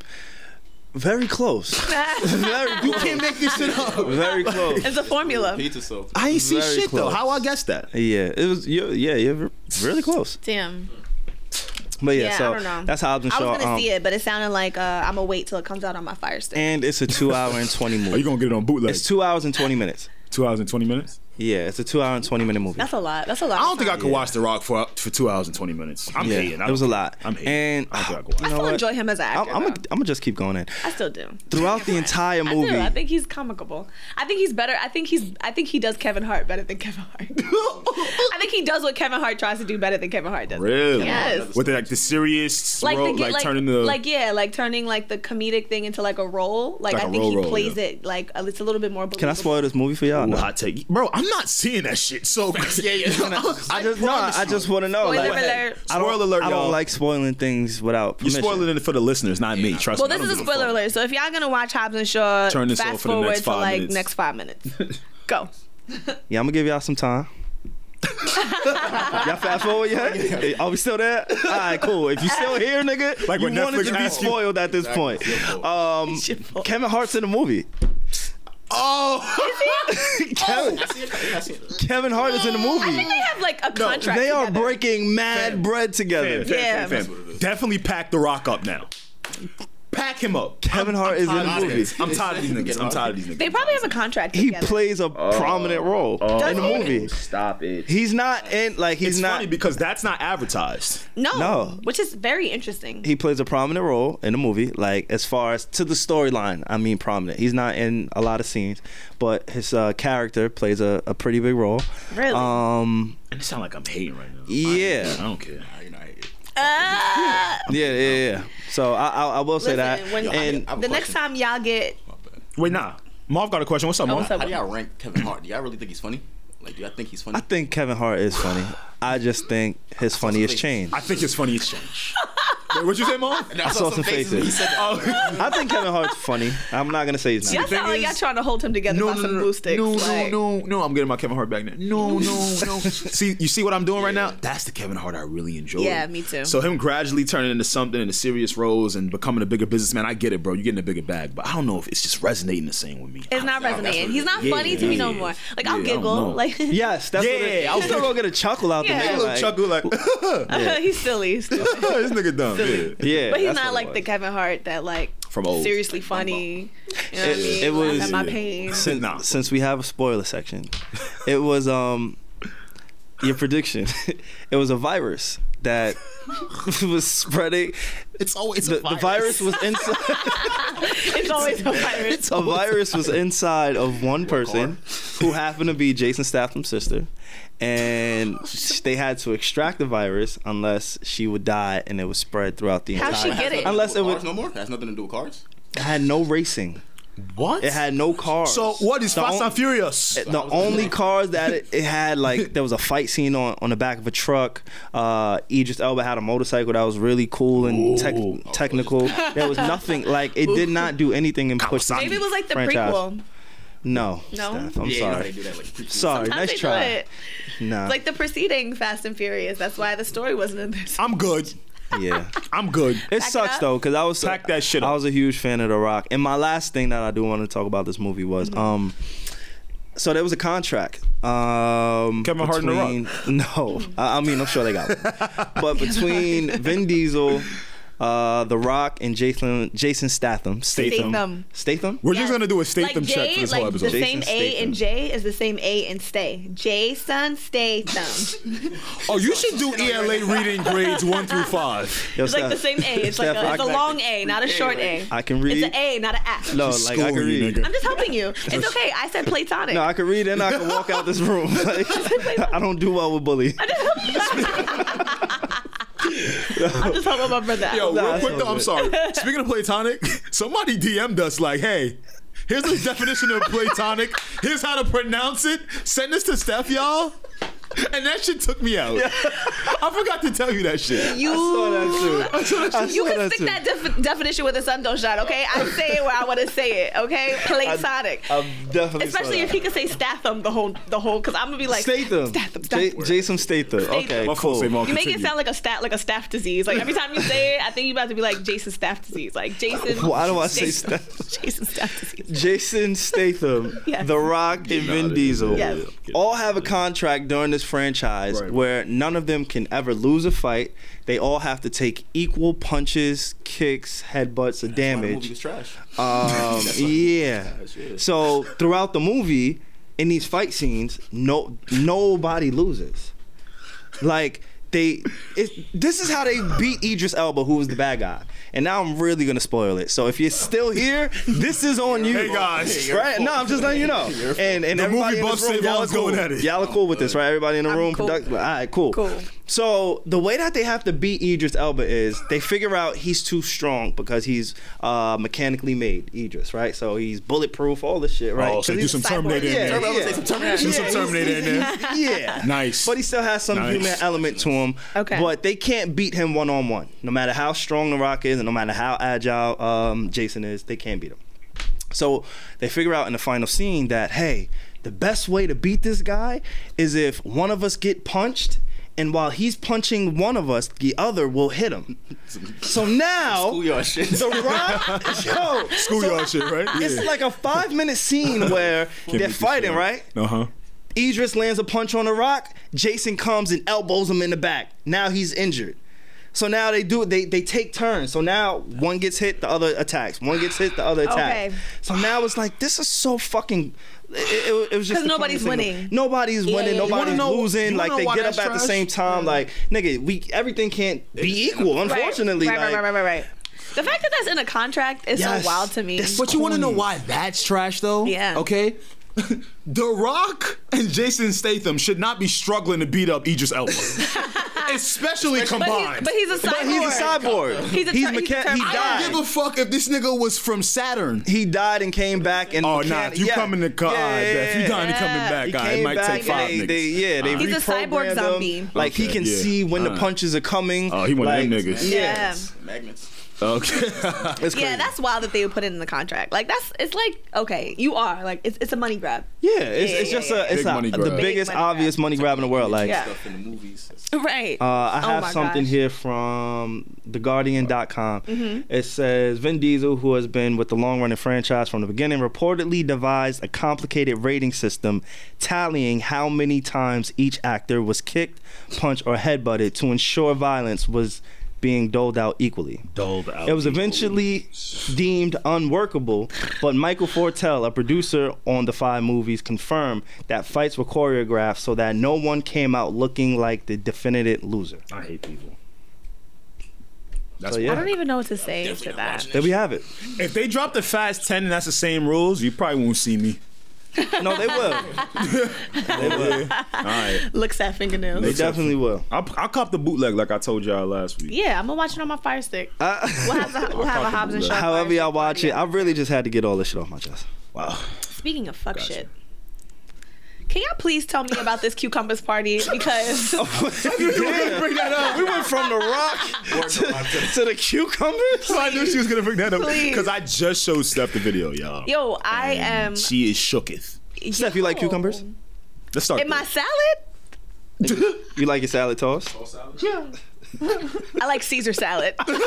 Speaker 1: Very
Speaker 3: *laughs*
Speaker 1: close. Very
Speaker 2: You
Speaker 1: close.
Speaker 2: can't make this shit up.
Speaker 1: Very close.
Speaker 3: It's a formula.
Speaker 4: Pizza so.
Speaker 2: I ain't see
Speaker 1: Very
Speaker 2: shit though.
Speaker 1: close.
Speaker 2: How I guess that?
Speaker 1: Yeah, it was. Yeah, yeah, yeah re- really close.
Speaker 3: Damn.
Speaker 1: But yeah,
Speaker 3: Yeah, I
Speaker 1: so
Speaker 3: don't know.
Speaker 1: that's Hobbs and
Speaker 3: I
Speaker 1: Shaw.
Speaker 3: was gonna
Speaker 1: um,
Speaker 3: see it, but it sounded like uh, I'm gonna wait till it comes out on my Fire Stick.
Speaker 1: And it's a
Speaker 2: *laughs*
Speaker 1: two hour and twenty
Speaker 2: Are you
Speaker 1: movie.
Speaker 2: gonna get it on bootleg?
Speaker 1: It's two hours and twenty minutes.
Speaker 2: two hours and twenty minutes.
Speaker 1: Yeah, it's a two hour and twenty minute movie.
Speaker 3: That's a lot. That's a lot.
Speaker 2: I don't think I could watch The Rock for for two hours and twenty minutes. I'm
Speaker 1: yeah,
Speaker 2: hating. I
Speaker 1: it was a
Speaker 2: don't-
Speaker 1: lot.
Speaker 2: I'm hating.
Speaker 1: And
Speaker 2: I don't think I could
Speaker 1: you
Speaker 2: watch it.
Speaker 1: know
Speaker 3: I still
Speaker 1: what?
Speaker 3: enjoy him as an
Speaker 1: I'm
Speaker 3: actor.
Speaker 1: I'm
Speaker 3: though.
Speaker 1: gonna just keep going in.
Speaker 3: I still do.
Speaker 1: Throughout the entire
Speaker 3: I
Speaker 1: movie,
Speaker 3: do. I think he's comical. I think he's better. I think he's. I think he does Kevin Hart better than Kevin
Speaker 2: *laughs*
Speaker 3: Hart. I think he does what Kevin Hart tries to do better than Kevin Hart does.
Speaker 2: Really?
Speaker 3: Yes.
Speaker 2: With the, like the serious
Speaker 3: Like,
Speaker 2: role,
Speaker 3: the,
Speaker 2: like,
Speaker 3: like
Speaker 2: turning the
Speaker 3: like yeah like turning like the comedic thing into like a role like,
Speaker 2: Like a
Speaker 3: I think
Speaker 2: role
Speaker 3: he
Speaker 2: role,
Speaker 3: plays
Speaker 2: yeah.
Speaker 3: it like a, it's a little bit more believable.
Speaker 1: can I spoil this movie for y'all?
Speaker 2: Ooh,
Speaker 1: No.
Speaker 2: hot take, bro. I'm not seeing that shit. So *laughs* yeah, yeah.
Speaker 1: I just no, I just want to know.
Speaker 3: Spoiler
Speaker 1: like,
Speaker 3: alert.
Speaker 1: I don't-
Speaker 2: Spoiler alert,
Speaker 1: I don't
Speaker 2: y'all.
Speaker 1: like spoiling things without
Speaker 2: You're
Speaker 1: permission.
Speaker 2: spoiling it for the listeners, not me. Trust
Speaker 3: Well,
Speaker 2: me. I
Speaker 3: this is
Speaker 2: don't
Speaker 3: a
Speaker 2: give
Speaker 3: spoiler
Speaker 2: fuck.
Speaker 3: alert. So if y'all gonna watch Hobbs and Shaw,
Speaker 2: Turn this off
Speaker 3: fast
Speaker 2: for the
Speaker 3: forward
Speaker 2: next
Speaker 3: to
Speaker 2: five
Speaker 3: like
Speaker 2: minutes.
Speaker 3: next five minutes. Go.
Speaker 1: Yeah, I'm gonna give y'all some
Speaker 3: *laughs*
Speaker 1: time. y'all fast forward yet? Are we still there? All right, cool. If you still here, nigga,
Speaker 2: Like
Speaker 1: you
Speaker 2: when
Speaker 1: wanted
Speaker 2: Netflix
Speaker 1: to be
Speaker 2: asked you.
Speaker 1: spoiled at this
Speaker 4: Exactly.
Speaker 1: point.
Speaker 4: It's your fault.
Speaker 1: Um,
Speaker 3: It's your fault.
Speaker 1: Kevin Hart's in the
Speaker 3: *laughs*
Speaker 1: movie.
Speaker 2: Oh,
Speaker 1: Kevin,
Speaker 4: I see it. I see it.
Speaker 1: Kevin Hart is in the
Speaker 3: I think they
Speaker 1: movie.
Speaker 3: have like a contract.
Speaker 1: They are
Speaker 3: together.
Speaker 1: breaking mad
Speaker 2: Fam.
Speaker 1: bread together.
Speaker 2: Fam, fam,
Speaker 3: Yeah.
Speaker 2: fam, fam. definitely pack the rock up now. Pack him up.
Speaker 1: Kevin Hart is in
Speaker 2: I'm
Speaker 1: the
Speaker 2: tired of
Speaker 1: movie.
Speaker 2: these niggas. I'm tired of these niggas. I'm tired of these niggas.
Speaker 3: They probably have a contract.
Speaker 1: He
Speaker 3: together.
Speaker 1: plays a
Speaker 2: Oh.
Speaker 1: prominent role in the
Speaker 3: Does he?
Speaker 1: movie.
Speaker 5: Stop it.
Speaker 1: He's not in like he's
Speaker 2: It's
Speaker 1: not.
Speaker 2: funny because that's not advertised.
Speaker 3: no,
Speaker 1: No.
Speaker 3: which is very interesting.
Speaker 1: he plays a prominent role in the movie like as far as to the storyline i mean prominent he's not in a lot of scenes but his uh, character plays a, a pretty big role
Speaker 3: Really?
Speaker 1: um
Speaker 2: And it sound like I'm hating right now.
Speaker 1: Yeah.
Speaker 2: I don't care.
Speaker 4: Nah, you know, I hate it.
Speaker 3: Ah!
Speaker 1: yeah yeah yeah so i i, I will say that
Speaker 3: Listen, when-
Speaker 1: and
Speaker 4: I have a
Speaker 3: the next
Speaker 4: question.
Speaker 3: time y'all get
Speaker 4: My bad.
Speaker 2: Wait, nah. Marv got a question. What's up, Marv?
Speaker 3: Oh, what's up?
Speaker 4: How do y'all rank Kevin Hart? Do y'all really think he's funny? Like, do you think he's funny?
Speaker 1: I think Kevin Hart is funny. I just think his funniest
Speaker 4: faces.
Speaker 1: changed.
Speaker 2: I think it's funny exchange. *laughs* Wait, what'd you say, mom?
Speaker 4: And
Speaker 1: I saw some
Speaker 4: when
Speaker 1: faces. Oh.
Speaker 4: He said that.
Speaker 1: I think Kevin Hart's funny. I'm not gonna say he's
Speaker 3: Y'all
Speaker 1: not.
Speaker 3: sound like
Speaker 2: thing
Speaker 3: y'all
Speaker 2: is-
Speaker 3: trying to hold him together
Speaker 2: No,
Speaker 3: by
Speaker 2: no,
Speaker 3: some
Speaker 2: no,
Speaker 3: glue sticks.
Speaker 2: no,
Speaker 3: like,
Speaker 2: no, no, no! I'm getting my Kevin Hart back now. No, no,
Speaker 3: *laughs*
Speaker 2: no. see, you see what I'm doing right now? That's the Kevin Hart I really enjoy.
Speaker 3: Yeah, me too.
Speaker 2: So him gradually turning into something into serious roles and becoming a bigger businessman. I get it, bro. You're getting a bigger bag, but I don't know if it's just resonating the same with me.
Speaker 3: It's not
Speaker 4: that's
Speaker 3: resonating.
Speaker 4: what it
Speaker 3: He's not
Speaker 2: is.
Speaker 3: funny
Speaker 2: Yeah,
Speaker 3: to me
Speaker 2: yeah,
Speaker 3: no
Speaker 2: yeah.
Speaker 3: more. Like
Speaker 2: Yeah,
Speaker 3: I'll
Speaker 2: I don't know.
Speaker 3: giggle. Like
Speaker 1: Yes, that's what it,
Speaker 2: Yeah, I
Speaker 1: you
Speaker 2: was-
Speaker 1: still gonna get a chuckle out
Speaker 3: Yeah.
Speaker 1: the nigga.
Speaker 3: Little
Speaker 1: like-
Speaker 2: chuckle like
Speaker 3: he's silly. He's stupid.
Speaker 2: *laughs* this nigga dumb. Yeah.
Speaker 1: Yeah,
Speaker 3: But he's
Speaker 1: that's what
Speaker 3: not
Speaker 1: it
Speaker 3: like the
Speaker 1: was.
Speaker 3: Kevin Hart that like
Speaker 2: From old.
Speaker 3: seriously funny. You know what I
Speaker 1: It-
Speaker 3: mean?
Speaker 1: it
Speaker 3: Laugh
Speaker 1: was-
Speaker 3: at my
Speaker 2: Yeah.
Speaker 3: pain.
Speaker 1: Since,
Speaker 2: Nah.
Speaker 1: since we have a spoiler section, it was um your prediction. *laughs* it was a virus that *laughs* was spreading.
Speaker 2: It's always
Speaker 1: The, the virus was inside.
Speaker 3: It's always a virus.
Speaker 1: *laughs* a virus was inside of one person who happened to be Jason Statham's sister, and sh- they had to extract the virus unless she would die and it was spread throughout the
Speaker 3: How'd
Speaker 1: entire.
Speaker 3: she get it?
Speaker 1: Unless it
Speaker 4: Cars
Speaker 1: was,
Speaker 4: no more. It has nothing to do with cars.
Speaker 1: it had no racing.
Speaker 2: What?
Speaker 1: It had no cars.
Speaker 2: so what is
Speaker 1: The
Speaker 2: Fast
Speaker 1: on-
Speaker 2: and Furious?
Speaker 1: the only cars that it, it had like there was a fight scene on, on the back of a truck. Uh, Idris Elba had a motorcycle that was really cool and tech, technical. There was nothing like it did not do anything in push.
Speaker 2: Kawasaki.
Speaker 3: Maybe it was like the
Speaker 1: Franchise.
Speaker 3: prequel.
Speaker 1: No,
Speaker 3: No?
Speaker 1: Steph, I'm
Speaker 4: Yeah, you know how
Speaker 1: sorry.
Speaker 4: they do that, like, prequel.
Speaker 1: Sorry,
Speaker 3: Sometimes
Speaker 1: nice
Speaker 3: they
Speaker 1: try.
Speaker 3: do it.
Speaker 1: Nah,
Speaker 3: Like *laughs* the preceding Fast and Furious. That's why the story wasn't in there.
Speaker 2: I'm good.
Speaker 1: yeah.
Speaker 2: I'm good.
Speaker 1: It
Speaker 3: Pack it
Speaker 1: sucks
Speaker 3: up.
Speaker 1: though, cause I was
Speaker 2: Pack that shit
Speaker 1: I
Speaker 2: up.
Speaker 1: was a huge fan of The Rock. And my last thing that I do want to talk about this movie was
Speaker 3: Mm-hmm.
Speaker 1: um, so there was a contract. Um,
Speaker 2: Kevin Hart and The Rock.
Speaker 1: between, *laughs* No, I, I mean I'm sure they got one, but
Speaker 3: *laughs*
Speaker 1: between Vin Diesel, uh, The Rock, and Jason Jason Statham, Statham,
Speaker 2: Statham.
Speaker 3: Statham.
Speaker 1: Statham.
Speaker 2: We're
Speaker 3: Yes.
Speaker 2: just gonna do a Statham
Speaker 3: J,
Speaker 2: check for this
Speaker 3: like
Speaker 2: whole episode.
Speaker 3: The same
Speaker 1: Jason
Speaker 3: A
Speaker 1: Statham.
Speaker 3: and J is the same A and stay. Jason Statham.
Speaker 2: Oh, you should do ELA reading grades one through five.
Speaker 1: Yo,
Speaker 3: It's like the
Speaker 1: Steph,
Speaker 3: same A. It's like
Speaker 1: Steph,
Speaker 3: a, it's a
Speaker 1: I-
Speaker 3: long A, not a short A.
Speaker 1: I can
Speaker 3: It's
Speaker 1: read.
Speaker 3: an A, not an F.
Speaker 1: No,
Speaker 2: She's
Speaker 1: like I can
Speaker 2: schooling you,
Speaker 1: read.
Speaker 2: nigga.
Speaker 3: I'm just helping you. It's okay. I said platonic.
Speaker 1: No, I can read and I can walk out this
Speaker 3: *laughs*
Speaker 1: room. *laughs* Like, I don't do well with bullying.
Speaker 3: I'm just helping my brother. out.
Speaker 2: Yo,
Speaker 1: Nah,
Speaker 2: real
Speaker 1: that's
Speaker 2: quick
Speaker 1: all
Speaker 2: though, I'm
Speaker 1: good.
Speaker 2: sorry.
Speaker 1: *laughs*
Speaker 2: Speaking of platonic, somebody DM'd us like, hey,
Speaker 1: *laughs*
Speaker 2: here's the definition of platonic. Here's how to pronounce it. Send this to Steph, y'all. And that shit took me out. I forgot to tell you that shit.
Speaker 3: you *laughs*
Speaker 1: I saw that too. I
Speaker 3: You
Speaker 1: saw
Speaker 3: can stick
Speaker 1: too.
Speaker 3: that def- definition where the sun don't shine, okay? I say it where I want to say
Speaker 1: *laughs*
Speaker 3: it, okay? Platonic.
Speaker 1: I'm definitely saw
Speaker 3: Especially
Speaker 1: that.
Speaker 3: if he could say Statham the whole, the whole, because I'm gonna be like
Speaker 1: Statham.
Speaker 3: Statham,
Speaker 1: J-
Speaker 3: Statham.
Speaker 1: Jason Statham. Okay,
Speaker 2: My
Speaker 1: cool.
Speaker 2: fault, Savon,
Speaker 3: you make it
Speaker 2: continue.
Speaker 3: sound like a stat, like a staff disease. Like every time you say it, I think you about to be like Jason Staff disease, like Jason.
Speaker 1: Why do I say
Speaker 3: Jason- *laughs*
Speaker 1: Staff?
Speaker 3: Jason Staff disease.
Speaker 1: Jason Statham,
Speaker 3: *laughs* Yes.
Speaker 1: The Rock, and Vin Diesel
Speaker 3: Yes.
Speaker 1: all have a contract during this franchise
Speaker 2: Right.
Speaker 1: where none of them can ever lose a fight. They all have to take equal punches, kicks, headbutts, or
Speaker 4: Why The movie
Speaker 1: damage.
Speaker 4: was trash.
Speaker 1: *laughs* Um, yeah.
Speaker 4: yeah.
Speaker 1: So throughout the movie, in these fight scenes, no nobody loses. Like they, it, this is how they beat Idris Elba, who was the bad guy. And now I'm really gonna spoil it. So if you're still here, this is on you.
Speaker 2: Hey, guys.
Speaker 1: Right? No, I'm just letting you know. And and
Speaker 2: The
Speaker 1: everybody
Speaker 2: movie
Speaker 1: in
Speaker 2: buff
Speaker 1: this room,
Speaker 2: said
Speaker 1: y'all are
Speaker 2: y'all's
Speaker 1: cool.
Speaker 2: going at it.
Speaker 1: Y'all are cool with this, right? Everybody in the
Speaker 3: I'm
Speaker 1: room.
Speaker 3: cool.
Speaker 1: Product, all right, cool.
Speaker 3: Cool.
Speaker 1: So the way that they have to beat Idris Elba is they figure out he's too strong because he's uh, mechanically made, Idris, right? So he's bulletproof, all this shit, right?
Speaker 2: Oh, so
Speaker 1: 'Cause
Speaker 2: do
Speaker 1: he's-
Speaker 2: some
Speaker 3: Cyborg.
Speaker 2: Terminator in
Speaker 1: Yeah,
Speaker 2: there.
Speaker 1: yeah.
Speaker 4: Terminator, say some Terminator.
Speaker 2: Do some Terminator in
Speaker 1: *laughs*
Speaker 2: there. *laughs*
Speaker 1: yeah.
Speaker 2: Nice.
Speaker 1: But he still has some
Speaker 2: Nice.
Speaker 1: human element to him.
Speaker 3: Okay.
Speaker 1: But they can't beat him one on one. No matter how strong The Rock is and no matter how agile um, Jason is, they can't beat him. So they figure out in the final scene that, hey, the best way to beat this guy is if one of us get punched. And while he's punching one of us, the other will hit him. So
Speaker 2: *laughs*
Speaker 1: now,
Speaker 4: Schoolyard shit.
Speaker 1: Oh. *laughs* The Rock, yo,
Speaker 2: Schoolyard shit, right?
Speaker 1: *laughs* it's like a five-minute scene where they're
Speaker 2: beat this
Speaker 1: fighting,
Speaker 2: shit.
Speaker 1: right?
Speaker 2: Uh huh.
Speaker 1: Idris lands a punch on the rock. Jason comes and elbows him in the back. Now he's injured. So now they do they they take turns. So now one gets hit, the other attacks. One gets hit, the other attacks.
Speaker 3: *sighs* Okay.
Speaker 1: So now it's like this is so fucking. It, it- it was just
Speaker 3: 'Cause
Speaker 1: the
Speaker 3: nobody's
Speaker 1: funniest thing.
Speaker 3: winning.
Speaker 1: Nobody's
Speaker 3: Yeah,
Speaker 1: winning.
Speaker 3: yeah, yeah.
Speaker 1: Nobody's
Speaker 2: You wanna know-
Speaker 1: losing.
Speaker 2: you
Speaker 1: Like
Speaker 2: wanna
Speaker 1: they
Speaker 2: know why
Speaker 1: get up
Speaker 2: that's
Speaker 1: at the
Speaker 2: trash?
Speaker 1: same time. Like nigga, we everything can't be equal.
Speaker 3: Right,
Speaker 1: Unfortunately,
Speaker 3: right,
Speaker 1: like,
Speaker 3: right, right, right, right. The fact that that's in a contract is
Speaker 1: Yes.
Speaker 3: so wild to me.
Speaker 1: That's-
Speaker 3: That's,
Speaker 1: But
Speaker 5: But you want to know
Speaker 1: corny.
Speaker 5: why that's trash though?
Speaker 3: Yeah.
Speaker 5: Okay. *laughs*
Speaker 3: *laughs*
Speaker 2: The Rock and Jason Statham should not be struggling to beat up Idris Elba.
Speaker 5: especially combined.
Speaker 3: But, he's, but he's a cyborg.
Speaker 1: But he's a cyborg.
Speaker 3: He's a
Speaker 1: he's
Speaker 3: tur- he's a
Speaker 1: mecha-
Speaker 3: turtle.
Speaker 1: he
Speaker 3: I
Speaker 5: I
Speaker 1: died.
Speaker 5: don't give a fuck if this nigga was from Saturn.
Speaker 1: he died and came back and
Speaker 5: Oh,
Speaker 1: mechan-
Speaker 5: nah, if you
Speaker 1: yeah.
Speaker 5: coming to cut,
Speaker 1: yeah, yeah,
Speaker 5: if you
Speaker 1: yeah.
Speaker 5: dying to coming back,
Speaker 1: He
Speaker 5: all right,
Speaker 1: came
Speaker 5: it might
Speaker 1: back
Speaker 5: take five
Speaker 1: and they,
Speaker 5: niggas.
Speaker 1: they- yeah, they
Speaker 3: He's a cyborg
Speaker 1: reprogrammed him.
Speaker 3: zombie.
Speaker 1: Like he
Speaker 2: Okay,
Speaker 1: can
Speaker 2: yeah.
Speaker 1: see when the
Speaker 2: Alright.
Speaker 1: punches are coming.
Speaker 2: Oh, he one of
Speaker 1: like,
Speaker 2: them niggas.
Speaker 1: Yeah,
Speaker 3: Yeah.
Speaker 4: Magnets.
Speaker 2: Ah. Okay.
Speaker 1: it's crazy.
Speaker 3: Yeah, that's wild that they would put it in the contract. Like that's it's like okay, you are like it's it's a money
Speaker 4: *laughs*
Speaker 3: grab.
Speaker 1: yeah. It's,
Speaker 3: Yeah,
Speaker 1: it's
Speaker 3: yeah,
Speaker 1: just
Speaker 3: yeah.
Speaker 1: a it's
Speaker 5: Big
Speaker 1: a,
Speaker 5: money
Speaker 1: the
Speaker 5: grab.
Speaker 1: biggest
Speaker 3: Big money grab.
Speaker 1: obvious money grab in the world. Like
Speaker 3: Yeah.
Speaker 4: Stuff in the movies. It's-
Speaker 3: Right.
Speaker 1: Uh, I
Speaker 3: Oh
Speaker 1: have
Speaker 3: my
Speaker 1: something
Speaker 3: gosh.
Speaker 1: here from TheGuardian.com.
Speaker 3: Mm-hmm.
Speaker 1: It says Vin Diesel, who has been with the long running franchise from the beginning, reportedly devised a complicated rating system tallying how many times each actor was kicked, punched, or headbutted to ensure violence was being doled out equally.
Speaker 2: Doled out
Speaker 1: It was eventually deemed unworkable, but Michael Fortell, a producer on the five movies, confirmed that fights were choreographed so that no one came out looking like the definitive loser.
Speaker 2: I hate people.
Speaker 1: So
Speaker 3: I
Speaker 1: yeah,
Speaker 3: don't even know what to say to
Speaker 4: Definitely not
Speaker 3: that.
Speaker 4: watching
Speaker 1: there we have it.
Speaker 2: If they drop the Fast Ten and that's the same rules, you probably won't see me.
Speaker 1: No, they will.
Speaker 2: All right.
Speaker 3: Looks at fingernails.
Speaker 1: They definitely will.
Speaker 2: I'll, I'll cop the bootleg like I told y'all last week.
Speaker 3: yeah, I'm gonna watch it on my fire stick. we'll have, a, we'll have a Hobbs and Shaw.
Speaker 1: *laughs*
Speaker 3: Fire
Speaker 1: However y'all
Speaker 3: Stick
Speaker 1: watch
Speaker 3: party.
Speaker 1: it, I really just had to get all this shit off my chest.
Speaker 2: Wow.
Speaker 3: Speaking of fuck shit. Can y'all please tell me about this
Speaker 1: *laughs*
Speaker 3: cucumbers party? Because
Speaker 1: Oh. bring that up. We went from *laughs* the rock to, to the cucumbers.
Speaker 2: I knew she was gonna bring that up
Speaker 3: Please.
Speaker 2: because I just showed Steph the video, y'all.
Speaker 3: yo, I am.
Speaker 2: She is shooketh.
Speaker 1: Steph, you like cucumbers?
Speaker 2: Let's start.
Speaker 3: In my
Speaker 2: there.
Speaker 3: salad,
Speaker 1: You like your salad toss?
Speaker 3: I like Caesar salad. *laughs* okay,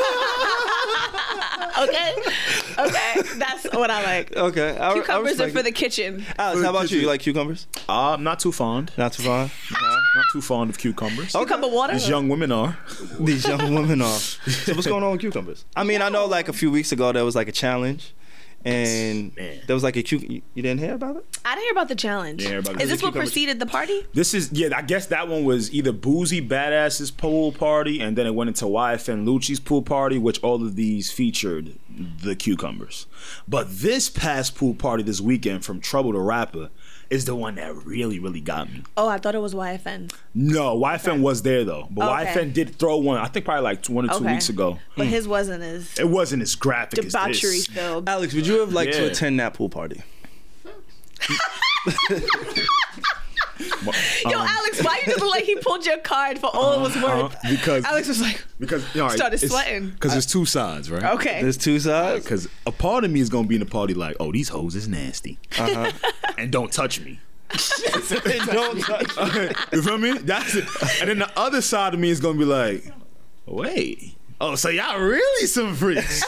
Speaker 3: okay, that's what I like.
Speaker 1: Okay. I,
Speaker 3: Cucumbers are for the kitchen.
Speaker 1: Alex, how about you? You like cucumbers?
Speaker 2: Uh, I'm not too fond.
Speaker 1: Not too far.
Speaker 2: Not too fond of cucumbers.
Speaker 3: Cucumber water.
Speaker 2: These young women are.
Speaker 1: These young women are. So what's going on with cucumbers? I mean, I know like a few weeks ago there was like a challenge. And
Speaker 2: Man.
Speaker 1: there was like a cuc. You you didn't hear about it?
Speaker 3: I didn't hear about the challenge.
Speaker 2: hear about
Speaker 3: Is
Speaker 2: the
Speaker 3: this what
Speaker 2: cucumbers.
Speaker 3: preceded the party?
Speaker 2: This is yeah. I guess that one was either Boozy Badass's pool party, and then it went into YFN Lucci's pool party, which all of these featured the cucumbers. But this past pool party this weekend from Trouble to Rapper is the one that really, really got me.
Speaker 3: Oh, I thought it was YFN.
Speaker 2: No, YFN was there though, but
Speaker 3: Okay.
Speaker 2: YFN did throw one. I think probably like one or two
Speaker 3: Okay.
Speaker 2: weeks ago.
Speaker 3: But his wasn't as
Speaker 2: It wasn't as graphic as
Speaker 3: debauchery
Speaker 2: this.
Speaker 3: filled.
Speaker 1: Alex, would you have liked to
Speaker 2: Yeah.
Speaker 1: attend that pool party?
Speaker 3: Yo,
Speaker 2: Um,
Speaker 3: Alex, why you just look
Speaker 2: *laughs*
Speaker 3: like he pulled your card for all it was
Speaker 2: Uh-huh.
Speaker 3: worth?
Speaker 5: Huh? Because
Speaker 3: Alex was like,
Speaker 5: because all right,
Speaker 3: started
Speaker 5: it's-
Speaker 3: sweating.
Speaker 5: Because there's two sides, right?
Speaker 3: okay.
Speaker 1: There's two sides.
Speaker 5: Because a part of me is gonna be in the party like, oh, these hoes is nasty,
Speaker 1: Uh-huh.
Speaker 5: *laughs* and don't touch me.
Speaker 1: *laughs*
Speaker 5: *laughs*
Speaker 1: Don't touch me.
Speaker 5: you feel me? That's it. And then the other side of me is gonna be like, wait. Oh, so y'all really some
Speaker 1: *laughs*
Speaker 5: freaks.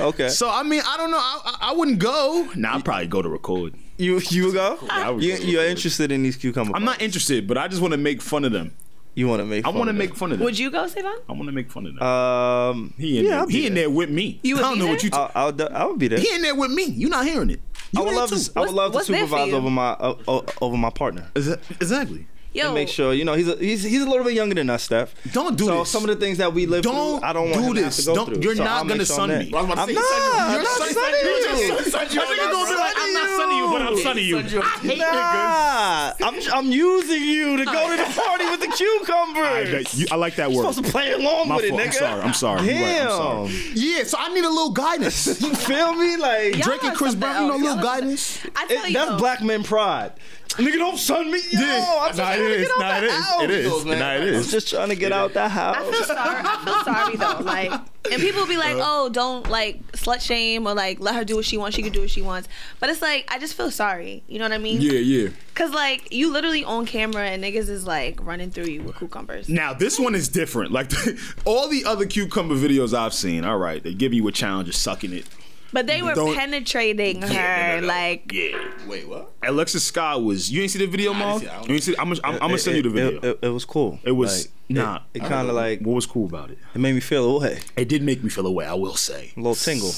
Speaker 1: Okay.
Speaker 5: so I mean, I don't know. I, I, I wouldn't go. Nah, I'd probably go to record.
Speaker 1: You you go.
Speaker 5: I would
Speaker 1: you,
Speaker 5: go.
Speaker 1: you're interested in these cucumber.
Speaker 2: I'm not interested, but I just want to make fun of them.
Speaker 1: You want to make.
Speaker 2: I
Speaker 1: fun
Speaker 2: want to
Speaker 1: of
Speaker 2: make fun of them.
Speaker 3: Would you go, Savon?
Speaker 2: I want to make fun of them.
Speaker 1: that. Um.
Speaker 2: he in
Speaker 1: yeah,
Speaker 2: there,
Speaker 1: I'll be
Speaker 2: he in there with me. I
Speaker 3: You would
Speaker 2: don't
Speaker 3: be
Speaker 2: know what
Speaker 3: there?
Speaker 2: you. T-
Speaker 1: I'll, I'll, do- I would be there.
Speaker 5: He in there with me. You're not hearing it. You
Speaker 1: Uh, I would
Speaker 5: there
Speaker 1: love
Speaker 5: too.
Speaker 1: to. I would love to
Speaker 3: what's there for
Speaker 1: supervise
Speaker 3: you?
Speaker 1: over my uh, uh, over my partner
Speaker 5: Exa- Exactly.
Speaker 3: Yo,
Speaker 1: and make sure you know he's a, he's he's a little bit younger than us, Steph.
Speaker 5: Don't do
Speaker 1: so
Speaker 5: this.
Speaker 1: some of the things that we live
Speaker 5: Don't
Speaker 1: through, I don't want
Speaker 5: do
Speaker 1: him to have
Speaker 5: this.
Speaker 1: to go
Speaker 5: Don't-
Speaker 1: through.
Speaker 5: you're
Speaker 1: So
Speaker 5: not
Speaker 1: I'll make
Speaker 5: gonna
Speaker 1: sure I'm
Speaker 5: sun
Speaker 1: there.
Speaker 5: me.
Speaker 4: I was about to
Speaker 1: I'm
Speaker 4: say,
Speaker 1: not.
Speaker 4: son,
Speaker 1: I'm
Speaker 4: you're
Speaker 1: not
Speaker 4: son-
Speaker 1: sunning
Speaker 4: you.
Speaker 1: you.
Speaker 4: Son- son- you.
Speaker 1: That nigga gonna be like,
Speaker 2: I'm not
Speaker 1: you.
Speaker 2: sunning you, but I'm sunning you.
Speaker 4: Son, you.
Speaker 1: Nah, I'm I'm using you to go to the party with the cucumber.
Speaker 2: I, bet you- I like that
Speaker 1: You're
Speaker 2: word.
Speaker 1: supposed to play along
Speaker 2: My
Speaker 1: with
Speaker 2: fault.
Speaker 1: it,
Speaker 2: I'm
Speaker 1: nigga.
Speaker 2: sorry. I'm sorry. You're right. I'm sorry.
Speaker 1: Damn.
Speaker 5: Yeah. So I need a little
Speaker 2: *laughs*
Speaker 5: guidance.
Speaker 1: You feel me? Like
Speaker 3: Y'all
Speaker 5: Drake and
Speaker 3: are
Speaker 5: Chris
Speaker 3: something
Speaker 5: Brown, you know,
Speaker 3: else.
Speaker 5: little
Speaker 3: Y'all are
Speaker 5: guidance.
Speaker 3: something- I tell
Speaker 1: it-
Speaker 3: you,
Speaker 1: that's
Speaker 3: though,
Speaker 1: black men pride. Nigga, don't sun me. Yo, I'm just
Speaker 5: Nah,
Speaker 1: trying
Speaker 5: it
Speaker 1: to
Speaker 5: is.
Speaker 1: get out
Speaker 5: Nah,
Speaker 1: the
Speaker 5: it is.
Speaker 1: house.
Speaker 5: It is.
Speaker 4: Those, man.
Speaker 5: Nah, it
Speaker 1: I'm
Speaker 5: is.
Speaker 1: just trying to get out the
Speaker 3: I feel
Speaker 1: house.
Speaker 3: sorry. I feel sorry though. Like, and people be like, "Oh, don't like slut shame or like let her do what she wants. She can do what she wants." But it's like I just feel sorry. You know what I mean?
Speaker 5: Yeah, yeah.
Speaker 3: Cause like you literally on camera and niggas is like running through you with cucumbers.
Speaker 2: Now this one is different. Like *laughs* all the other cucumber videos I've seen, all right, they give you a challenge of sucking it.
Speaker 3: But they were
Speaker 2: Don't-
Speaker 3: penetrating her.
Speaker 2: no, no.
Speaker 3: Like
Speaker 2: Yeah.
Speaker 4: Wait, what?
Speaker 2: Alexis Scott was. You ain't see the video, Mom?
Speaker 4: see
Speaker 2: You
Speaker 4: that.
Speaker 2: ain't see? I'm. gonna- I'm,
Speaker 5: Eh,
Speaker 2: I'm gonna send you
Speaker 1: it,
Speaker 2: the video.
Speaker 1: It, it- it was cool.
Speaker 2: It was- nah.
Speaker 1: It, kind of like
Speaker 2: what was cool about it?
Speaker 1: it made me feel away,
Speaker 2: It did make me feel away. I will say.
Speaker 1: a little tingle.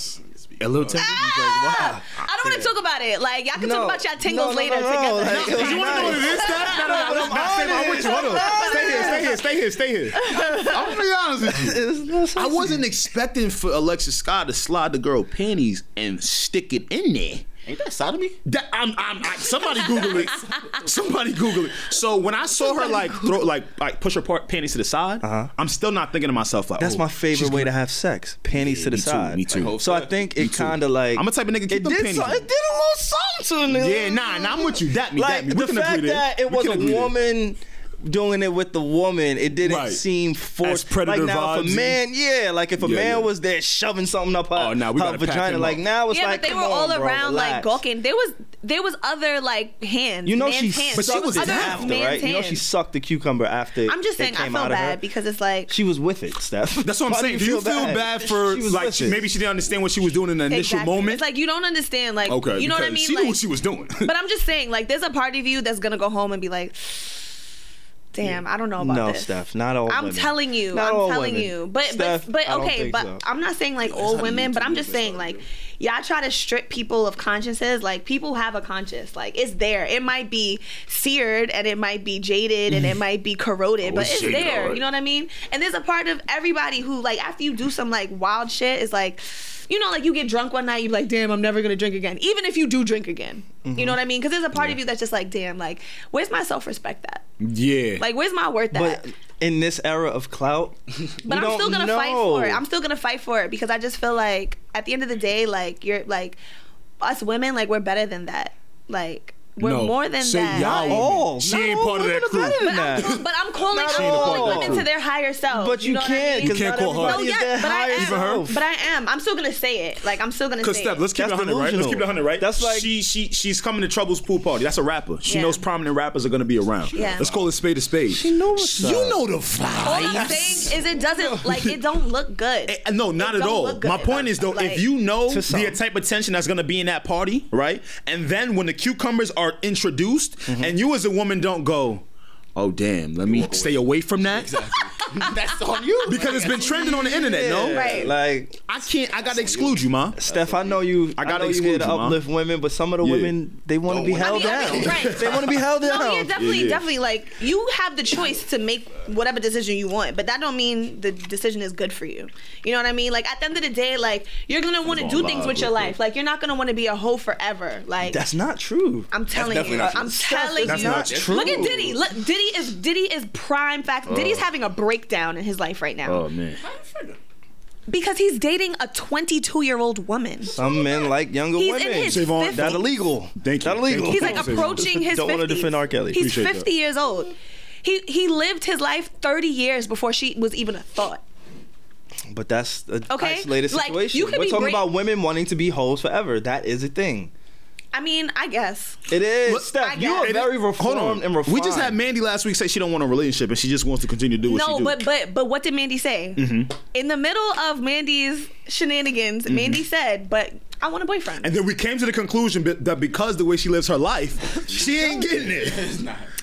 Speaker 2: A little
Speaker 1: Uh,
Speaker 2: tingle.
Speaker 3: ah! I don't want to talk about it. Like y'all can talk about y'all tingles later. together.
Speaker 1: like, it was nice.
Speaker 5: is,
Speaker 1: *laughs*
Speaker 5: Steph? No,
Speaker 1: no, no, I'm saying- I'm with you. Hold on.
Speaker 5: Stay here, stay here, stay here, stay here. I'm gonna be honest with
Speaker 2: *laughs*
Speaker 5: you. I wasn't expecting for Alexis Scott to slide the girl panties and stick it in there.
Speaker 4: Ain't that sodomy?
Speaker 2: That, I'm, I'm, I, somebody
Speaker 1: *laughs*
Speaker 2: Google it. Somebody Google it. So when I saw her like throw, like, like push her part, panties to the side,
Speaker 1: Uh-huh.
Speaker 2: I'm still not thinking to myself like,
Speaker 1: That's
Speaker 2: oh,
Speaker 1: my favorite
Speaker 2: she's
Speaker 1: way to
Speaker 2: gonna-
Speaker 1: have sex. Panties to the
Speaker 2: me too,
Speaker 1: side.
Speaker 2: me too.
Speaker 1: So I think it kind of like
Speaker 2: I'm a type of nigga keep
Speaker 1: it
Speaker 2: them
Speaker 1: did,
Speaker 2: panties.
Speaker 1: so, it did a little something to a nigga.
Speaker 2: Yeah, nah, nah, I'm with you. That me,
Speaker 1: Like
Speaker 2: that me.
Speaker 1: the
Speaker 2: We can
Speaker 1: fact
Speaker 2: agree there.
Speaker 1: that it
Speaker 2: We
Speaker 1: was
Speaker 2: can
Speaker 1: a
Speaker 2: agree there.
Speaker 1: woman doing it with the woman, it didn't
Speaker 2: Right.
Speaker 1: seem
Speaker 2: As
Speaker 1: forced.
Speaker 2: predator
Speaker 1: like now, if
Speaker 2: vibes
Speaker 1: a
Speaker 2: and-
Speaker 1: man, yeah, like if a
Speaker 2: Yeah,
Speaker 1: man
Speaker 2: yeah.
Speaker 1: was there shoving something up her,
Speaker 2: Oh, nah, we
Speaker 1: her
Speaker 2: gotta pack
Speaker 1: vagina,
Speaker 2: him
Speaker 1: like
Speaker 2: up.
Speaker 1: now it's
Speaker 3: yeah,
Speaker 1: like
Speaker 3: but they
Speaker 1: come
Speaker 3: were
Speaker 1: on,
Speaker 3: all
Speaker 1: bro,
Speaker 3: around like
Speaker 1: relax.
Speaker 3: gawking. There was there was other like hands.
Speaker 1: You know
Speaker 3: man's
Speaker 1: she
Speaker 3: hands.
Speaker 1: sucked
Speaker 3: There
Speaker 1: the
Speaker 3: other
Speaker 1: after,
Speaker 3: man's
Speaker 1: right? You know
Speaker 3: hands.
Speaker 1: she sucked the cucumber after.
Speaker 3: I'm just
Speaker 1: it
Speaker 3: saying, I
Speaker 1: came
Speaker 3: feel
Speaker 1: out of her.
Speaker 3: bad because it's like
Speaker 1: She was with it, Steph.
Speaker 2: That's what I'm
Speaker 1: Why
Speaker 2: saying. Do you feel bad, for
Speaker 1: She was
Speaker 2: like
Speaker 1: with it.
Speaker 2: maybe she didn't understand what she was doing in the initial
Speaker 3: exactly.
Speaker 2: moment?
Speaker 3: It's like you don't understand. Like
Speaker 2: okay,
Speaker 3: you know what I
Speaker 2: because
Speaker 3: mean?
Speaker 2: She
Speaker 3: like,
Speaker 2: knew what she was
Speaker 3: *laughs*
Speaker 2: doing.
Speaker 3: But I'm just saying, like, there's a part of you that's gonna go home and be like, "Damn, I don't know about
Speaker 1: No,
Speaker 3: this."
Speaker 1: Steph, not all.
Speaker 3: I'm
Speaker 1: women.
Speaker 3: telling you,
Speaker 1: Not all
Speaker 3: I'm telling
Speaker 1: women.
Speaker 3: you. But
Speaker 1: Steph,
Speaker 3: but
Speaker 1: I
Speaker 3: but
Speaker 1: don't
Speaker 3: okay,
Speaker 1: think
Speaker 3: but
Speaker 1: so.
Speaker 3: I'm not saying like all
Speaker 4: how you
Speaker 3: women, but I'm
Speaker 4: do
Speaker 3: just
Speaker 4: this,
Speaker 3: saying
Speaker 4: how you
Speaker 3: like y'all try to strip people of consciences. Like people have a conscience. Like it's there. It might be seared and it might be jaded and it
Speaker 1: Mm.
Speaker 3: might be corroded, but it's
Speaker 2: shit,
Speaker 3: there.
Speaker 2: alright.
Speaker 3: You know what I mean? And there's a part of everybody who like after you do some like wild shit, it's like you know, like you get drunk one night, you're like, damn, I'm never gonna drink again. Even if you do drink again,
Speaker 1: Mm-hmm.
Speaker 3: you know what I mean? Because there's a part of you that's just like, damn, like, where's my self respect at?
Speaker 2: yeah.
Speaker 3: Like, where's my worth at?
Speaker 1: But in this era of clout,
Speaker 3: But I'm still gonna fight for it. I'm still gonna fight for it because I just feel like at the end of the day, like you're like us women, like we're better than that. Like we're
Speaker 2: No.
Speaker 3: more than
Speaker 2: Say
Speaker 3: that.
Speaker 2: y'all
Speaker 1: Not all.
Speaker 2: She
Speaker 1: Not
Speaker 2: ain't
Speaker 1: all
Speaker 2: part of that
Speaker 1: women are
Speaker 2: crew.
Speaker 1: better than
Speaker 3: But I'm,
Speaker 1: that.
Speaker 3: call- but I'm calling
Speaker 1: Not
Speaker 3: all
Speaker 1: all.
Speaker 3: women to their higher self.
Speaker 1: But you
Speaker 3: know what I
Speaker 1: can't
Speaker 3: mean?
Speaker 1: because not
Speaker 2: can't call her.
Speaker 1: everybody is
Speaker 3: No, yes,
Speaker 1: that
Speaker 3: but I
Speaker 1: high
Speaker 3: am.
Speaker 1: as herself.
Speaker 3: But I am. I'm still gonna say it. Like I'm still gonna say
Speaker 2: Cause Steph,
Speaker 3: it.
Speaker 2: let's keep
Speaker 1: That's
Speaker 2: it hundred, right? Let's keep it hundred, right?
Speaker 1: That's like-
Speaker 2: she she she's coming to Trouble's pool party. That's a rapper. She
Speaker 3: Yeah.
Speaker 2: knows prominent rappers are gonna be around.
Speaker 3: Yeah.
Speaker 2: Let's call it spade a spade. She
Speaker 1: know what's
Speaker 2: You
Speaker 1: up.
Speaker 2: know the
Speaker 3: all
Speaker 2: vibe.
Speaker 3: I'm saying is it doesn't like it don't look good.
Speaker 2: Eh, No, not at
Speaker 3: don't
Speaker 2: all.
Speaker 3: look good.
Speaker 2: My point is though,
Speaker 3: Like-
Speaker 2: if you know
Speaker 1: To some.
Speaker 2: the type of tension that's gonna be in that party, right? And then when the cucumbers are introduced, and you as a woman don't go, oh damn, let me stay away from that.
Speaker 4: *laughs* That's on *laughs* you.
Speaker 2: *laughs* Because it's been trending on the internet, no?
Speaker 3: Right.
Speaker 1: Like
Speaker 2: I can't. I gotta exclude you, ma.
Speaker 1: Steph, I know you. I,
Speaker 2: I gotta
Speaker 1: know you here
Speaker 2: exclude
Speaker 1: to
Speaker 2: you, Ma.
Speaker 1: uplift women, but some of the
Speaker 2: Yeah.
Speaker 1: women they want to be
Speaker 4: want-
Speaker 1: held
Speaker 3: I mean,
Speaker 1: down.
Speaker 3: right.
Speaker 1: They want to be held down.
Speaker 3: No, yeah, definitely,
Speaker 2: yeah.
Speaker 3: definitely. Like you have the choice to make whatever decision you want, but that don't mean the decision is good for you. You know what I mean? Like at the end of the day, like you're gonna want to do things with your life. Like you're not gonna want to be a hoe forever. Like
Speaker 1: That's not true.
Speaker 3: I'm telling
Speaker 4: definitely
Speaker 3: you,
Speaker 4: not true.
Speaker 3: I'm
Speaker 1: Steph,
Speaker 3: telling
Speaker 1: that's
Speaker 3: you.
Speaker 1: not true. Uh.
Speaker 3: Look at Diddy. Look, Diddy is Diddy is prime fact. Diddy's having a breakdown in his life right now
Speaker 2: Oh man.
Speaker 3: because he's dating a 22 year old woman.
Speaker 1: Some men like younger
Speaker 3: He's
Speaker 1: women.
Speaker 3: in his
Speaker 2: Siobhan,
Speaker 3: 50s.
Speaker 1: That illegal.
Speaker 2: Thank you.
Speaker 1: That illegal.
Speaker 3: He's
Speaker 2: Don't
Speaker 3: like
Speaker 2: say
Speaker 3: approaching his.
Speaker 1: Don't wanna
Speaker 3: 50s.
Speaker 1: defend R. Kelly.
Speaker 3: He's
Speaker 2: Appreciate that.
Speaker 3: 50 years old. He he lived his life 30 years before she was even a thought.
Speaker 1: But that's an
Speaker 3: Okay?
Speaker 1: isolated
Speaker 3: Like,
Speaker 1: situation.
Speaker 3: you could
Speaker 1: We're
Speaker 3: be
Speaker 1: talking
Speaker 3: great-
Speaker 1: about women wanting to be hoes forever. That is a thing.
Speaker 3: I mean, I guess.
Speaker 1: It is.
Speaker 2: Look,
Speaker 1: Steph,
Speaker 3: I
Speaker 1: you
Speaker 3: got
Speaker 1: are
Speaker 3: it.
Speaker 1: very reformed
Speaker 2: Hold on.
Speaker 1: and refined.
Speaker 2: We just had Mandy last week say she don't want a relationship and she just wants to continue to do what she
Speaker 3: no,
Speaker 2: do. Mm-hmm.
Speaker 3: but but but what did Mandy say? In the middle of Mandy's shenanigans, Mandy said, "But I want a boyfriend."
Speaker 2: and then we came to the conclusion be- that because the way she lives her life, she ain't getting it.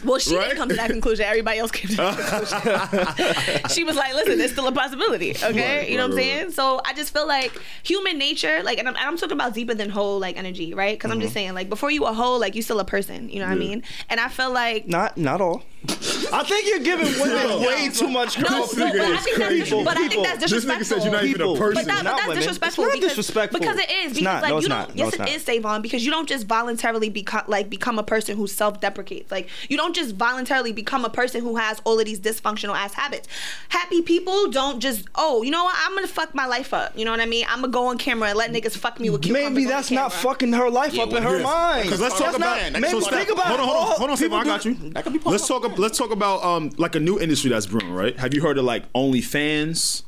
Speaker 3: well, she
Speaker 2: right?
Speaker 3: didn't come to that conclusion. Everybody else came to that
Speaker 2: *laughs*
Speaker 3: conclusion. she was like, "Listen, it's still a possibility." Okay,
Speaker 2: Right,
Speaker 3: you know what
Speaker 2: right,
Speaker 3: I'm saying? So I just feel like human nature, like, and I'm, and I'm talking about deeper than whole, like energy, right? Because I'm just saying, like, before you a whole, like, you still a person. You know what I
Speaker 2: Mm-hmm. Yeah.
Speaker 3: mean? And I feel like
Speaker 1: Not, not all. I think you're giving
Speaker 2: *laughs*
Speaker 1: women way too much credit.
Speaker 3: No, no, but I think that's
Speaker 1: People,
Speaker 3: dis- but I
Speaker 1: people.
Speaker 3: think that's
Speaker 2: This nigga said
Speaker 3: disrespectful.
Speaker 2: you're not even a
Speaker 1: People.
Speaker 2: person.
Speaker 3: But,
Speaker 1: Not
Speaker 3: that, but that's
Speaker 1: women.
Speaker 3: disrespectful.
Speaker 1: It's not
Speaker 3: because,
Speaker 1: disrespectful.
Speaker 3: because it is.
Speaker 1: It's
Speaker 3: Because
Speaker 1: not.
Speaker 3: like
Speaker 1: No, it's
Speaker 3: you
Speaker 1: not.
Speaker 3: don't.
Speaker 1: No,
Speaker 3: Yes,
Speaker 1: it's not.
Speaker 3: it is, Savon. Because you don't just voluntarily become like become a person who self deprecates. Like you don't just voluntarily become a person who has all of these dysfunctional ass habits. Happy people don't just. Oh, you know what? I'm gonna fuck my life up. You know what I mean? I'm gonna go on camera and let niggas fuck me with. cucumbers
Speaker 1: Maybe
Speaker 3: on
Speaker 1: that's
Speaker 3: camera.
Speaker 1: not fucking her life
Speaker 4: Yeah,
Speaker 1: up in
Speaker 4: well,
Speaker 1: her
Speaker 4: yeah.
Speaker 1: mind.
Speaker 2: Because let's
Speaker 1: That's
Speaker 2: talk about.
Speaker 1: not,
Speaker 4: that
Speaker 1: Maybe
Speaker 4: could be
Speaker 1: think
Speaker 4: part of-
Speaker 1: about
Speaker 2: Hold on, hold
Speaker 1: all
Speaker 2: on, hold on. Steve,
Speaker 1: people
Speaker 2: I got
Speaker 1: do-
Speaker 2: you.
Speaker 4: That could be part
Speaker 2: let's
Speaker 4: of
Speaker 2: talk.
Speaker 4: it.
Speaker 2: Let's talk about um like a new industry that's brewing. Right? Have you heard of like OnlyFans?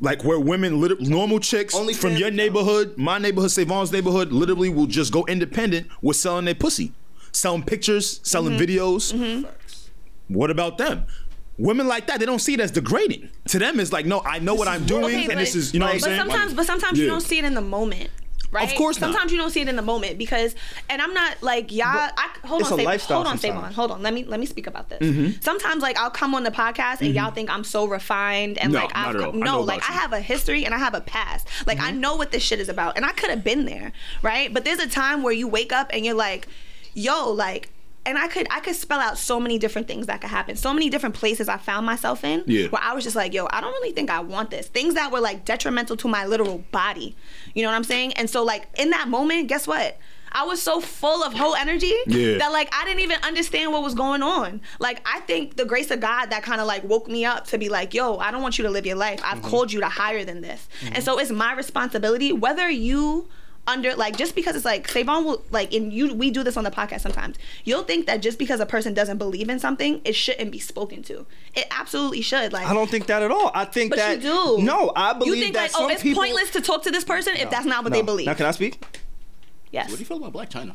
Speaker 2: Like where women, lit- normal chicks
Speaker 4: OnlyFans
Speaker 2: from your
Speaker 4: account.
Speaker 2: neighborhood, my neighborhood, Savon's neighborhood, literally will just go independent with selling their pussy, selling pictures, selling videos. What about them? Women like that, they don't see it as degrading. To them, it's like, no, I know what I'm doing,
Speaker 3: Okay,
Speaker 2: and
Speaker 3: but-
Speaker 2: this is, you know what I'm
Speaker 3: but
Speaker 2: saying?
Speaker 3: sometimes, but sometimes you
Speaker 2: Yeah.
Speaker 3: don't see it in the moment. Right?
Speaker 2: Of course not.
Speaker 3: Sometimes you don't see it in the moment because, and I'm not like y'all. I, hold
Speaker 1: it's a
Speaker 3: on, Savon.
Speaker 1: lifestyle
Speaker 3: Hold on,
Speaker 1: sometimes.
Speaker 3: Savon. Hold on. Let me let me speak about this.
Speaker 2: Mm-hmm.
Speaker 3: Sometimes like I'll come on the podcast and y'all think I'm so refined and
Speaker 2: No,
Speaker 3: like I've
Speaker 2: not at all. I
Speaker 3: come-
Speaker 2: know
Speaker 3: no,
Speaker 2: about
Speaker 3: like I
Speaker 2: you.
Speaker 3: have a history and I have a past. Like
Speaker 2: Mm-hmm.
Speaker 3: I know what this shit is about, and I could have been there, right? But there's a time where you wake up and you're like, yo, like and I could I could spell out so many different things that could happen. So many different places I found myself in
Speaker 2: Yeah.
Speaker 3: where I was just like, yo, I don't really think I want this. Things that were like detrimental to my literal body. You know what I'm saying? And so like in that moment, guess what? I was so full of whole energy
Speaker 2: Yeah.
Speaker 3: that like I didn't even understand what was going on. Like I think the grace of God that kind of like woke me up to be like, yo, I don't want you to live your life. I've
Speaker 1: Mm-hmm.
Speaker 3: called you to higher than this. And so it's my responsibility whether you under like just because it's like Savon will like and you we do this on the podcast sometimes. You'll think that just because a person doesn't believe in something, it shouldn't be spoken to. It absolutely should. Like
Speaker 1: I don't think that at all. I think
Speaker 3: but
Speaker 1: that
Speaker 3: you do.
Speaker 1: No, I believe
Speaker 3: you think
Speaker 1: that
Speaker 3: like,
Speaker 1: some
Speaker 3: oh, it's
Speaker 1: people,
Speaker 3: pointless to talk to this person if that's not what they
Speaker 1: No.
Speaker 3: believe.
Speaker 1: Now can I speak?
Speaker 3: yes.
Speaker 4: What do you feel about Black China?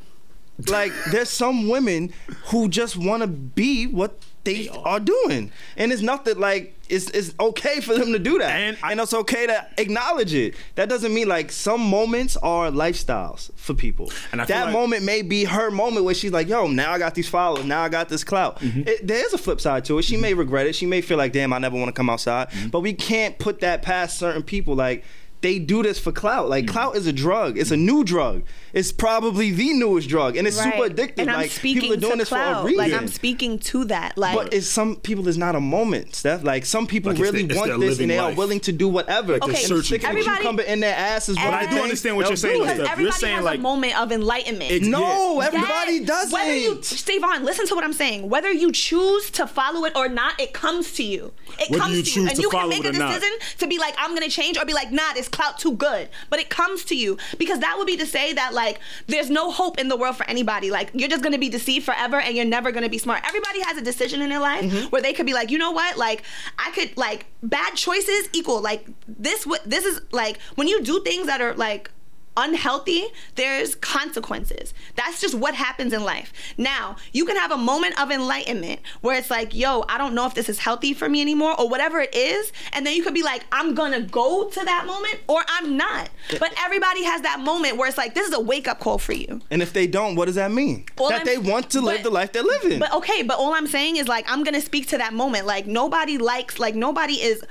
Speaker 1: Like there's some women who just want to be what they,
Speaker 4: They
Speaker 1: are.
Speaker 4: are.
Speaker 1: doing, and it's not that like it's it's okay for them to do that,
Speaker 2: And I-
Speaker 1: and it's okay to acknowledge it. That doesn't mean like some moments are lifestyles for people.
Speaker 2: And I feel
Speaker 1: that
Speaker 2: like-
Speaker 1: moment may be her moment where she's like, "Yo, now I got these followers, now I got this clout."
Speaker 2: Mm-hmm.
Speaker 1: It, there is a flip side to it. She may regret it. She may feel like, "Damn, I never want to come outside."
Speaker 2: Mm-hmm.
Speaker 1: But we can't put that past certain people. Like they do this for clout.
Speaker 2: Mm-hmm.
Speaker 1: Like clout is a drug. It's a new drug. It's probably the newest drug, and it's super
Speaker 3: Right.
Speaker 1: addictive.
Speaker 3: And I'm
Speaker 1: like
Speaker 3: speaking
Speaker 1: people are doing
Speaker 3: to
Speaker 1: this
Speaker 3: clout.
Speaker 1: for a reason.
Speaker 3: Like I'm speaking to that. Like
Speaker 1: but it's some people it's not a moment, Steph. Like some people
Speaker 2: Like, it's
Speaker 1: really
Speaker 2: their- it's
Speaker 1: want
Speaker 2: their
Speaker 1: this and
Speaker 2: living
Speaker 1: they are
Speaker 2: life.
Speaker 1: willing to do whatever.
Speaker 3: they're Okay,
Speaker 1: and
Speaker 3: searching
Speaker 1: sticking a
Speaker 3: for it.
Speaker 1: cumbber in their ass is what
Speaker 3: But
Speaker 2: I do understand what
Speaker 1: they'll
Speaker 2: you're
Speaker 1: do
Speaker 2: saying,
Speaker 1: it.
Speaker 2: though,
Speaker 3: because
Speaker 2: Steph.
Speaker 3: everybody
Speaker 2: You're saying
Speaker 3: has
Speaker 2: like
Speaker 3: a moment of enlightenment.
Speaker 2: Ex-
Speaker 1: No,
Speaker 2: Yeah.
Speaker 1: everybody
Speaker 3: Yes.
Speaker 1: doesn't.
Speaker 3: Whether you, Stevon, listen to what I'm saying. Whether you choose to follow it or not, it comes to you. It
Speaker 2: Whether
Speaker 3: comes
Speaker 2: you
Speaker 3: to you,
Speaker 2: choose
Speaker 3: and
Speaker 2: to
Speaker 3: you
Speaker 2: follow
Speaker 3: can make
Speaker 2: it
Speaker 3: a
Speaker 2: or not.
Speaker 3: decision to be like, I'm gonna change, or be like, Nah, this clout too good. But it comes to you because that would be to say that like, there's no hope in the world for anybody. Like, you're just gonna be deceived forever, and you're never gonna be smart. Everybody has a decision in their life
Speaker 2: Mm-hmm.
Speaker 3: where they could be like, you know what, like, I could like bad choices equal like this. What this is like when you do things that are like unhealthy, there's consequences. That's just what happens in life. Now, you can have a moment of enlightenment where it's like, yo, I don't know if this is healthy for me anymore or whatever it is. And then you could be like, I'm gonna go to that moment or I'm not. But everybody has that moment where it's like, this is a wake up call for you.
Speaker 1: And if they don't, what does that mean?
Speaker 3: All
Speaker 1: that
Speaker 3: I'm-
Speaker 1: they want to live
Speaker 3: but-
Speaker 1: the life they're living.
Speaker 3: But okay, but all I'm saying is like I'm gonna speak to that moment. Like nobody likes, like nobody is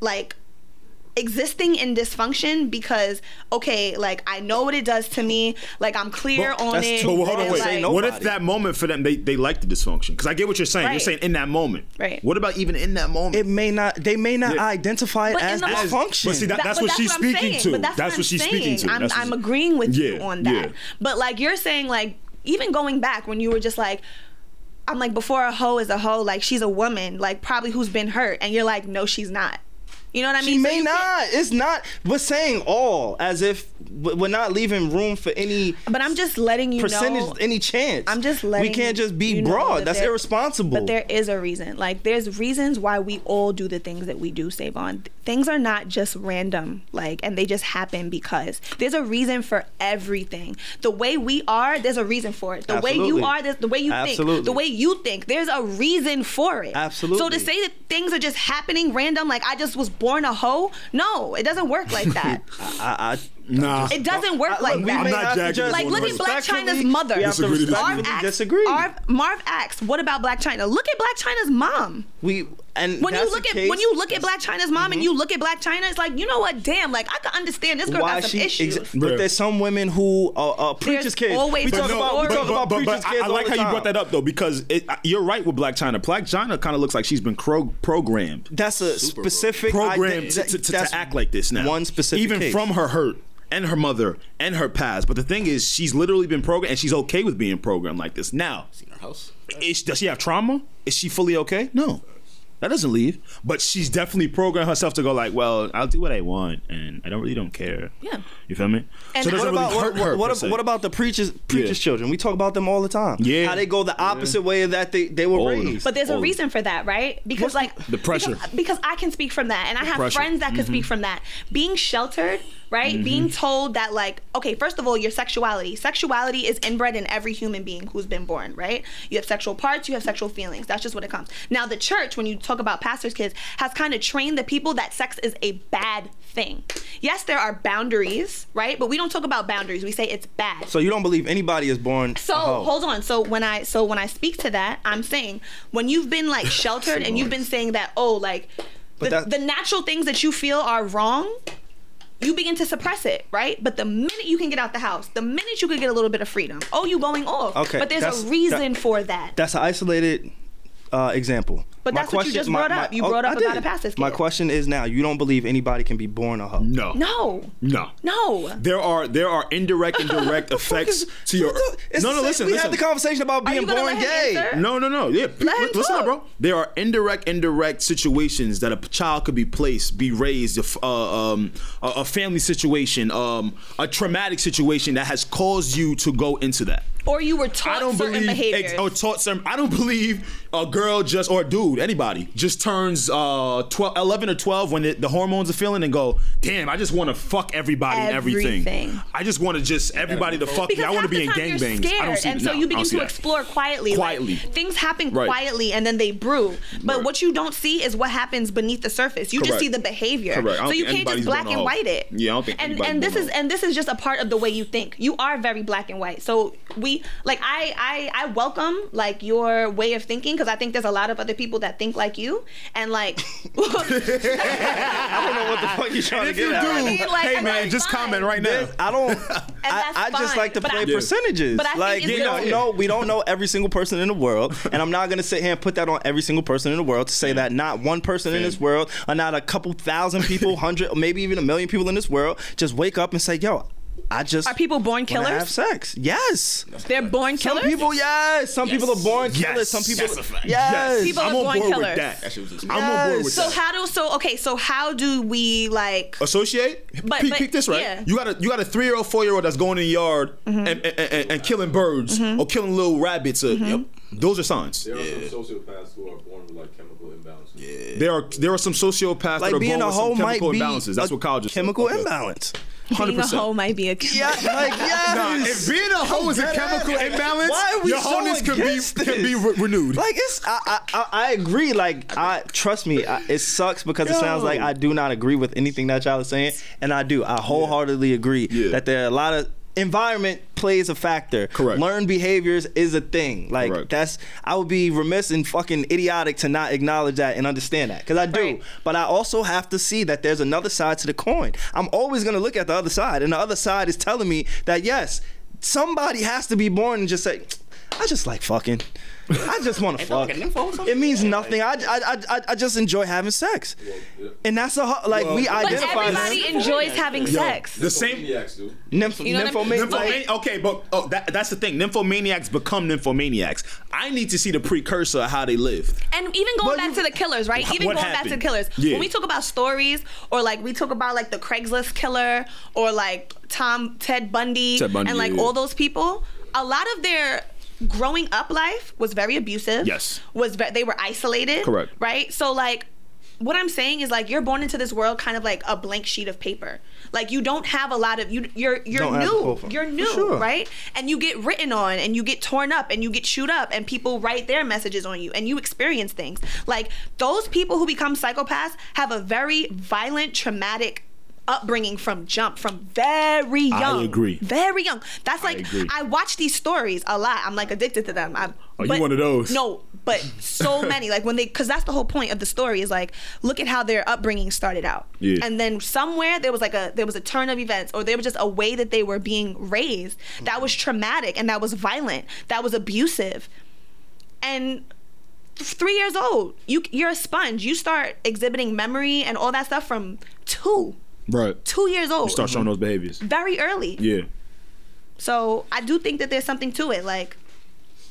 Speaker 3: like existing in dysfunction because okay, like I know what it does to me. Like I'm clear
Speaker 1: Well,
Speaker 3: on
Speaker 1: that's
Speaker 3: it.
Speaker 1: too
Speaker 2: But
Speaker 1: Well,
Speaker 2: hold on,
Speaker 3: and,
Speaker 1: bad.
Speaker 2: wait.
Speaker 1: Say
Speaker 3: like-
Speaker 1: no.
Speaker 2: What if
Speaker 1: nobody.
Speaker 2: that moment for them they, they like the dysfunction? Because I get what you're saying. You're
Speaker 3: Right.
Speaker 2: saying in that moment.
Speaker 3: Right.
Speaker 2: What about even in that moment?
Speaker 1: it may not they may not
Speaker 2: Yeah.
Speaker 1: identify it
Speaker 3: But in
Speaker 1: as
Speaker 3: the moment-
Speaker 1: dysfunction.
Speaker 2: But see, that-
Speaker 3: That-
Speaker 2: that's
Speaker 3: but
Speaker 2: what she's
Speaker 3: I'm
Speaker 2: speaking
Speaker 3: saying,
Speaker 2: to.
Speaker 3: but that's,
Speaker 2: That's
Speaker 3: what,
Speaker 2: what she's
Speaker 3: I'm
Speaker 2: speaking to.
Speaker 3: saying. I'm,
Speaker 2: That's what
Speaker 3: I'm
Speaker 2: she-
Speaker 3: agreeing with you
Speaker 2: Yeah,
Speaker 3: on that.
Speaker 2: yeah.
Speaker 3: But like you're saying, like even going back when you were just like. I'm like before a hoe is a hoe, like she's a woman, like probably who's been hurt, and you're like, no, she's not. You know what I
Speaker 1: she
Speaker 3: mean? So
Speaker 1: may
Speaker 3: you can't-
Speaker 1: not. It's not. We're saying all as if w- we're not leaving room for any
Speaker 3: But I'm just letting you
Speaker 1: percentage,
Speaker 3: know.
Speaker 1: any chance.
Speaker 3: I'm just letting.
Speaker 1: We can't just be
Speaker 3: you know
Speaker 1: broad.
Speaker 3: that
Speaker 1: That's
Speaker 3: there-
Speaker 1: irresponsible.
Speaker 3: But there is a reason. Like there's reasons why we all do the things that we do, Savon. Things are not just random, like, and they just happen because there's a reason for everything. The way we are, there's a reason for it. The way
Speaker 1: Absolutely.
Speaker 3: you are, there's the way you
Speaker 1: Absolutely.
Speaker 3: think, the way you think, there's a reason for it. So
Speaker 1: Absolutely.
Speaker 3: to say that things are just happening random, like I just was born a hoe, no, it doesn't work like
Speaker 1: *laughs*
Speaker 3: that.
Speaker 1: I, I,
Speaker 5: Nah.
Speaker 3: it doesn't work
Speaker 1: I-
Speaker 3: like
Speaker 1: look, we
Speaker 3: that.
Speaker 5: I'm
Speaker 1: may
Speaker 5: not
Speaker 1: have to
Speaker 5: jacking
Speaker 1: judge-
Speaker 5: this
Speaker 3: Like,
Speaker 5: one
Speaker 3: look at Black
Speaker 1: Respectfully,
Speaker 3: China's mother.
Speaker 1: We have to
Speaker 5: Disagree to
Speaker 1: respectfully
Speaker 5: disagree.
Speaker 3: asked-
Speaker 1: disagree.
Speaker 3: Marv, Marv asks, "What about Black China? Look at Black China's mom.
Speaker 1: we and
Speaker 3: When
Speaker 1: that's
Speaker 3: you look
Speaker 1: the
Speaker 3: at
Speaker 1: case, Mm-hmm.
Speaker 3: when you look at Black China's mom and you look at Black China, it's like you know what? Damn, like I can understand this girl
Speaker 1: why
Speaker 3: got some
Speaker 1: she?
Speaker 3: issues.
Speaker 1: exa- but there's some women who are, are preachers'
Speaker 3: There's
Speaker 1: kids.
Speaker 3: always
Speaker 1: we talk
Speaker 3: no-
Speaker 1: about we
Speaker 3: but-
Speaker 1: talk about preachers'
Speaker 2: I-
Speaker 1: kids.
Speaker 2: I, like how you brought that up though, because it, I- you're right with Black China. Black China kind of looks like she's been cro- programmed,
Speaker 1: That's a
Speaker 4: Super
Speaker 1: specific
Speaker 2: programmed
Speaker 1: ident-
Speaker 2: to, to, to,
Speaker 1: that's
Speaker 2: to act like this now.
Speaker 1: One specific
Speaker 2: even
Speaker 1: case.
Speaker 2: from her hurt and her mother and her past. But the thing is, she's literally been programmed, and she's okay with being programmed like this now.
Speaker 4: In her house?
Speaker 2: Is, does she have trauma? Is she fully okay? No. That doesn't leave, but she's definitely programmed herself to go like, well, I'll do what I want, and I don't really don't care.
Speaker 3: Yeah.
Speaker 2: you feel me?
Speaker 3: And
Speaker 2: so
Speaker 1: What
Speaker 2: it doesn't
Speaker 1: about
Speaker 2: really hurt
Speaker 1: what,
Speaker 2: her.
Speaker 1: what,
Speaker 2: per
Speaker 1: ab-
Speaker 2: se.
Speaker 1: what about the preachers preachers
Speaker 2: Yeah.
Speaker 1: children? We talk about them all the time.
Speaker 2: Yeah.
Speaker 1: how they go the opposite way that they they were
Speaker 2: All of them.
Speaker 1: raised.
Speaker 3: But there's a
Speaker 2: Oh.
Speaker 3: reason for that, right? Because like
Speaker 2: the pressure.
Speaker 3: Because, because I can speak from that, and I have
Speaker 2: pressure. Mm-hmm.
Speaker 3: friends that can speak from that. Being sheltered, right? Being told that like, okay, first of all, your sexuality. Sexuality is inbred in every human being who's been born, right? You have sexual parts, you have sexual feelings. That's just what it comes. Now the church, when you talk about pastors' kids, has kind of trained the people that sex is a bad thing. Yes, there are boundaries, right? But we don't talk about boundaries. We say it's bad.
Speaker 1: so you don't believe anybody is born.
Speaker 3: So
Speaker 1: a hoe.
Speaker 3: hold on. So when I so when I speak to that, I'm saying when you've been like sheltered and you've been saying that oh like the,
Speaker 1: that-
Speaker 3: the natural things that you feel are wrong, you begin to suppress it, right? But the minute you can get out the house, the minute you could get a little bit of freedom, oh, you going off.
Speaker 1: Okay,
Speaker 3: But there's
Speaker 1: that's-
Speaker 3: a reason
Speaker 1: that-
Speaker 3: for that.
Speaker 1: That's an isolated uh, example.
Speaker 3: But that's what you just brought up. You brought up
Speaker 1: oh, I did.
Speaker 3: about a passes
Speaker 1: My
Speaker 3: kid.
Speaker 1: question is now: you don't believe anybody can be born a hoe?
Speaker 2: No.
Speaker 3: no.
Speaker 2: No.
Speaker 3: No.
Speaker 2: There are there are indirect
Speaker 1: *laughs*
Speaker 2: and direct effects to your.
Speaker 1: It's
Speaker 2: No,
Speaker 1: the
Speaker 2: no,
Speaker 1: same-
Speaker 2: listen,
Speaker 1: We
Speaker 2: listen.
Speaker 1: had the conversation about
Speaker 3: Are you
Speaker 1: being
Speaker 3: gonna
Speaker 1: born
Speaker 3: let him
Speaker 1: gay.
Speaker 3: answer?
Speaker 2: No, no, no. Yeah, p-
Speaker 3: Let him
Speaker 2: li- listen up,
Speaker 3: talk.
Speaker 2: bro. There are indirect, indirect situations that a p- child could be placed, be raised, if, uh, um, a, a family situation, um, a traumatic situation that has caused you to go into that.
Speaker 3: Or you were taught
Speaker 2: I don't
Speaker 3: certain
Speaker 2: believe
Speaker 3: behaviors.
Speaker 2: ex- oh, or taught some. I don't believe a girl just or a dude, anybody just turns uh 12, 11 or twelve when the, the hormones are feeling and go, damn, I just want to fuck everybody and everything.
Speaker 3: Everything.
Speaker 2: I just want to just everybody to fuck me.
Speaker 3: because
Speaker 2: I want to
Speaker 3: half
Speaker 2: be
Speaker 3: the
Speaker 2: in
Speaker 3: time you're
Speaker 2: gangbangs. I don't
Speaker 3: scared,
Speaker 2: see
Speaker 3: and
Speaker 2: no,
Speaker 3: so
Speaker 2: I
Speaker 3: you begin
Speaker 2: don't see
Speaker 3: to
Speaker 2: that.
Speaker 3: explore quietly. like,
Speaker 2: Quietly.
Speaker 3: things happen
Speaker 2: Right.
Speaker 3: quietly, and then they brew. But what you don't see is what happens beneath the surface. You
Speaker 2: Correct.
Speaker 3: just see the behavior,
Speaker 2: Correct. I don't
Speaker 3: so you
Speaker 2: think
Speaker 3: can't just
Speaker 2: anybody's
Speaker 3: black
Speaker 2: gonna
Speaker 3: and
Speaker 2: help.
Speaker 3: white it.
Speaker 2: Yeah, I don't think
Speaker 3: And
Speaker 2: anybody's
Speaker 3: and this
Speaker 2: gonna
Speaker 3: is
Speaker 2: help.
Speaker 3: and this is just a part of the way you think. You are very black and white. So we like I I I welcome like your way of thinking because I think there's a lot of other people that think like you,
Speaker 2: *laughs*
Speaker 3: and like
Speaker 1: I don't know what the fuck you're trying to
Speaker 2: If you
Speaker 1: get at. right now.
Speaker 3: mean,
Speaker 2: do,
Speaker 3: like,
Speaker 2: hey
Speaker 3: and
Speaker 2: man,
Speaker 3: that's
Speaker 2: just
Speaker 3: fine.
Speaker 2: comment right now.
Speaker 1: I
Speaker 2: *laughs*
Speaker 1: don't. I,
Speaker 3: that's
Speaker 1: I just
Speaker 3: fine,
Speaker 1: like to
Speaker 3: but
Speaker 1: play
Speaker 3: I-
Speaker 1: percentages.
Speaker 3: But I think
Speaker 1: like
Speaker 3: it's
Speaker 1: we
Speaker 3: good.
Speaker 1: don't know, we don't know every single person in the
Speaker 2: *laughs*
Speaker 1: world, and I'm not gonna sit here and put that on every single person in the world to say that not one person in this world, or not a couple thousand
Speaker 2: *laughs*
Speaker 1: people, hundred, or maybe even a million people in this world, just wake up and say, "Yo, I just
Speaker 3: Are people born
Speaker 1: wanna Have
Speaker 3: killers?
Speaker 1: sex? Yes.
Speaker 3: they're born
Speaker 1: Some
Speaker 3: killers.
Speaker 1: people, yes. Some people are born
Speaker 2: Yes.
Speaker 1: killers. Some people,
Speaker 2: That's a fact.
Speaker 1: yes.
Speaker 3: People
Speaker 2: I'm
Speaker 3: are
Speaker 2: on
Speaker 3: born
Speaker 2: board
Speaker 3: killers.
Speaker 2: with that.
Speaker 4: That shit was just.
Speaker 2: I'm on board with
Speaker 1: So
Speaker 2: that.
Speaker 3: So how do so okay? So how do we like?
Speaker 2: associate
Speaker 3: But-
Speaker 2: peek,
Speaker 3: but-
Speaker 2: peek this right
Speaker 3: yeah.
Speaker 2: you got a you got a three-year-old four-year-old that's going in the yard
Speaker 1: Mm-hmm.
Speaker 2: and, and, and, and killing birds or killing little rabbits or,
Speaker 1: Mm-hmm.
Speaker 2: yep. those are signs
Speaker 6: There are some sociopaths who are born with like chemical imbalances. Yeah.
Speaker 2: there are there are some sociopaths that
Speaker 1: like
Speaker 2: are
Speaker 1: being
Speaker 2: born
Speaker 1: a
Speaker 2: with some
Speaker 1: hoe might
Speaker 2: chemical
Speaker 1: be
Speaker 2: imbalances that's
Speaker 1: a
Speaker 2: what college is
Speaker 1: chemical imbalance.
Speaker 3: Being a
Speaker 2: 100%.
Speaker 3: hoe might be a
Speaker 1: Yeah, like
Speaker 2: *laughs* Nah,
Speaker 1: yes.
Speaker 2: if being a hoe is a
Speaker 1: dead
Speaker 2: chemical
Speaker 1: ass.
Speaker 2: imbalance,
Speaker 1: Why are we
Speaker 2: your
Speaker 1: so
Speaker 2: wholeness can
Speaker 1: against
Speaker 2: be can be
Speaker 1: this?
Speaker 2: re- renewed.
Speaker 1: Like it's, I, I, I, I agree. Like I trust me, I, it sucks because it sounds like I do not agree with anything that y'all are saying, and I do. I wholeheartedly agree
Speaker 2: Yeah.
Speaker 1: that there are a lot of environment plays a factor.
Speaker 2: Correct.
Speaker 1: Learned behaviors is a thing. Like
Speaker 2: Correct.
Speaker 1: that's, I would be remiss and fucking idiotic to not acknowledge that and understand that because I do.
Speaker 3: Right.
Speaker 1: But I also have to see that there's another side to the coin. I'm always gonna look at the other side, and the other side is telling me that yes, somebody has to be born and just say, I just like fucking. I just
Speaker 3: *laughs*
Speaker 1: want to fuck.
Speaker 4: like a nympho or something?
Speaker 1: It means nothing. I, I, I- I, I just enjoy having sex, and that's a hu- like we
Speaker 3: But
Speaker 1: identify
Speaker 3: everybody
Speaker 1: them.
Speaker 3: enjoys having sex.
Speaker 2: the same
Speaker 6: Maniacs do.
Speaker 1: Nymph,
Speaker 3: You know what I mean?
Speaker 1: nymphomania-
Speaker 3: Nympho-
Speaker 2: Nymphomani- okay, but oh, that, that's the thing. Nymphomaniacs become nymphomaniacs. I need to see the precursor of how they live.
Speaker 3: And even going
Speaker 1: Well,
Speaker 3: back
Speaker 1: you-
Speaker 3: to the killers, right?
Speaker 2: Wha-
Speaker 3: Even
Speaker 2: what
Speaker 3: going back to
Speaker 2: happened?
Speaker 3: the killers.
Speaker 2: Yeah.
Speaker 3: When we talk about stories, or like we talk about like the Craigslist killer, or like Tom Ted Bundy,
Speaker 2: Ted Bundy,
Speaker 3: and like
Speaker 2: yeah, yeah.
Speaker 3: all those people, a lot of their growing up life was very abusive.
Speaker 2: Yes.
Speaker 3: was ve- they were isolated.
Speaker 2: Correct.
Speaker 3: Right. So like. What I'm saying is like you're born into this world kind of like a blank sheet of paper. Like you don't have a lot of you you're you're
Speaker 1: Don't have the
Speaker 3: new.
Speaker 1: profile.
Speaker 3: You're
Speaker 1: For
Speaker 3: new,
Speaker 1: sure.
Speaker 3: right? And you get written on and you get torn up and you get chewed up and people write their messages on you and you experience things. Like those people who become psychopaths have a very violent, traumatic upbringing from jump from very
Speaker 2: I
Speaker 3: young
Speaker 2: agree.
Speaker 3: very young that's like
Speaker 2: agree.
Speaker 3: I, watch these stories a lot i'm like addicted to them i'm
Speaker 2: Oh, you one of those.
Speaker 3: no but
Speaker 2: *laughs*
Speaker 3: so many like when they because that's the whole point of the story is like look at how their upbringing started out
Speaker 2: Yeah.
Speaker 3: and then somewhere there was like a there was a turn of events or there was just a way that they were being raised that was traumatic and that was violent that was abusive and th- three years old you you're a sponge you start exhibiting memory and all that stuff from two
Speaker 2: Right.
Speaker 3: two years old
Speaker 2: Start showing those behaviors.
Speaker 1: Mm-hmm.
Speaker 3: very early
Speaker 2: Yeah.
Speaker 3: so I do think that there's something to it, like,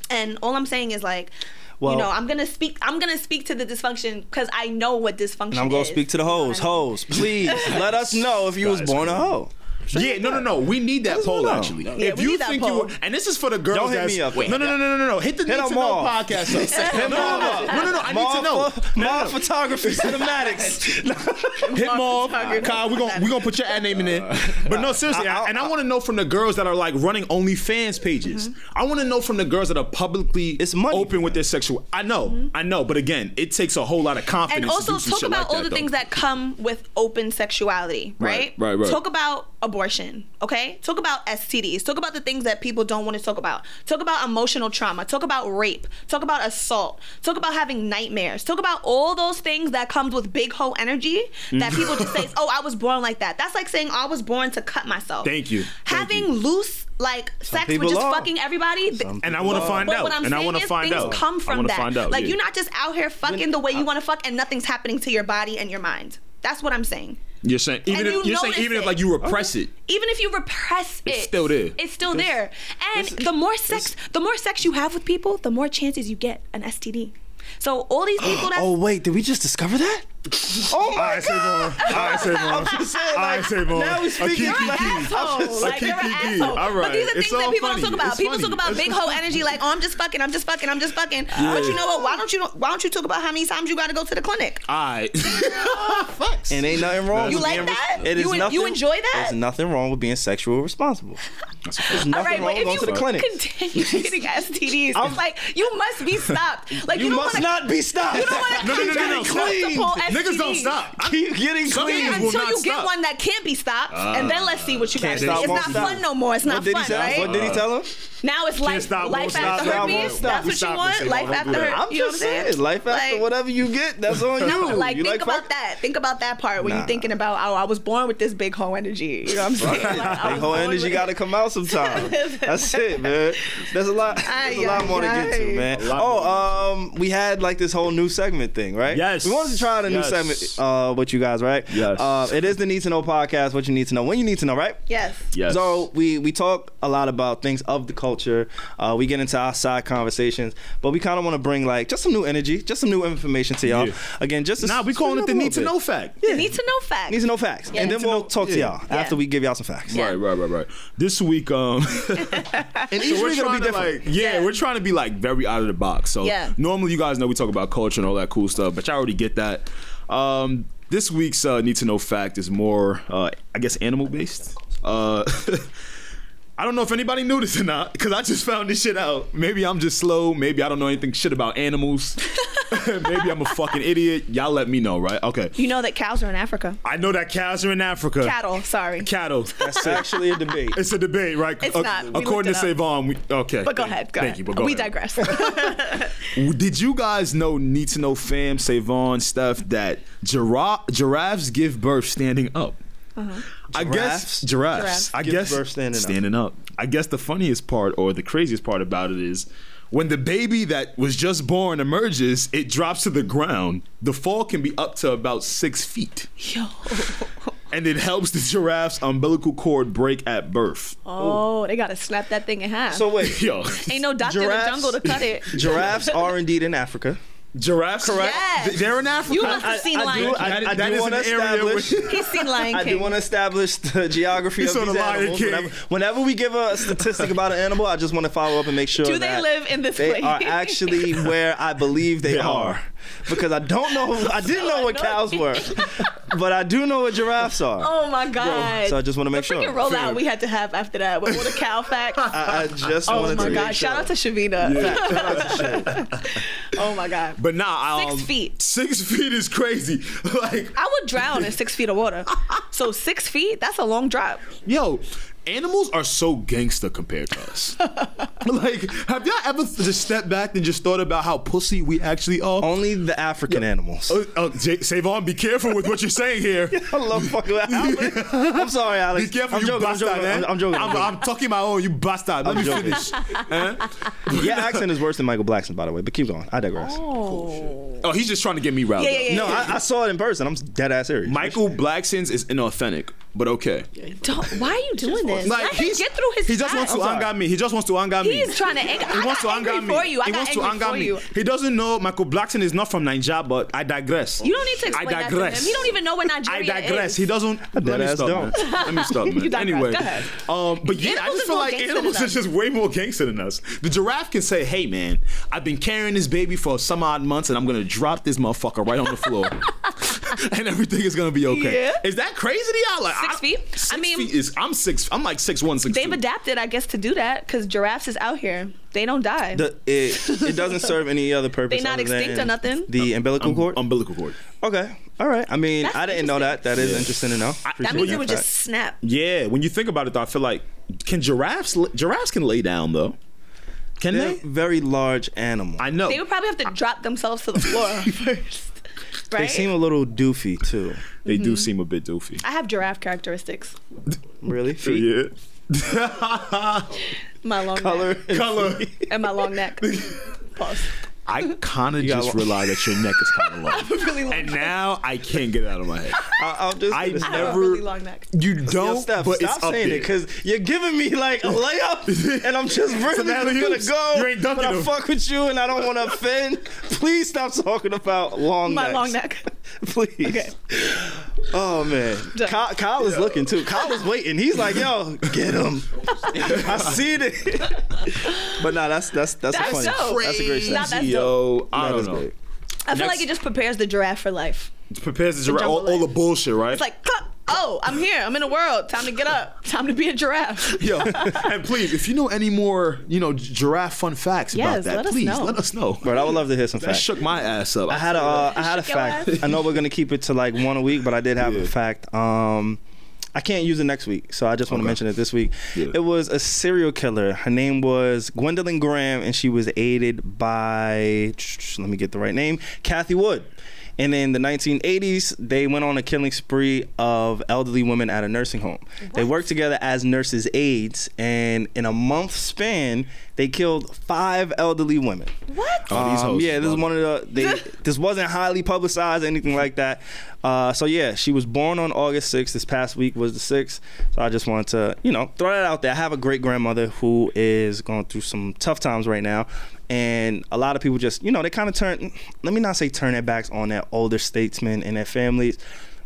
Speaker 3: and all I'm saying is like,
Speaker 1: Well-
Speaker 3: you know, I'm gonna speak. I'm gonna speak to the dysfunction because I know what dysfunction.
Speaker 1: And I'm gonna
Speaker 3: is.
Speaker 1: speak to the hoes. Hoes,
Speaker 3: *laughs*
Speaker 1: please let us know if you was born a hoe.
Speaker 2: yeah, no, no, no. We need that
Speaker 1: Just
Speaker 2: poll
Speaker 1: hold on.
Speaker 2: actually.
Speaker 1: Yeah,
Speaker 2: if
Speaker 3: we
Speaker 2: you
Speaker 3: need that
Speaker 2: think you
Speaker 3: poll.
Speaker 2: were, and this is for the girls
Speaker 1: Don't hit
Speaker 2: that's,
Speaker 1: me up.
Speaker 2: No, no, no, no, no, no. Hit the Need
Speaker 1: them
Speaker 2: to Know
Speaker 1: all.
Speaker 2: *laughs* podcast up. no,
Speaker 1: Hit
Speaker 2: no,
Speaker 1: Mom
Speaker 2: no,
Speaker 1: up.
Speaker 2: no, no, no. I need to
Speaker 1: Mom
Speaker 2: know.
Speaker 1: pho- Mom photography
Speaker 2: *laughs*
Speaker 1: cinematics.
Speaker 2: Hit them all. Kyle, we're gonna we gonna put your ad name in there. But no, seriously, I, and I want to know from the girls that are like running OnlyFans pages. I want to know from the girls that are publicly
Speaker 1: It's money.
Speaker 2: open with their sexual. I know, I know, but again, it takes a whole lot of confidence.
Speaker 3: And
Speaker 2: to
Speaker 3: also
Speaker 2: do some
Speaker 3: talk
Speaker 2: shit
Speaker 3: about
Speaker 2: like
Speaker 3: all
Speaker 2: that,
Speaker 3: the
Speaker 2: though.
Speaker 3: things that come with open sexuality, right?
Speaker 2: right, right.
Speaker 3: Talk about abortion, okay? Talk about STDs. Talk about the things that people don't want to talk about. Talk about emotional trauma. Talk about rape. Talk about assault. Talk about having nightmares. Talk about all those things that comes with big hoe energy that people just
Speaker 2: *laughs*
Speaker 3: say, "Oh, I was born like that." That's like saying I was born to cut myself.
Speaker 2: Thank you. Thank
Speaker 3: Having loose like sex with
Speaker 1: people
Speaker 3: just
Speaker 1: are.
Speaker 3: fucking everybody. th-
Speaker 2: And I want to find
Speaker 3: but
Speaker 2: out.
Speaker 3: what I'm
Speaker 2: and I
Speaker 3: saying
Speaker 2: want to
Speaker 3: is
Speaker 2: find
Speaker 3: things
Speaker 2: out.
Speaker 3: come
Speaker 2: I
Speaker 3: from
Speaker 2: wanna
Speaker 3: that.
Speaker 2: Find out.
Speaker 3: like
Speaker 2: yeah.
Speaker 3: you're not just out here fucking the way you want to fuck, and nothing's happening to your body and your mind. That's what I'm saying.
Speaker 5: You're saying even
Speaker 3: And
Speaker 5: if
Speaker 3: you
Speaker 5: you're saying
Speaker 3: notice
Speaker 5: even if
Speaker 3: it.
Speaker 5: like you repress it,
Speaker 3: Even if you repress it,
Speaker 5: It's still there.
Speaker 3: It's still there. And the more sex, the more sex you have with people, the more chances you get an STD. So all these people that
Speaker 1: Oh wait, did we just discover that? Oh my
Speaker 5: say more.
Speaker 1: god!
Speaker 5: I
Speaker 2: *laughs*
Speaker 5: say more.
Speaker 1: I'm just saying,
Speaker 5: I
Speaker 1: like,
Speaker 5: say more.
Speaker 1: Now we
Speaker 5: A
Speaker 1: speaking.
Speaker 5: kiki
Speaker 3: you're an
Speaker 1: like- Oh,
Speaker 3: asshole. Like you're an
Speaker 5: Kiki. All
Speaker 3: asshole. But these are
Speaker 5: right.
Speaker 3: things
Speaker 5: It's
Speaker 3: that
Speaker 5: all
Speaker 3: people
Speaker 5: funny.
Speaker 3: don't talk about.
Speaker 5: It's
Speaker 3: people
Speaker 5: funny.
Speaker 3: talk about
Speaker 5: It's
Speaker 3: big hoe energy, like, oh, I'm just fucking, I'm just fucking, I'm just fucking. But you know what? Why don't you? Why don't you talk about how many times you got to go to the clinic?
Speaker 5: *laughs* I Oh,
Speaker 1: And ain't nothing wrong.
Speaker 3: You
Speaker 1: with
Speaker 3: like
Speaker 1: being
Speaker 3: that?
Speaker 1: It is
Speaker 3: You en- you
Speaker 1: nothing.
Speaker 3: enjoy that?
Speaker 1: There's nothing wrong with being sexual responsible. There's nothing
Speaker 3: All
Speaker 1: wrong
Speaker 3: right, but
Speaker 1: with
Speaker 3: if
Speaker 1: going
Speaker 3: you
Speaker 1: to the clinic.
Speaker 3: continue *laughs* getting STDs, it's like you must
Speaker 1: *laughs*
Speaker 3: be stopped. Like you,
Speaker 1: you
Speaker 3: don't
Speaker 1: must
Speaker 3: wanna,
Speaker 1: not be stopped.
Speaker 3: You
Speaker 1: *laughs*
Speaker 3: don't want to
Speaker 5: No, no, no, no, no, stop.
Speaker 3: Multiple STDs.
Speaker 5: niggas don't stop. I-
Speaker 1: Keep getting
Speaker 5: Some
Speaker 1: clean.
Speaker 5: niggas
Speaker 3: Yeah,
Speaker 5: will
Speaker 3: until
Speaker 5: not
Speaker 3: you
Speaker 5: stop.
Speaker 3: get one that can't be stopped, and then let's see what you got.
Speaker 1: Ah. Can't
Speaker 3: It's
Speaker 1: stop,
Speaker 3: not
Speaker 1: won't
Speaker 3: fun
Speaker 1: stop.
Speaker 3: no more. It's
Speaker 1: What
Speaker 3: not
Speaker 1: did he
Speaker 3: fun,
Speaker 1: tell?
Speaker 3: right?
Speaker 1: What did he tell him?
Speaker 3: Now it's life,
Speaker 5: stop, won't
Speaker 3: life
Speaker 5: stop,
Speaker 3: after
Speaker 1: stop, won't
Speaker 3: herpes.
Speaker 1: stop.
Speaker 3: That's
Speaker 1: We
Speaker 3: what you
Speaker 5: stop and say,
Speaker 3: want. Life
Speaker 5: won't do
Speaker 3: after
Speaker 5: that.
Speaker 3: herpes.
Speaker 1: I'm
Speaker 3: you know what
Speaker 1: just saying, life after
Speaker 3: Like-
Speaker 1: whatever you get, that's on *laughs*
Speaker 3: No,
Speaker 1: you.
Speaker 3: like
Speaker 1: you
Speaker 3: think
Speaker 1: fuck-
Speaker 3: about that. Think about that part when
Speaker 1: Nah.
Speaker 3: you're thinking about, oh, I was born with this big hoe energy. You know
Speaker 1: *laughs*
Speaker 3: what I'm saying? Like, I
Speaker 1: That
Speaker 3: was
Speaker 1: whole
Speaker 3: born
Speaker 1: energy
Speaker 3: with-
Speaker 1: got to come out sometime.
Speaker 3: *laughs*
Speaker 1: That's it, man. There's a lot. There's a
Speaker 3: Ay,
Speaker 1: lot
Speaker 3: ay,
Speaker 1: more to get to,
Speaker 3: ay.
Speaker 1: man.
Speaker 2: lot
Speaker 1: Oh, um, we had like this whole new segment thing, right?
Speaker 2: Yes.
Speaker 1: We wanted to try out a new
Speaker 2: Yes.
Speaker 1: segment uh, with you guys, right?
Speaker 2: Yes.
Speaker 1: Uh, it is the Need to Know podcast. What you need to know when you need to know, right?
Speaker 3: Yes.
Speaker 2: Yes.
Speaker 1: So we we talk a lot about things of the culture. Uh, we get into our side conversations, but we kind of want to bring like just some new energy, just some new information to y'all.
Speaker 2: Yeah.
Speaker 1: Again, just to
Speaker 2: Nah, we
Speaker 1: s-
Speaker 2: calling it the
Speaker 1: a little
Speaker 2: need to
Speaker 1: bit.
Speaker 2: know fact.
Speaker 3: You Need to know facts.
Speaker 1: Need to know facts,
Speaker 3: Yeah.
Speaker 1: and then
Speaker 3: Need to
Speaker 1: we'll
Speaker 2: know-
Speaker 1: talk to
Speaker 2: yeah.
Speaker 1: y'all after we give y'all some facts.
Speaker 3: Yeah.
Speaker 2: Right, right, right, right. This week, um, *laughs*
Speaker 1: And each
Speaker 2: we're
Speaker 1: week it'll be
Speaker 2: trying to,
Speaker 1: different.
Speaker 2: Like, yeah,
Speaker 3: Yeah.
Speaker 2: we're trying to be like very out of the box. So
Speaker 3: Yeah.
Speaker 2: normally you guys know we talk about culture and all that cool stuff, but y'all already get that. Um, this week's uh, need to know fact is more, uh, I guess, animal based. Uh, *laughs* I don't know if anybody knew this or not because I just found this shit out. Maybe I'm just slow. Maybe I don't know anything shit about
Speaker 3: *laughs*
Speaker 2: animals. Maybe I'm a fucking idiot. Y'all let me know, right? Okay.
Speaker 3: You know that cows are in Africa.
Speaker 2: I know that cows are in
Speaker 1: Uh,
Speaker 2: Africa.
Speaker 1: *laughs*
Speaker 3: Cattle, sorry.
Speaker 2: Cattle.
Speaker 1: It's actually a debate.
Speaker 2: It's a debate, right?
Speaker 3: It's
Speaker 2: Ac-
Speaker 3: not. We looked
Speaker 2: According
Speaker 3: it
Speaker 2: to
Speaker 3: up.
Speaker 2: Savon, we, okay.
Speaker 3: But go
Speaker 2: Thank-
Speaker 3: ahead. Go
Speaker 2: Thank
Speaker 3: ahead.
Speaker 2: you. But go
Speaker 3: we
Speaker 2: ahead.
Speaker 3: digress.
Speaker 1: *laughs*
Speaker 2: Did you guys know, need to know, fam, Savon, stuff that giraffe, giraffes give birth standing up? I
Speaker 1: Giraffes?
Speaker 2: guess giraffes.
Speaker 3: Uh-huh. Giraffes.
Speaker 2: I
Speaker 1: Give
Speaker 2: guess
Speaker 1: birth standing up.
Speaker 2: up. I guess the funniest part or the craziest part about it is when the baby that was just born emerges, it drops to the ground. The fall can be up to about six feet,
Speaker 1: *laughs*
Speaker 3: Yo.
Speaker 2: and it helps the giraffe's umbilical cord break at birth.
Speaker 3: Oh, they gotta snap that thing in half.
Speaker 1: So wait,
Speaker 2: *laughs* Yo,
Speaker 3: Ain't no doctor
Speaker 1: Giraffes-
Speaker 3: in the jungle to
Speaker 1: *laughs*
Speaker 3: cut it.
Speaker 1: giraffes are indeed in Africa.
Speaker 2: giraffes, correct?
Speaker 3: Yes.
Speaker 2: Th- They're in Africa.
Speaker 3: You must have seen
Speaker 1: I do,
Speaker 3: Lion King.
Speaker 1: I, I
Speaker 2: That- that
Speaker 1: do
Speaker 2: is
Speaker 1: want to
Speaker 2: an area *laughs* where-
Speaker 1: establish.
Speaker 3: He's seen
Speaker 1: *laughs*
Speaker 3: Lion
Speaker 1: I
Speaker 3: King.
Speaker 1: do want to establish the geography
Speaker 2: He's
Speaker 1: of
Speaker 2: on
Speaker 1: these
Speaker 2: the Lion
Speaker 1: animals.
Speaker 2: King.
Speaker 1: Whenever, whenever we give a statistic about an animal, I just want to follow up and make sure
Speaker 3: Do they
Speaker 1: that
Speaker 3: live in this
Speaker 1: they
Speaker 3: place?
Speaker 1: are actually where I believe they,
Speaker 2: They
Speaker 1: are.
Speaker 2: are.
Speaker 1: Because I don't know, I didn't
Speaker 3: *laughs* Oh,
Speaker 1: know what cows were, but I do know what giraffes are.
Speaker 3: *laughs* Oh my god!
Speaker 1: so I just wanna make
Speaker 3: the
Speaker 1: sure.
Speaker 3: freaking rollout we had to have after that with all the
Speaker 1: *laughs*
Speaker 3: cow facts.
Speaker 1: I, I just
Speaker 3: oh
Speaker 1: wanted
Speaker 3: my
Speaker 1: to
Speaker 3: god!
Speaker 1: make sure.
Speaker 3: Shout out to Shavina. *laughs* oh my god!
Speaker 2: But nah,
Speaker 3: Six
Speaker 2: um,
Speaker 3: feet.
Speaker 2: Six feet is crazy. *laughs* like,
Speaker 3: I would drown in six feet of
Speaker 1: *laughs*
Speaker 3: water. So six feet—that's a long drop.
Speaker 2: yo, animals are so gangster compared to us. *laughs* like, have y'all ever just stepped back and just thought about how pussy we actually are?
Speaker 1: Only the African animals.
Speaker 2: Uh, uh, Oh, J- Savon, be careful with what you're saying here. *laughs*
Speaker 1: I love fucking Alex. I'm sorry, Alex.
Speaker 2: Be careful,
Speaker 1: I'm
Speaker 2: you
Speaker 1: joking, I'm
Speaker 2: bastard,
Speaker 1: joking,
Speaker 2: man.
Speaker 1: I'm- I'm joking, I'm
Speaker 2: I'm,
Speaker 1: joking.
Speaker 2: I'm talking my own, you bastard. Let me
Speaker 1: joking.
Speaker 2: finish. Huh?
Speaker 1: Your accent is worse than Michael Blackson, by the way. But keep going. I digress.
Speaker 2: Oh, he's just trying to get me riled
Speaker 3: Yeah, yeah,
Speaker 2: up.
Speaker 3: yeah.
Speaker 1: No, I, I saw it in person. I'm dead ass serious.
Speaker 2: Michael Blackson's is inauthentic, but okay.
Speaker 3: Don't, why are you doing this? Let him get through his.
Speaker 2: he just wants to
Speaker 3: facts.
Speaker 2: anger me. He just wants to anger me.
Speaker 3: He's trying to anger. I got angry for you. I
Speaker 2: he
Speaker 3: got
Speaker 2: wants to
Speaker 3: angry
Speaker 2: anger
Speaker 3: for
Speaker 2: me.
Speaker 3: you.
Speaker 2: He doesn't know Michael Blackson is not from Nigeria, but I digress.
Speaker 3: You don't need to explain
Speaker 2: I
Speaker 3: that to him.
Speaker 2: digress.
Speaker 3: He don't even know where
Speaker 2: I
Speaker 3: Nigeria
Speaker 2: digress.
Speaker 3: is.
Speaker 2: He doesn't. Let me,
Speaker 1: ass
Speaker 2: stop, man.
Speaker 1: don't.
Speaker 2: let me
Speaker 3: *laughs*
Speaker 2: stop, man.
Speaker 3: You digress.
Speaker 2: Anyway,
Speaker 3: Go ahead.
Speaker 2: um, but yeah, I
Speaker 3: Animals
Speaker 2: just
Speaker 3: is
Speaker 2: feel
Speaker 3: more
Speaker 2: like
Speaker 3: gangster
Speaker 2: animals
Speaker 3: than
Speaker 2: are
Speaker 3: us.
Speaker 2: just way more gangster than us. The giraffe can say, "Hey, man, I've been carrying this baby for some odd months, and I'm gonna drop this motherfucker right on the floor." *laughs* And everything is gonna be okay.
Speaker 3: Yeah.
Speaker 2: Is that crazy to y'all? Like
Speaker 3: Six
Speaker 2: I-
Speaker 3: feet? I
Speaker 2: Six
Speaker 3: mean-
Speaker 2: feet is I'm six. I'm like six one, six
Speaker 3: They've
Speaker 2: two.
Speaker 3: adapted, I guess, to do that because giraffes is out here. They don't die.
Speaker 1: The- it, it doesn't serve any other purpose.
Speaker 3: They not
Speaker 1: other
Speaker 3: extinct
Speaker 1: than
Speaker 3: or nothing?
Speaker 2: Um,
Speaker 1: The umbilical cord.
Speaker 2: Umbilical cord.
Speaker 1: okay. All right. I mean,
Speaker 3: That's
Speaker 1: I didn't know that. That is interesting to know.
Speaker 3: That means it would just snap.
Speaker 5: Yeah, when you think about it, though, I feel like can giraffes giraffes can lay down though? Can
Speaker 1: They're a
Speaker 5: they?
Speaker 1: very large animal.
Speaker 5: I know.
Speaker 3: They would probably have to drop themselves to the floor first, right?
Speaker 1: They seem a little doofy too.
Speaker 5: They
Speaker 3: Mm-hmm.
Speaker 5: do seem a bit doofy.
Speaker 3: I have giraffe characteristics.
Speaker 1: Really? Feet,
Speaker 5: Yeah.
Speaker 3: My long
Speaker 1: color,
Speaker 3: *laughs* neck
Speaker 5: Color.
Speaker 3: and my long neck. Pause.
Speaker 5: *laughs* I kind of just
Speaker 1: got-
Speaker 5: realized that your neck is kind of *laughs* long,
Speaker 3: Really long.
Speaker 5: and now I can't get it out of my head.
Speaker 1: I, I'll just.
Speaker 5: I
Speaker 1: it's
Speaker 3: I have
Speaker 1: never-
Speaker 3: a
Speaker 5: never-
Speaker 3: really long neck.
Speaker 5: You don't,
Speaker 1: Yo, Steph,
Speaker 5: but
Speaker 1: stop
Speaker 5: it's up
Speaker 1: saying
Speaker 5: there.
Speaker 1: it because you're giving me like
Speaker 5: *laughs*
Speaker 1: a layup, and I'm just really
Speaker 5: now
Speaker 1: just
Speaker 5: you-
Speaker 1: gonna go.
Speaker 5: you ain't dunking
Speaker 1: but I
Speaker 5: him.
Speaker 1: fuck with you, and I don't want to offend. Please stop talking about long
Speaker 3: My
Speaker 1: necks.
Speaker 3: long neck.
Speaker 1: *laughs* Please.
Speaker 3: Okay.
Speaker 1: Oh man,
Speaker 3: Done.
Speaker 1: Kyle, Kyle is looking too. Kyle is waiting. He's like, "Yo, get him." I see it. *laughs* but nah, that's that's that's, a
Speaker 3: That's
Speaker 1: funny.
Speaker 3: dope.
Speaker 1: That's a great
Speaker 3: Nah,
Speaker 1: sense.
Speaker 3: that's dope.
Speaker 5: Yo, I
Speaker 1: That
Speaker 5: don't
Speaker 1: is
Speaker 5: know.
Speaker 1: great.
Speaker 3: I feel
Speaker 5: Next-
Speaker 3: like it just prepares the giraffe for life.
Speaker 5: Prepares the giraffe.
Speaker 3: jungle
Speaker 5: All, all the
Speaker 3: life.
Speaker 5: bullshit, right?
Speaker 3: It's like, clap. oh, I'm here. I'm in the world. Time to get up. Time to be a giraffe. *laughs*
Speaker 5: Yo, and please, if you know any more, you know, gi- giraffe fun facts about
Speaker 3: Yes,
Speaker 5: that,
Speaker 3: let us
Speaker 5: please
Speaker 3: know.
Speaker 5: let us know.
Speaker 1: Bro, I would love to hear some
Speaker 5: That
Speaker 1: facts.
Speaker 5: shook my ass up.
Speaker 1: I had a uh, I had a
Speaker 3: Shook your
Speaker 1: fact. I know we're gonna keep it to like one a week, but I did have a fact. Um, I can't use it next week, so I just want to mention it this week.
Speaker 5: Yeah.
Speaker 1: It was a serial killer. Her name was Gwendolyn Graham, and she was aided by let me get the right name, Kathy Wood. And in the 1980s, they went on a killing spree of elderly women at a nursing home. They worked together as nurses' aides, and in a month span, they killed five elderly women.
Speaker 3: What?
Speaker 5: Oh, these
Speaker 1: Um,
Speaker 5: hoes
Speaker 1: yeah, this is
Speaker 5: love
Speaker 1: one
Speaker 5: *laughs*
Speaker 1: of the. They, this wasn't highly publicized, or anything like that. Uh, so yeah, she was born on August 6th. This past week was the 6th. So I just wanted to, you know, throw that out there. I have a great grandmother who is going through some tough times right now, and a lot of people just, you know, they kind of turn. Let me not say turn their backs on their older statesmen and their families,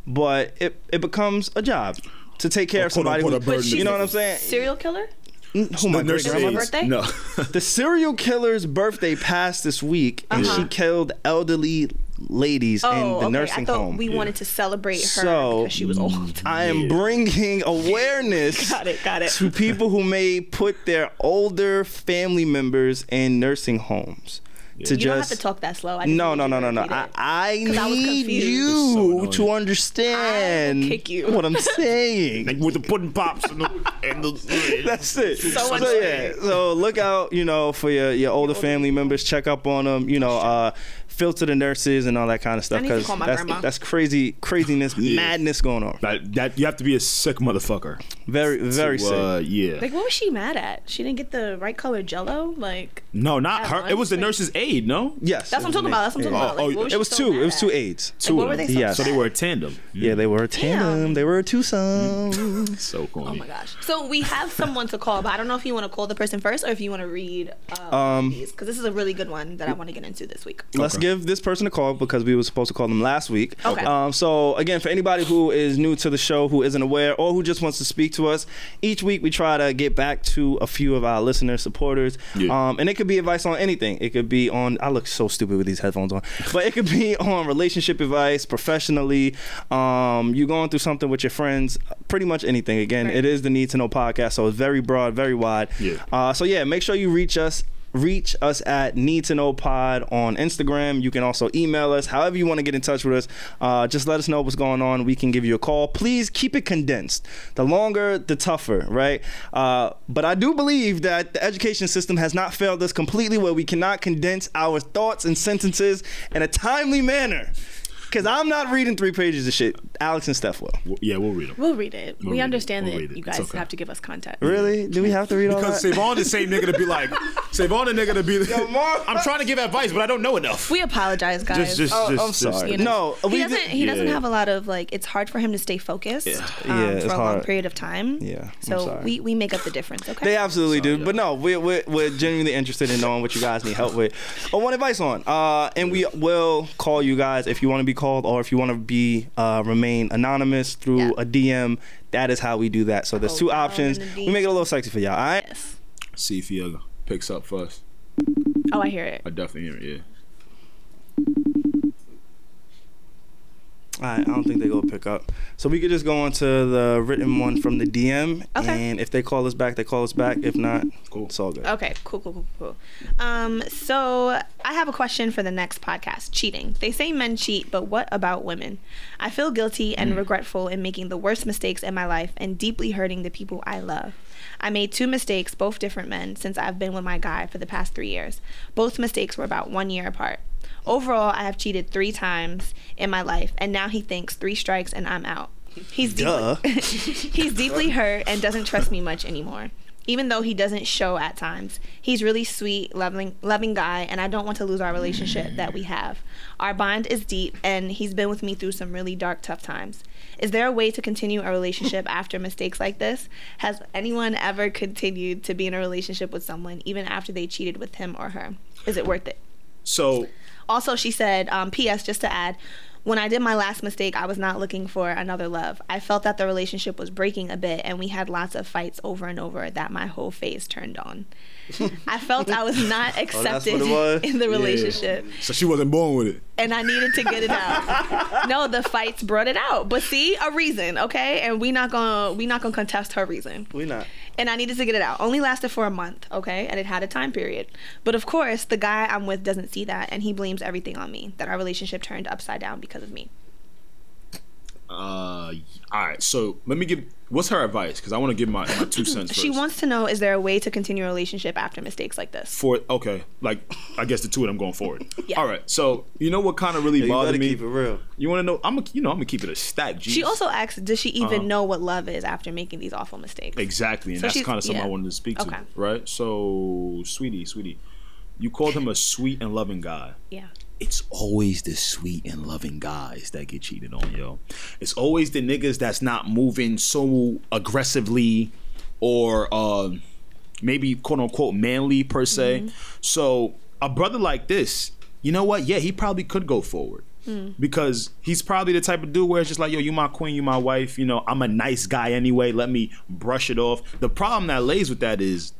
Speaker 1: but it it becomes a job. To take care of
Speaker 5: quote,
Speaker 1: somebody,
Speaker 5: unquote, a
Speaker 1: who-
Speaker 5: burden.
Speaker 1: you know what I'm saying?
Speaker 3: Serial killer?
Speaker 1: Who my
Speaker 5: The nurse's
Speaker 1: great-grandmother?
Speaker 5: aides.
Speaker 3: birthday?
Speaker 5: No. *laughs*
Speaker 1: The serial killer's birthday passed this week, and
Speaker 3: Uh-huh.
Speaker 1: she killed elderly ladies
Speaker 3: Oh,
Speaker 1: in the
Speaker 3: okay.
Speaker 1: nursing
Speaker 3: I thought
Speaker 1: home.
Speaker 3: we wanted to celebrate her
Speaker 1: So- mm,
Speaker 3: because she was old.
Speaker 1: *laughs* I am bringing awareness
Speaker 3: *laughs* Got it, got it.
Speaker 1: to people who may put their older family members in nursing homes to
Speaker 3: *laughs* you
Speaker 1: just
Speaker 3: don't have to talk that slow. I just
Speaker 1: no,
Speaker 3: need
Speaker 1: no,
Speaker 3: you
Speaker 1: no, no,
Speaker 3: to
Speaker 1: no.
Speaker 3: repeat
Speaker 1: I,
Speaker 3: it.
Speaker 1: I
Speaker 3: 'Cause I was
Speaker 1: need
Speaker 3: confused.
Speaker 1: you
Speaker 5: It's so
Speaker 1: to
Speaker 5: annoying.
Speaker 1: understand
Speaker 3: I will kick you.
Speaker 1: what
Speaker 3: *laughs*
Speaker 1: I'm saying.
Speaker 5: with the pudding pops and *laughs* the, and the
Speaker 1: That's it. So,
Speaker 3: annoying.
Speaker 1: yeah, so look out, you know, for your, your older family members. Check up on them. You know, uh, filter the nurses and all that kind of stuff
Speaker 3: need to
Speaker 1: because
Speaker 3: call my
Speaker 1: that's,
Speaker 3: grandma.
Speaker 1: that's crazy craziness, madness going on.
Speaker 5: that, that you have to be a sick motherfucker.
Speaker 1: Very very
Speaker 5: to,
Speaker 1: sick.
Speaker 5: Uh, yeah.
Speaker 3: Like, what was she mad at? She didn't get the right color jello? Like,
Speaker 5: No, not
Speaker 3: At
Speaker 5: her. It was the
Speaker 3: lunch?
Speaker 5: nurse's aide. No.
Speaker 1: yes,
Speaker 3: that's what I'm talking about. That's what I'm talking about.
Speaker 5: Oh,
Speaker 3: Like, what was
Speaker 1: It
Speaker 3: she
Speaker 1: was
Speaker 3: so
Speaker 1: two.
Speaker 3: mad
Speaker 1: It was
Speaker 3: at?
Speaker 1: two aides.
Speaker 5: Two
Speaker 3: what
Speaker 5: of
Speaker 3: were
Speaker 5: them.
Speaker 3: they so
Speaker 1: Yes.
Speaker 5: So they were a tandem.
Speaker 1: Yeah, they were a tandem.
Speaker 3: Damn.
Speaker 1: They were a twosome.
Speaker 5: So corny.
Speaker 3: Oh my gosh. So we have someone to call, but I don't know if you want to call the person first or if you want to read um,
Speaker 1: Um,
Speaker 3: these because this is a really good one that I want to get into this week.
Speaker 1: Let's give this person a call because we were supposed to call them last week.
Speaker 3: Okay.
Speaker 1: Um, so again, for anybody who is new to the show, who isn't aware, or who just wants to speak to us, each week we try to get back to a few of our listeners, supporters,
Speaker 5: Yeah.
Speaker 1: um, and it could be advice on anything. It could be on. I look so stupid with these headphones on, but it could be *laughs* on relationship advice, professionally. Um, you going through something with your friends, pretty much anything. Again,
Speaker 3: Right.
Speaker 1: it is the Need to Know podcast, so it's very broad, very wide.
Speaker 5: Yeah.
Speaker 1: Uh, so yeah, make sure you reach us. Reach us at Need to Know Pod on Instagram. You can also email us. However you want to get in touch with us, uh, just let us know what's going on. We can give you a call. Please keep it condensed. The longer, the tougher, right? Uh, but I do believe that the education system has not failed us completely, where we cannot condense our thoughts and sentences in a timely manner. Because I'm not reading three pages of shit. Alex and Steph will.
Speaker 5: W- Yeah, we'll read them.
Speaker 3: We'll read it.
Speaker 5: We'll
Speaker 3: we
Speaker 5: read it.
Speaker 3: understand
Speaker 5: We'll read
Speaker 3: that
Speaker 5: it.
Speaker 3: you
Speaker 5: It's
Speaker 3: guys
Speaker 5: okay.
Speaker 3: have to give us contact.
Speaker 1: Really? Do we have to read all
Speaker 5: Because
Speaker 1: that?
Speaker 5: Savon the same nigga to be like, Savon the nigga to be.
Speaker 1: Mark.
Speaker 5: I'm trying to give advice, but I don't know enough.
Speaker 3: We apologize, guys.
Speaker 5: Just, just,
Speaker 1: Oh,
Speaker 5: just,
Speaker 1: I'm
Speaker 5: just-
Speaker 1: sorry.
Speaker 3: you know.
Speaker 1: No,
Speaker 3: he
Speaker 1: we
Speaker 3: doesn't.
Speaker 1: did-
Speaker 3: He doesn't
Speaker 5: yeah.
Speaker 3: have a lot of like. It's hard for him to stay focused. um,
Speaker 1: Yeah, it's
Speaker 3: for a long
Speaker 1: hard.
Speaker 3: period of time.
Speaker 1: Yeah, I'm
Speaker 3: So
Speaker 1: sorry.
Speaker 3: we we make up the difference. Okay.
Speaker 1: They absolutely do. But no, we're, we're, we're genuinely interested in knowing what you guys need help with or want advice on. Uh, and we will call you guys if you want to be called or if you want to be uh, remain anonymous through
Speaker 3: Yeah.
Speaker 1: a DM. That is how we do that. So there's
Speaker 3: Oh,
Speaker 1: two
Speaker 3: down
Speaker 1: options.
Speaker 3: in the
Speaker 1: We make it a little sexy for y'all. All right.
Speaker 3: Yes.
Speaker 5: See if he uh, picks up first.
Speaker 3: Oh, I hear it.
Speaker 5: I definitely hear it. Yeah.
Speaker 1: All right. I don't think they go pick up. So we could just go on to the written one from the DM.
Speaker 3: Okay.
Speaker 1: And if they call us back, they call us back. If not,
Speaker 5: Cool.
Speaker 1: it's all good.
Speaker 3: Okay. Cool. Cool. Cool. Cool. Um. So I have a question for the next podcast. Cheating. They say men cheat, but what about women? I feel guilty
Speaker 1: Mm.
Speaker 3: and regretful in making the worst mistakes in my life and deeply hurting the people I love. I made two mistakes, both different men, since I've been with my guy for the past three years. Both mistakes were about one year apart. Overall, I have cheated three times in my life, and now he thinks three strikes and I'm out. He's
Speaker 1: Duh.
Speaker 3: deeply, *laughs* he's
Speaker 1: *laughs*
Speaker 3: deeply hurt and doesn't trust me much anymore. Even though he doesn't show at times, he's really sweet, loving, loving guy, and I don't want to lose our relationship that we have. Our bond is deep, and he's been with me through some really dark, tough times. Is there a way to continue a relationship after mistakes like this? Has anyone ever continued to be in a relationship with someone even after they cheated with him or her? Is it worth it?
Speaker 2: So
Speaker 3: Also, she said, um, P.S., just to add, when I did my last mistake, I was not looking for another love. I felt that the relationship was breaking a bit, and we had lots of fights over and over that my whole face
Speaker 1: *laughs*
Speaker 3: turned on. I felt I was not accepted
Speaker 1: Oh,
Speaker 3: *laughs*
Speaker 1: what it was?
Speaker 3: in the relationship,
Speaker 5: So she wasn't born with it.
Speaker 3: and I needed to get
Speaker 1: *laughs*
Speaker 3: it out. no, the fights brought it out, but see, a reason, okay? And we not gonna we not gonna contest her reason
Speaker 1: We not.
Speaker 3: and I needed to get it out. Only lasted for a month, okay? And it had a time period. But of course, the guy I'm with doesn't see that and he blames everything on me that our relationship turned upside down because of me.
Speaker 2: uh, all right. So let me give. What's her advice? Because I want to give my, my two cents. First.
Speaker 3: She wants to know is there a way to continue a relationship after mistakes like this?
Speaker 2: for okay. Like I guess the two of them going forward.
Speaker 3: Yeah.
Speaker 2: All right. So you know what kind of really
Speaker 1: You
Speaker 2: bothered
Speaker 1: gotta
Speaker 2: me?
Speaker 1: keep it real.
Speaker 2: You want to know? I'm a, you know I'm gonna keep it a stack. Jeez.
Speaker 3: She also asks, does she even know what love is after making these awful mistakes?
Speaker 2: Exactly, and
Speaker 3: So
Speaker 2: that's
Speaker 3: she's-
Speaker 2: kind of something I
Speaker 3: yeah.
Speaker 2: wanted to speak
Speaker 3: Okay.
Speaker 2: to, right? So, sweetie, sweetie, you called him a sweet and loving guy.
Speaker 3: Yeah.
Speaker 2: It's always the sweet and loving guys that get cheated on, yo. It's always the niggas that's not moving so aggressively, or um, maybe quote unquote manly per se. So a brother like this, you know what? Yeah, he probably could go forward. Because he's probably the type of dude where it's just like, yo, you my queen, you my wife, you know, I'm a nice guy anyway. Let me brush it off. The problem that lays with that is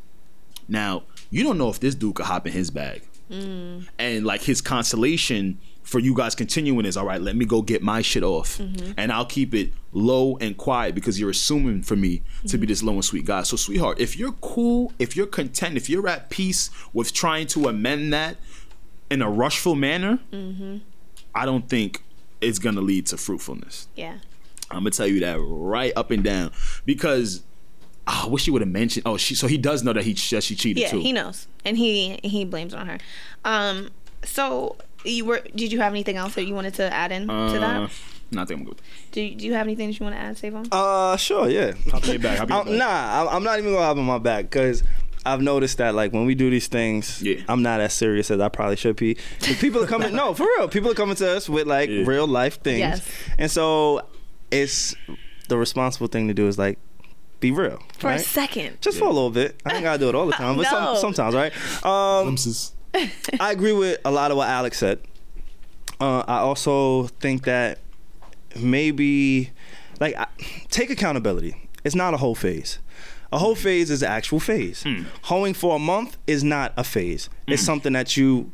Speaker 2: now you don't know if this dude could hop in his bag. And like his consolation for you guys continuing is all right, let me go get my shit off.
Speaker 3: Mm-hmm.
Speaker 2: And I'll keep it low and quiet because you're assuming for me to
Speaker 3: Mm-hmm.
Speaker 2: be this low and sweet guy. So, sweetheart, if you're cool, if you're content, if you're at peace with trying to amend that in a rushful manner,
Speaker 3: Mm-hmm.
Speaker 2: I don't think it's gonna lead to fruitfulness.
Speaker 3: Yeah.
Speaker 2: I'm gonna tell you that right up and down because ah, I wish he would have mentioned. Oh, she so he does know that he that she cheated
Speaker 3: Yeah,
Speaker 2: too.
Speaker 3: he knows. And he he blames it on her. Um so you were did you have anything else that you wanted to add in to
Speaker 2: Uh,
Speaker 3: that?
Speaker 2: no, I think I'm good.
Speaker 3: Do, do you have anything that you want to add, Savon?
Speaker 1: Uh, sure, yeah.
Speaker 2: Hop in your bag. Hop in your
Speaker 1: I'm-
Speaker 2: bag.
Speaker 1: nah, I'm- I'm not even gonna hop in my back because I've noticed that like when we do these things,
Speaker 2: Yeah.
Speaker 1: I'm not as serious as I probably should be. 'Cause People are
Speaker 2: *laughs*
Speaker 1: coming, no, for real. People are coming to us with like
Speaker 2: Yeah.
Speaker 1: real life things,
Speaker 3: Yes.
Speaker 1: and so it's the responsible thing to do is like be real
Speaker 3: For
Speaker 1: right?
Speaker 3: a second.
Speaker 1: Just for a little bit. I ain't gotta do it all the time, but
Speaker 3: No.
Speaker 1: some, sometimes, right? Um,
Speaker 5: Glimpses.
Speaker 1: *laughs* I agree with a lot of what Alex said. Uh, I also think that maybe, like, I, take accountability. It's not a whole phase. A whole phase is an actual phase. Hoeing for a month is not a phase. It's something that you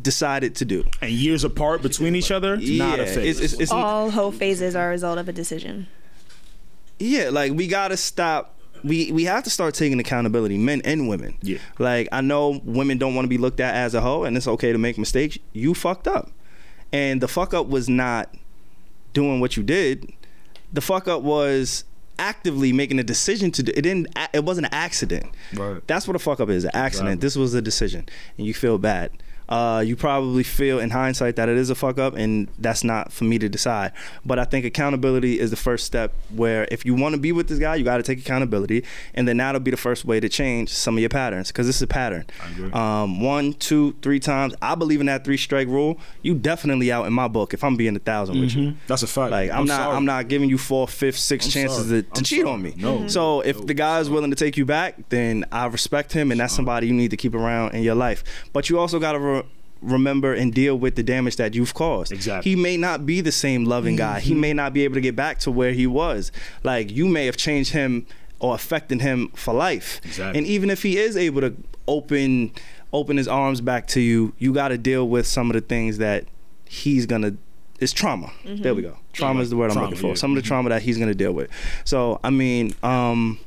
Speaker 1: decided to do.
Speaker 2: and years apart between each other, not a
Speaker 1: Yeah,
Speaker 2: phase.
Speaker 1: It's, it's, it's,
Speaker 3: All whole phases are a result of a decision.
Speaker 1: Yeah, like we gotta stop. We we have to start taking accountability, men and women.
Speaker 2: Yeah.
Speaker 1: Like I know women don't want to be looked at as a hoe, and it's okay to make mistakes. You fucked up, and the fuck up was not doing what you did. The fuck up was actively making a decision to do. It didn't. a- It wasn't an accident.
Speaker 2: Right.
Speaker 1: That's what a fuck up is. An accident.
Speaker 2: Exactly.
Speaker 1: This was a decision, and you feel bad. Uh, you probably feel in hindsight that it is a fuck up, and that's not for me to decide. But I think accountability is the first step. Where if you want to be with this guy, you got to take accountability, and then that'll be the first way to change some of your patterns because this is a pattern. I
Speaker 2: agree.
Speaker 1: Um, one, two, three times. I believe in that three strike rule. You definitely out in my book if I'm being a 1000 with you.
Speaker 2: Mm-hmm. That's a fact.
Speaker 1: Like I'm, not,
Speaker 2: sorry.
Speaker 1: I'm not giving you four, fifth, sixth chances
Speaker 2: sorry.
Speaker 1: to, to
Speaker 2: I'm
Speaker 1: cheat
Speaker 2: sorry.
Speaker 1: on me.
Speaker 2: No.
Speaker 1: So if the guy's willing to take you back, then I respect him, and that's somebody you need to keep around in your life. But you also gotta. Re- Remember and deal with the damage that you've caused.
Speaker 2: Exactly. Mm-hmm.
Speaker 1: He may not be the same loving guy. He may not be able to get back to where he was. Like you may have changed him or affected him for life.
Speaker 2: Exactly.
Speaker 1: And even if he is able to open open his arms back to you, you got to deal with some of the things that he's gonna. It's trauma. There we go. Trauma is the word I'm
Speaker 2: Trauma,
Speaker 1: looking for.
Speaker 2: yeah. Mm-hmm.
Speaker 1: Some of the trauma that he's gonna deal with. So I mean, um,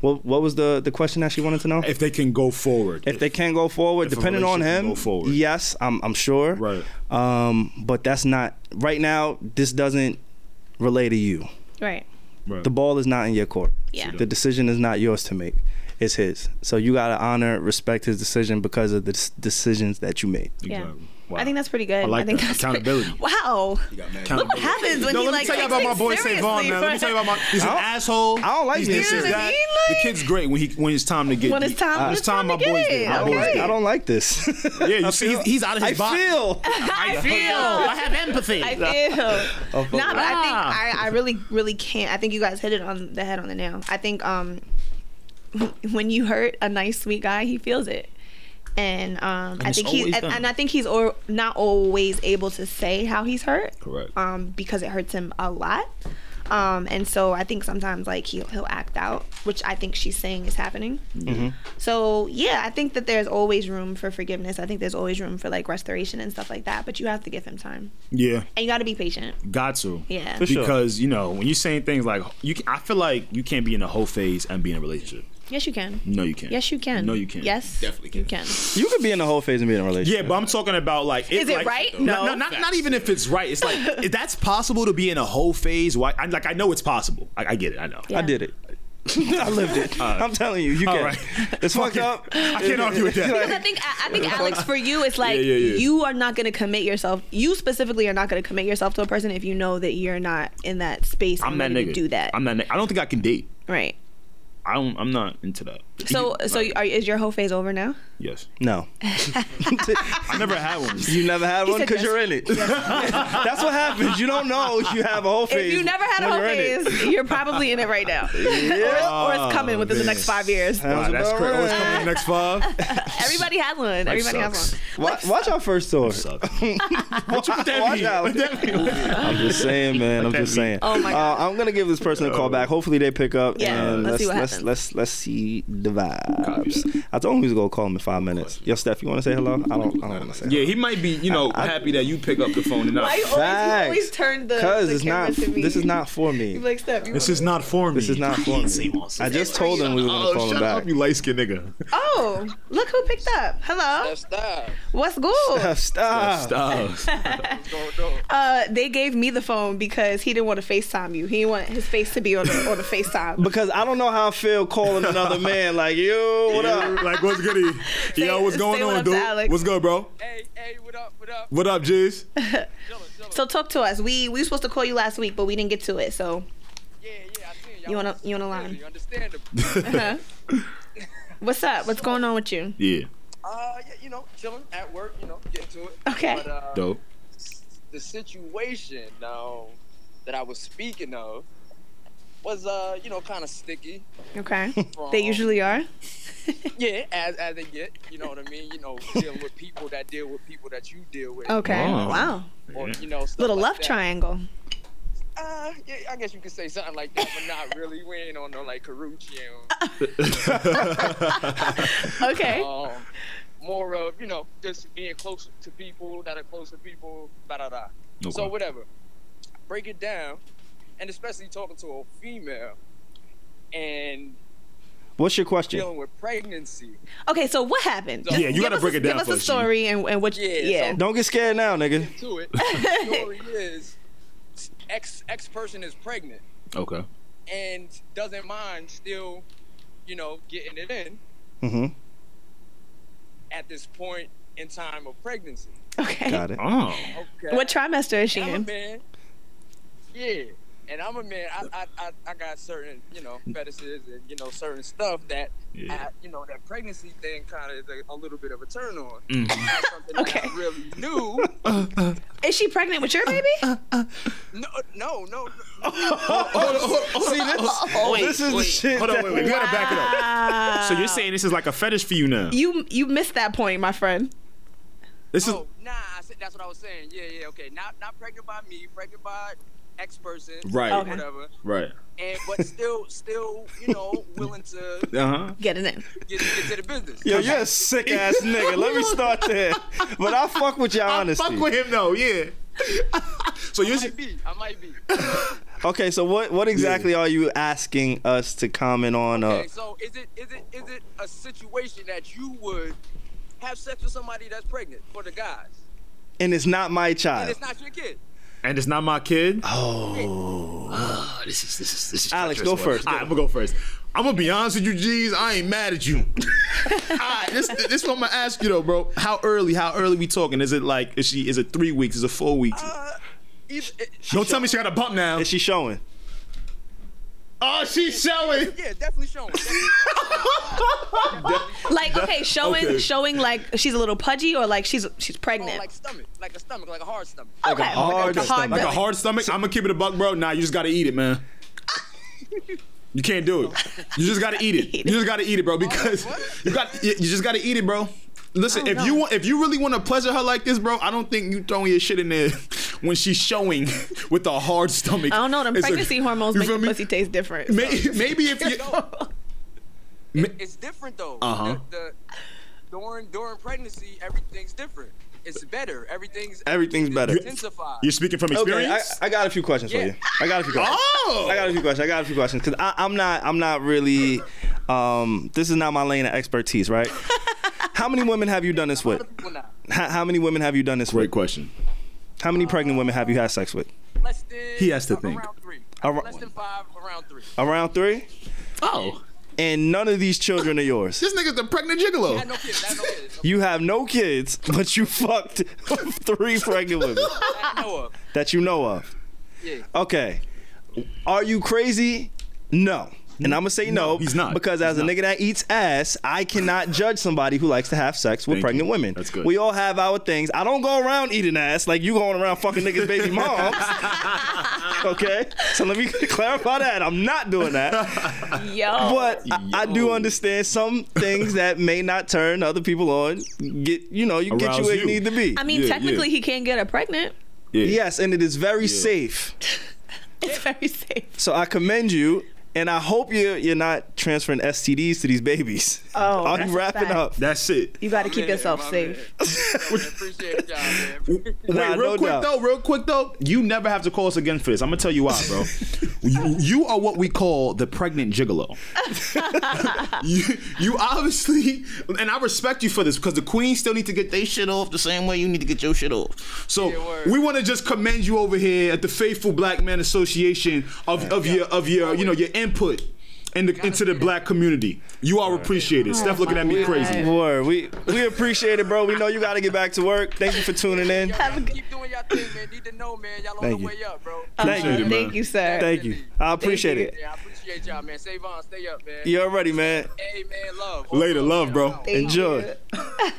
Speaker 1: what what was the the question that she wanted to know?
Speaker 2: if they can go forward.
Speaker 1: if they can go forward,
Speaker 2: if a
Speaker 1: depending on
Speaker 2: relationship can
Speaker 1: him.
Speaker 2: go forward.
Speaker 1: Yes, I'm I'm sure.
Speaker 2: Right.
Speaker 1: Um, but that's not right now. This doesn't relate to you.
Speaker 3: Right.
Speaker 2: Right.
Speaker 1: The ball is not in your court.
Speaker 3: Yeah.
Speaker 1: The decision is not yours to make. It's his. So you gotta honor, respect his decision because of the s- decisions that you made.
Speaker 3: Yeah.
Speaker 2: Exactly. Wow.
Speaker 3: I think that's pretty good.
Speaker 2: I like
Speaker 3: think
Speaker 2: that.
Speaker 3: that's
Speaker 2: Accountability.
Speaker 3: Pretty, *laughs* wow.
Speaker 4: He got mad.
Speaker 3: Look what happens when
Speaker 2: No,
Speaker 3: he
Speaker 2: let me
Speaker 3: like
Speaker 2: tell you
Speaker 3: takes
Speaker 2: about my
Speaker 3: things
Speaker 2: boy Savon,
Speaker 3: seriously
Speaker 2: man. Let me
Speaker 3: for-
Speaker 2: tell you about my. He's an
Speaker 1: I don't-
Speaker 2: asshole.
Speaker 1: I don't like
Speaker 2: he's
Speaker 1: this
Speaker 2: this,
Speaker 1: shit. Uh,
Speaker 2: he's
Speaker 1: You know what
Speaker 2: that.
Speaker 3: I mean?
Speaker 2: The
Speaker 3: Like-
Speaker 2: kid's great when he when it's time to get.
Speaker 3: When it's time- when
Speaker 2: it's
Speaker 3: it's
Speaker 2: time,
Speaker 3: time
Speaker 2: my
Speaker 3: to get
Speaker 2: boys
Speaker 3: it.
Speaker 2: did.
Speaker 3: I
Speaker 2: My
Speaker 1: I
Speaker 3: don't
Speaker 2: boys
Speaker 1: don't
Speaker 3: like-
Speaker 1: like,
Speaker 2: did.
Speaker 1: I don't like
Speaker 2: *laughs*
Speaker 1: this.
Speaker 2: Yeah, you see, he's, he's out of his
Speaker 1: I
Speaker 2: box.
Speaker 1: feel.
Speaker 3: I feel.
Speaker 2: have empathy.
Speaker 3: I
Speaker 2: *laughs*
Speaker 3: feel.
Speaker 2: Oh,
Speaker 3: nah, but I think I, I really, really can't. I think you guys hit it on the head on the nail. I think um, *laughs* when you hurt a nice, sweet guy, he feels it. And um, I
Speaker 2: it's
Speaker 3: think he
Speaker 2: always
Speaker 3: and,
Speaker 2: them.
Speaker 3: and I think he's or, not always able to say how he's hurt.
Speaker 2: Correct.
Speaker 3: Um, because it hurts him a lot. Um, and so I think sometimes like he'll he'll act out, which I think she's saying is happening.
Speaker 2: Mm-hmm.
Speaker 3: So yeah, I think that there's always room for forgiveness. I think there's always room for like restoration and stuff like that. But you have to give him time,
Speaker 2: Yeah,
Speaker 3: and you got to be patient.
Speaker 2: got to.
Speaker 3: Yeah. For
Speaker 1: sure.
Speaker 2: Because you know when you're saying things like you, can- I feel like you can't be in a whole phase and be in a relationship.
Speaker 3: Yes, you can.
Speaker 2: No, you can't.
Speaker 3: Yes, you can.
Speaker 2: No, you can't.
Speaker 3: Yes,
Speaker 4: Definitely
Speaker 3: You
Speaker 4: can.
Speaker 3: can.
Speaker 1: You could be in the whole phase and be in a relationship.
Speaker 2: Yeah, but I'm talking about like if,
Speaker 3: Is it
Speaker 2: like-
Speaker 3: right?
Speaker 2: No,
Speaker 3: No.
Speaker 2: no, not, not even if it's right. It's like
Speaker 3: *laughs*
Speaker 2: if that's possible to be in a whole phase. Why? I, like I know it's possible. I, I get it. I know.
Speaker 1: I
Speaker 2: *laughs*
Speaker 1: did it. I lived it. I'm telling you, you
Speaker 2: All
Speaker 1: can.
Speaker 2: right.
Speaker 1: It's fucked up.
Speaker 2: I can't argue with that.
Speaker 3: Because I think I I think Alex, for you, it's like
Speaker 2: Yeah, yeah, yeah.
Speaker 3: you are not going to commit yourself. You specifically are not going to commit yourself to a person if you know that you're not in that space.
Speaker 2: I'm that
Speaker 3: and ready
Speaker 2: nigga.
Speaker 3: to do that.
Speaker 2: I'm that. ni- I don't think I can date.
Speaker 3: right.
Speaker 2: I don't. I'm not into that. *laughs*
Speaker 3: So
Speaker 2: You-
Speaker 3: so are, is your whole phase over now?
Speaker 2: yes,
Speaker 1: No,
Speaker 2: I never had
Speaker 3: *laughs*
Speaker 2: one.
Speaker 1: you never had one
Speaker 3: said
Speaker 1: because
Speaker 3: yes.
Speaker 1: you're in it. *laughs* That's what happens. You don't know you have a whole phase.
Speaker 3: If you never had a
Speaker 1: when
Speaker 3: whole
Speaker 1: you're in it.
Speaker 3: phase, you're probably in it
Speaker 2: *laughs*
Speaker 3: right now, or, it's, or it's coming within the next five years.
Speaker 1: Sounds
Speaker 2: that's
Speaker 1: about
Speaker 2: crazy.
Speaker 1: right.
Speaker 2: Always coming in the next five.
Speaker 3: Everybody has one. Everybody has
Speaker 2: sucks.
Speaker 3: one.
Speaker 1: Wa- Watch our first tour.
Speaker 2: What you put that
Speaker 1: Watch
Speaker 2: mean?
Speaker 1: out.
Speaker 2: What that mean?
Speaker 1: I'm just saying, *laughs* man. I'm just saying.
Speaker 3: Oh my God.
Speaker 1: Uh, I'm gonna give this person a
Speaker 2: Oh.
Speaker 1: call back. Hopefully they pick up.
Speaker 3: Yeah,
Speaker 1: and
Speaker 3: let's see what
Speaker 1: let's,
Speaker 3: happens.
Speaker 1: let's let's see the vibes. I told him he was gonna call him in five minutes. Yo, Steph, you want to say hello? I don't. I don't want to say.
Speaker 2: Yeah, he might be. You know, happy that you pick up the phone and
Speaker 3: Why
Speaker 2: not.
Speaker 3: you always, you always turn the,
Speaker 1: Cause
Speaker 3: the
Speaker 1: it's
Speaker 3: camera
Speaker 1: not.
Speaker 3: to me?
Speaker 1: This is not for
Speaker 3: You
Speaker 1: me.
Speaker 3: like step. You
Speaker 2: This is not for me.
Speaker 1: This is not for me. I just told him we were gonna call him back. *laughs*
Speaker 2: Oh, you light skinned nigga.
Speaker 3: Oh, look who picked up. Hello. What's good?
Speaker 1: Stop. *laughs*
Speaker 2: Stop.
Speaker 3: Uh, they gave me the phone because he didn't want to FaceTime you. He didn't want his face to be on the, on the FaceTime.
Speaker 1: Because I don't know how I feel calling *laughs* another man like yo, what up?
Speaker 2: *laughs* like, what's goody? Yo, what's
Speaker 3: say
Speaker 2: going
Speaker 3: what
Speaker 2: on,
Speaker 3: up to
Speaker 2: dude?
Speaker 3: Alex.
Speaker 2: What's good, bro?
Speaker 7: Hey, hey, what up, what up?
Speaker 2: What up, Jizz?
Speaker 3: so talk to us. We we were supposed to call you last week, but we didn't get to it. So
Speaker 7: Yeah, yeah, I seen y'all.
Speaker 3: you wanna you wanna line?
Speaker 7: Understandable.
Speaker 3: uh-huh.
Speaker 2: *laughs*
Speaker 3: What's up? What's going on with you?
Speaker 2: Yeah,
Speaker 7: Uh, yeah, you know, chilling at work, you know, getting to it.
Speaker 3: Okay.
Speaker 7: But,
Speaker 1: *laughs*
Speaker 7: uh,
Speaker 2: dope. *laughs*
Speaker 7: the situation now that I was speaking of was, uh, you know, kind of sticky.
Speaker 3: Okay.
Speaker 7: From,
Speaker 3: They usually are. *laughs*
Speaker 7: Yeah, as as they get, you know what I mean.
Speaker 3: *laughs*
Speaker 7: You know, dealing with people that deal with people that you deal with.
Speaker 3: Okay.
Speaker 2: Wow.
Speaker 3: Wow.
Speaker 7: Or, you know, stuff
Speaker 3: Little
Speaker 7: like
Speaker 3: love
Speaker 7: that.
Speaker 3: triangle.
Speaker 7: Uh, yeah, I guess you could say something like that, but not really. We ain't on no like Carucci and
Speaker 3: Okay.
Speaker 2: Oh.
Speaker 7: um, more of you know just being close to people that are close to people. Da da da. So
Speaker 2: Okay.
Speaker 7: whatever, break it down, and especially talking to a female and
Speaker 1: What's your question?
Speaker 7: dealing with pregnancy.
Speaker 3: Okay. So what happened?
Speaker 7: Yeah,
Speaker 2: you
Speaker 3: Give
Speaker 2: gotta
Speaker 3: us
Speaker 2: break
Speaker 3: a-
Speaker 2: it down
Speaker 3: Give us
Speaker 2: for
Speaker 3: a
Speaker 2: us, G.
Speaker 3: story and, and what.
Speaker 7: Yeah,
Speaker 3: Yeah.
Speaker 7: so-
Speaker 1: Don't get scared now, nigga.
Speaker 7: To it, the story is ex ex person is pregnant
Speaker 2: Okay.
Speaker 7: and doesn't mind still, you know, getting it in
Speaker 3: *laughs*
Speaker 1: hmm
Speaker 7: at this point in time of pregnancy.
Speaker 3: okay.
Speaker 1: Got it.
Speaker 2: Oh,
Speaker 7: Okay.
Speaker 3: What trimester is she
Speaker 7: I'm a
Speaker 3: in?
Speaker 7: man. Yeah. And I'm a man. I, I, I, I got certain, you know, fetishes and, you know, certain stuff that,
Speaker 2: Yeah.
Speaker 7: I, you know, that pregnancy thing kind of is a, a little bit of a turn on.
Speaker 2: Mm.
Speaker 1: *laughs*
Speaker 7: Something
Speaker 3: Okay.
Speaker 7: That I really knew.
Speaker 3: Is she pregnant with your baby?
Speaker 2: *laughs*
Speaker 7: No, no, no. no.
Speaker 1: *laughs* this is the shit.
Speaker 2: hold on,
Speaker 1: that-
Speaker 2: wait, wait. We gotta back it up.
Speaker 3: Ah.
Speaker 2: So you're saying this is like a fetish for you now?
Speaker 3: You you missed that point, my friend.
Speaker 2: This is
Speaker 7: Oh, nah, I said, that's what I was saying. Yeah, yeah, okay. Not not pregnant by me, pregnant by ex person.
Speaker 2: Right.
Speaker 7: or
Speaker 3: Okay.
Speaker 7: Whatever.
Speaker 2: right.
Speaker 7: And, but still, still, you know, willing to
Speaker 2: Uh huh.
Speaker 3: Get it in.
Speaker 7: get, get to the business.
Speaker 1: Yo, you're a sick ass nigga. Let me start there. But I fuck with your honesty.
Speaker 4: *laughs*
Speaker 2: Fuck with him though. Yeah. so you're.
Speaker 7: I might be. I might be.
Speaker 1: Okay, so what what exactly are you asking us to comment on? Uh,
Speaker 7: Okay, so is it is it is it a situation that you would have sex with somebody that's pregnant for the guys?
Speaker 1: and it's not my
Speaker 7: And
Speaker 1: child.
Speaker 7: it's not your kid.
Speaker 2: And it's not my kid.
Speaker 4: Oh, this is this is this is
Speaker 1: Alex,
Speaker 4: treacherous
Speaker 1: go
Speaker 4: work.
Speaker 1: first.
Speaker 4: All right, I'm gonna go first. I'm gonna be honest with you, G's. I ain't mad at you. *laughs* All right, this this what I'm gonna ask you though, bro. How early? How early we talking? Is it like is she? Is it three weeks? Is it four weeks?
Speaker 7: Uh, either, it,
Speaker 2: Don't tell me she got a bump now.
Speaker 1: Is she showing?
Speaker 2: Oh, she's showing.
Speaker 7: yeah, definitely showing.
Speaker 3: *laughs* Like okay, showing
Speaker 2: okay.
Speaker 3: showing like she's a little pudgy or like she's she's pregnant.
Speaker 7: like stomach, like a stomach, like a hard stomach.
Speaker 3: okay,
Speaker 1: hard
Speaker 3: like a hard
Speaker 2: Like a
Speaker 3: belly.
Speaker 2: hard stomach. I'm gonna keep it a buck, bro. Nah, you just gotta eat it, man. You can't do it. You just gotta eat it. You just gotta eat it, bro. Because you got you you just gotta eat it, bro. Listen,
Speaker 3: Oh,
Speaker 2: if you want, if you really want to pleasure her like this, bro, I don't think you throwing your shit in there *laughs* when she's showing *laughs* with a hard stomach.
Speaker 3: I don't know. Them
Speaker 2: It's a-
Speaker 3: pregnancy hormones
Speaker 2: you
Speaker 3: make
Speaker 2: feel
Speaker 3: the
Speaker 2: me?
Speaker 3: pussy taste different. so-
Speaker 2: May- Maybe if
Speaker 3: *laughs*
Speaker 2: you
Speaker 7: It's different though.
Speaker 2: Uh-huh.
Speaker 7: The, the, during during pregnancy, everything's different. It's better. Everything's
Speaker 1: Everything's better.
Speaker 7: intensified.
Speaker 2: you're speaking from
Speaker 1: Okay,
Speaker 2: experience.
Speaker 1: I, I got a few questions for
Speaker 7: Yeah.
Speaker 1: you. I got a few questions.
Speaker 2: oh,
Speaker 1: I got a few questions. I got a few questions because I'm not. I'm not really. Um, this is not my lane of expertise, right? how many women have you done this with?
Speaker 7: People not.
Speaker 1: How, how many women have you done this
Speaker 2: great
Speaker 1: with?
Speaker 2: question.
Speaker 1: How many pregnant women have you had sex with?
Speaker 7: Less than
Speaker 2: He has to
Speaker 7: a-
Speaker 2: think.
Speaker 7: Around three.
Speaker 1: Ar-
Speaker 7: Less than five. Around three.
Speaker 1: Around three.
Speaker 2: Oh,
Speaker 1: And none of these children are yours.
Speaker 2: this nigga's the pregnant gigolo.
Speaker 7: I had no kids. I had no kids.
Speaker 1: You have no kids, but you fucked *laughs* three pregnant women
Speaker 7: I know of.
Speaker 1: that you know of.
Speaker 7: Yeah.
Speaker 1: Okay. Are you crazy? No. And I'm gonna say no,
Speaker 2: he's not.
Speaker 1: because as a nigga that eats ass, I cannot judge somebody who likes to have sex with
Speaker 2: Thank
Speaker 1: pregnant
Speaker 2: you.
Speaker 1: women.
Speaker 2: That's good.
Speaker 1: We all have our things. I don't go around eating ass like you going around fucking niggas' baby
Speaker 2: *laughs*
Speaker 1: moms. okay, so let me *laughs* clarify that. I'm not doing that,
Speaker 2: Oh,
Speaker 3: Yo,
Speaker 1: but I, I do understand some things that may not turn other people on. Get you know you get you
Speaker 2: Arouse
Speaker 1: where you
Speaker 2: you.
Speaker 1: need to be.
Speaker 3: I mean,
Speaker 2: Yeah, yeah.
Speaker 3: technically, he can't get her pregnant. *laughs*
Speaker 1: yes, and it is very safe.
Speaker 3: It's very safe.
Speaker 1: So I commend you, and I hope you you're not transferring STDs to these babies. *laughs*
Speaker 3: Oh,
Speaker 1: are
Speaker 3: that's
Speaker 1: you
Speaker 3: a
Speaker 1: wrapping
Speaker 3: fact.
Speaker 1: up?
Speaker 2: That's it.
Speaker 3: You got to keep
Speaker 7: Man,
Speaker 3: yourself
Speaker 7: my
Speaker 3: safe.
Speaker 7: Man.
Speaker 3: *laughs*
Speaker 7: Man, appreciate y'all, man.
Speaker 2: Wait,
Speaker 1: Nah,
Speaker 2: real
Speaker 1: no
Speaker 2: quick
Speaker 1: doubt.
Speaker 2: though, real quick though, you never have to call us again for this. I'm gonna tell you why,
Speaker 1: *laughs*
Speaker 2: bro. you, you are what we call the
Speaker 1: *laughs*
Speaker 2: pregnant gigolo. you, you obviously, and I respect you for this because the queens still need to get their shit off the same way you need to get your shit off. So
Speaker 7: Yeah, word.
Speaker 2: we want to just commend you over here at the Faithful Black Man Association of, of your of your you know your input. In the, into the black community, you are appreciated. Steph looking at me crazy.
Speaker 1: Word. We we appreciate it, bro. We know you got to get back to work. Thank you for tuning
Speaker 3: *laughs*
Speaker 1: in.
Speaker 7: Y'all gotta keep doing y'all thing, man. Need to know, man. Y'all on
Speaker 1: Thank
Speaker 7: the
Speaker 1: you.
Speaker 7: way up, bro.
Speaker 3: Uh,
Speaker 1: Thank you.
Speaker 2: man.
Speaker 3: Thank you, sir.
Speaker 1: Thank you. I appreciate
Speaker 3: Thank
Speaker 1: it.
Speaker 7: Yeah, I appreciate y'all, man. Save on, stay up, man.
Speaker 1: You already, man.
Speaker 7: Hey, man, love.
Speaker 2: Later, love, bro.
Speaker 3: Thank
Speaker 1: Enjoy. *laughs*
Speaker 3: you.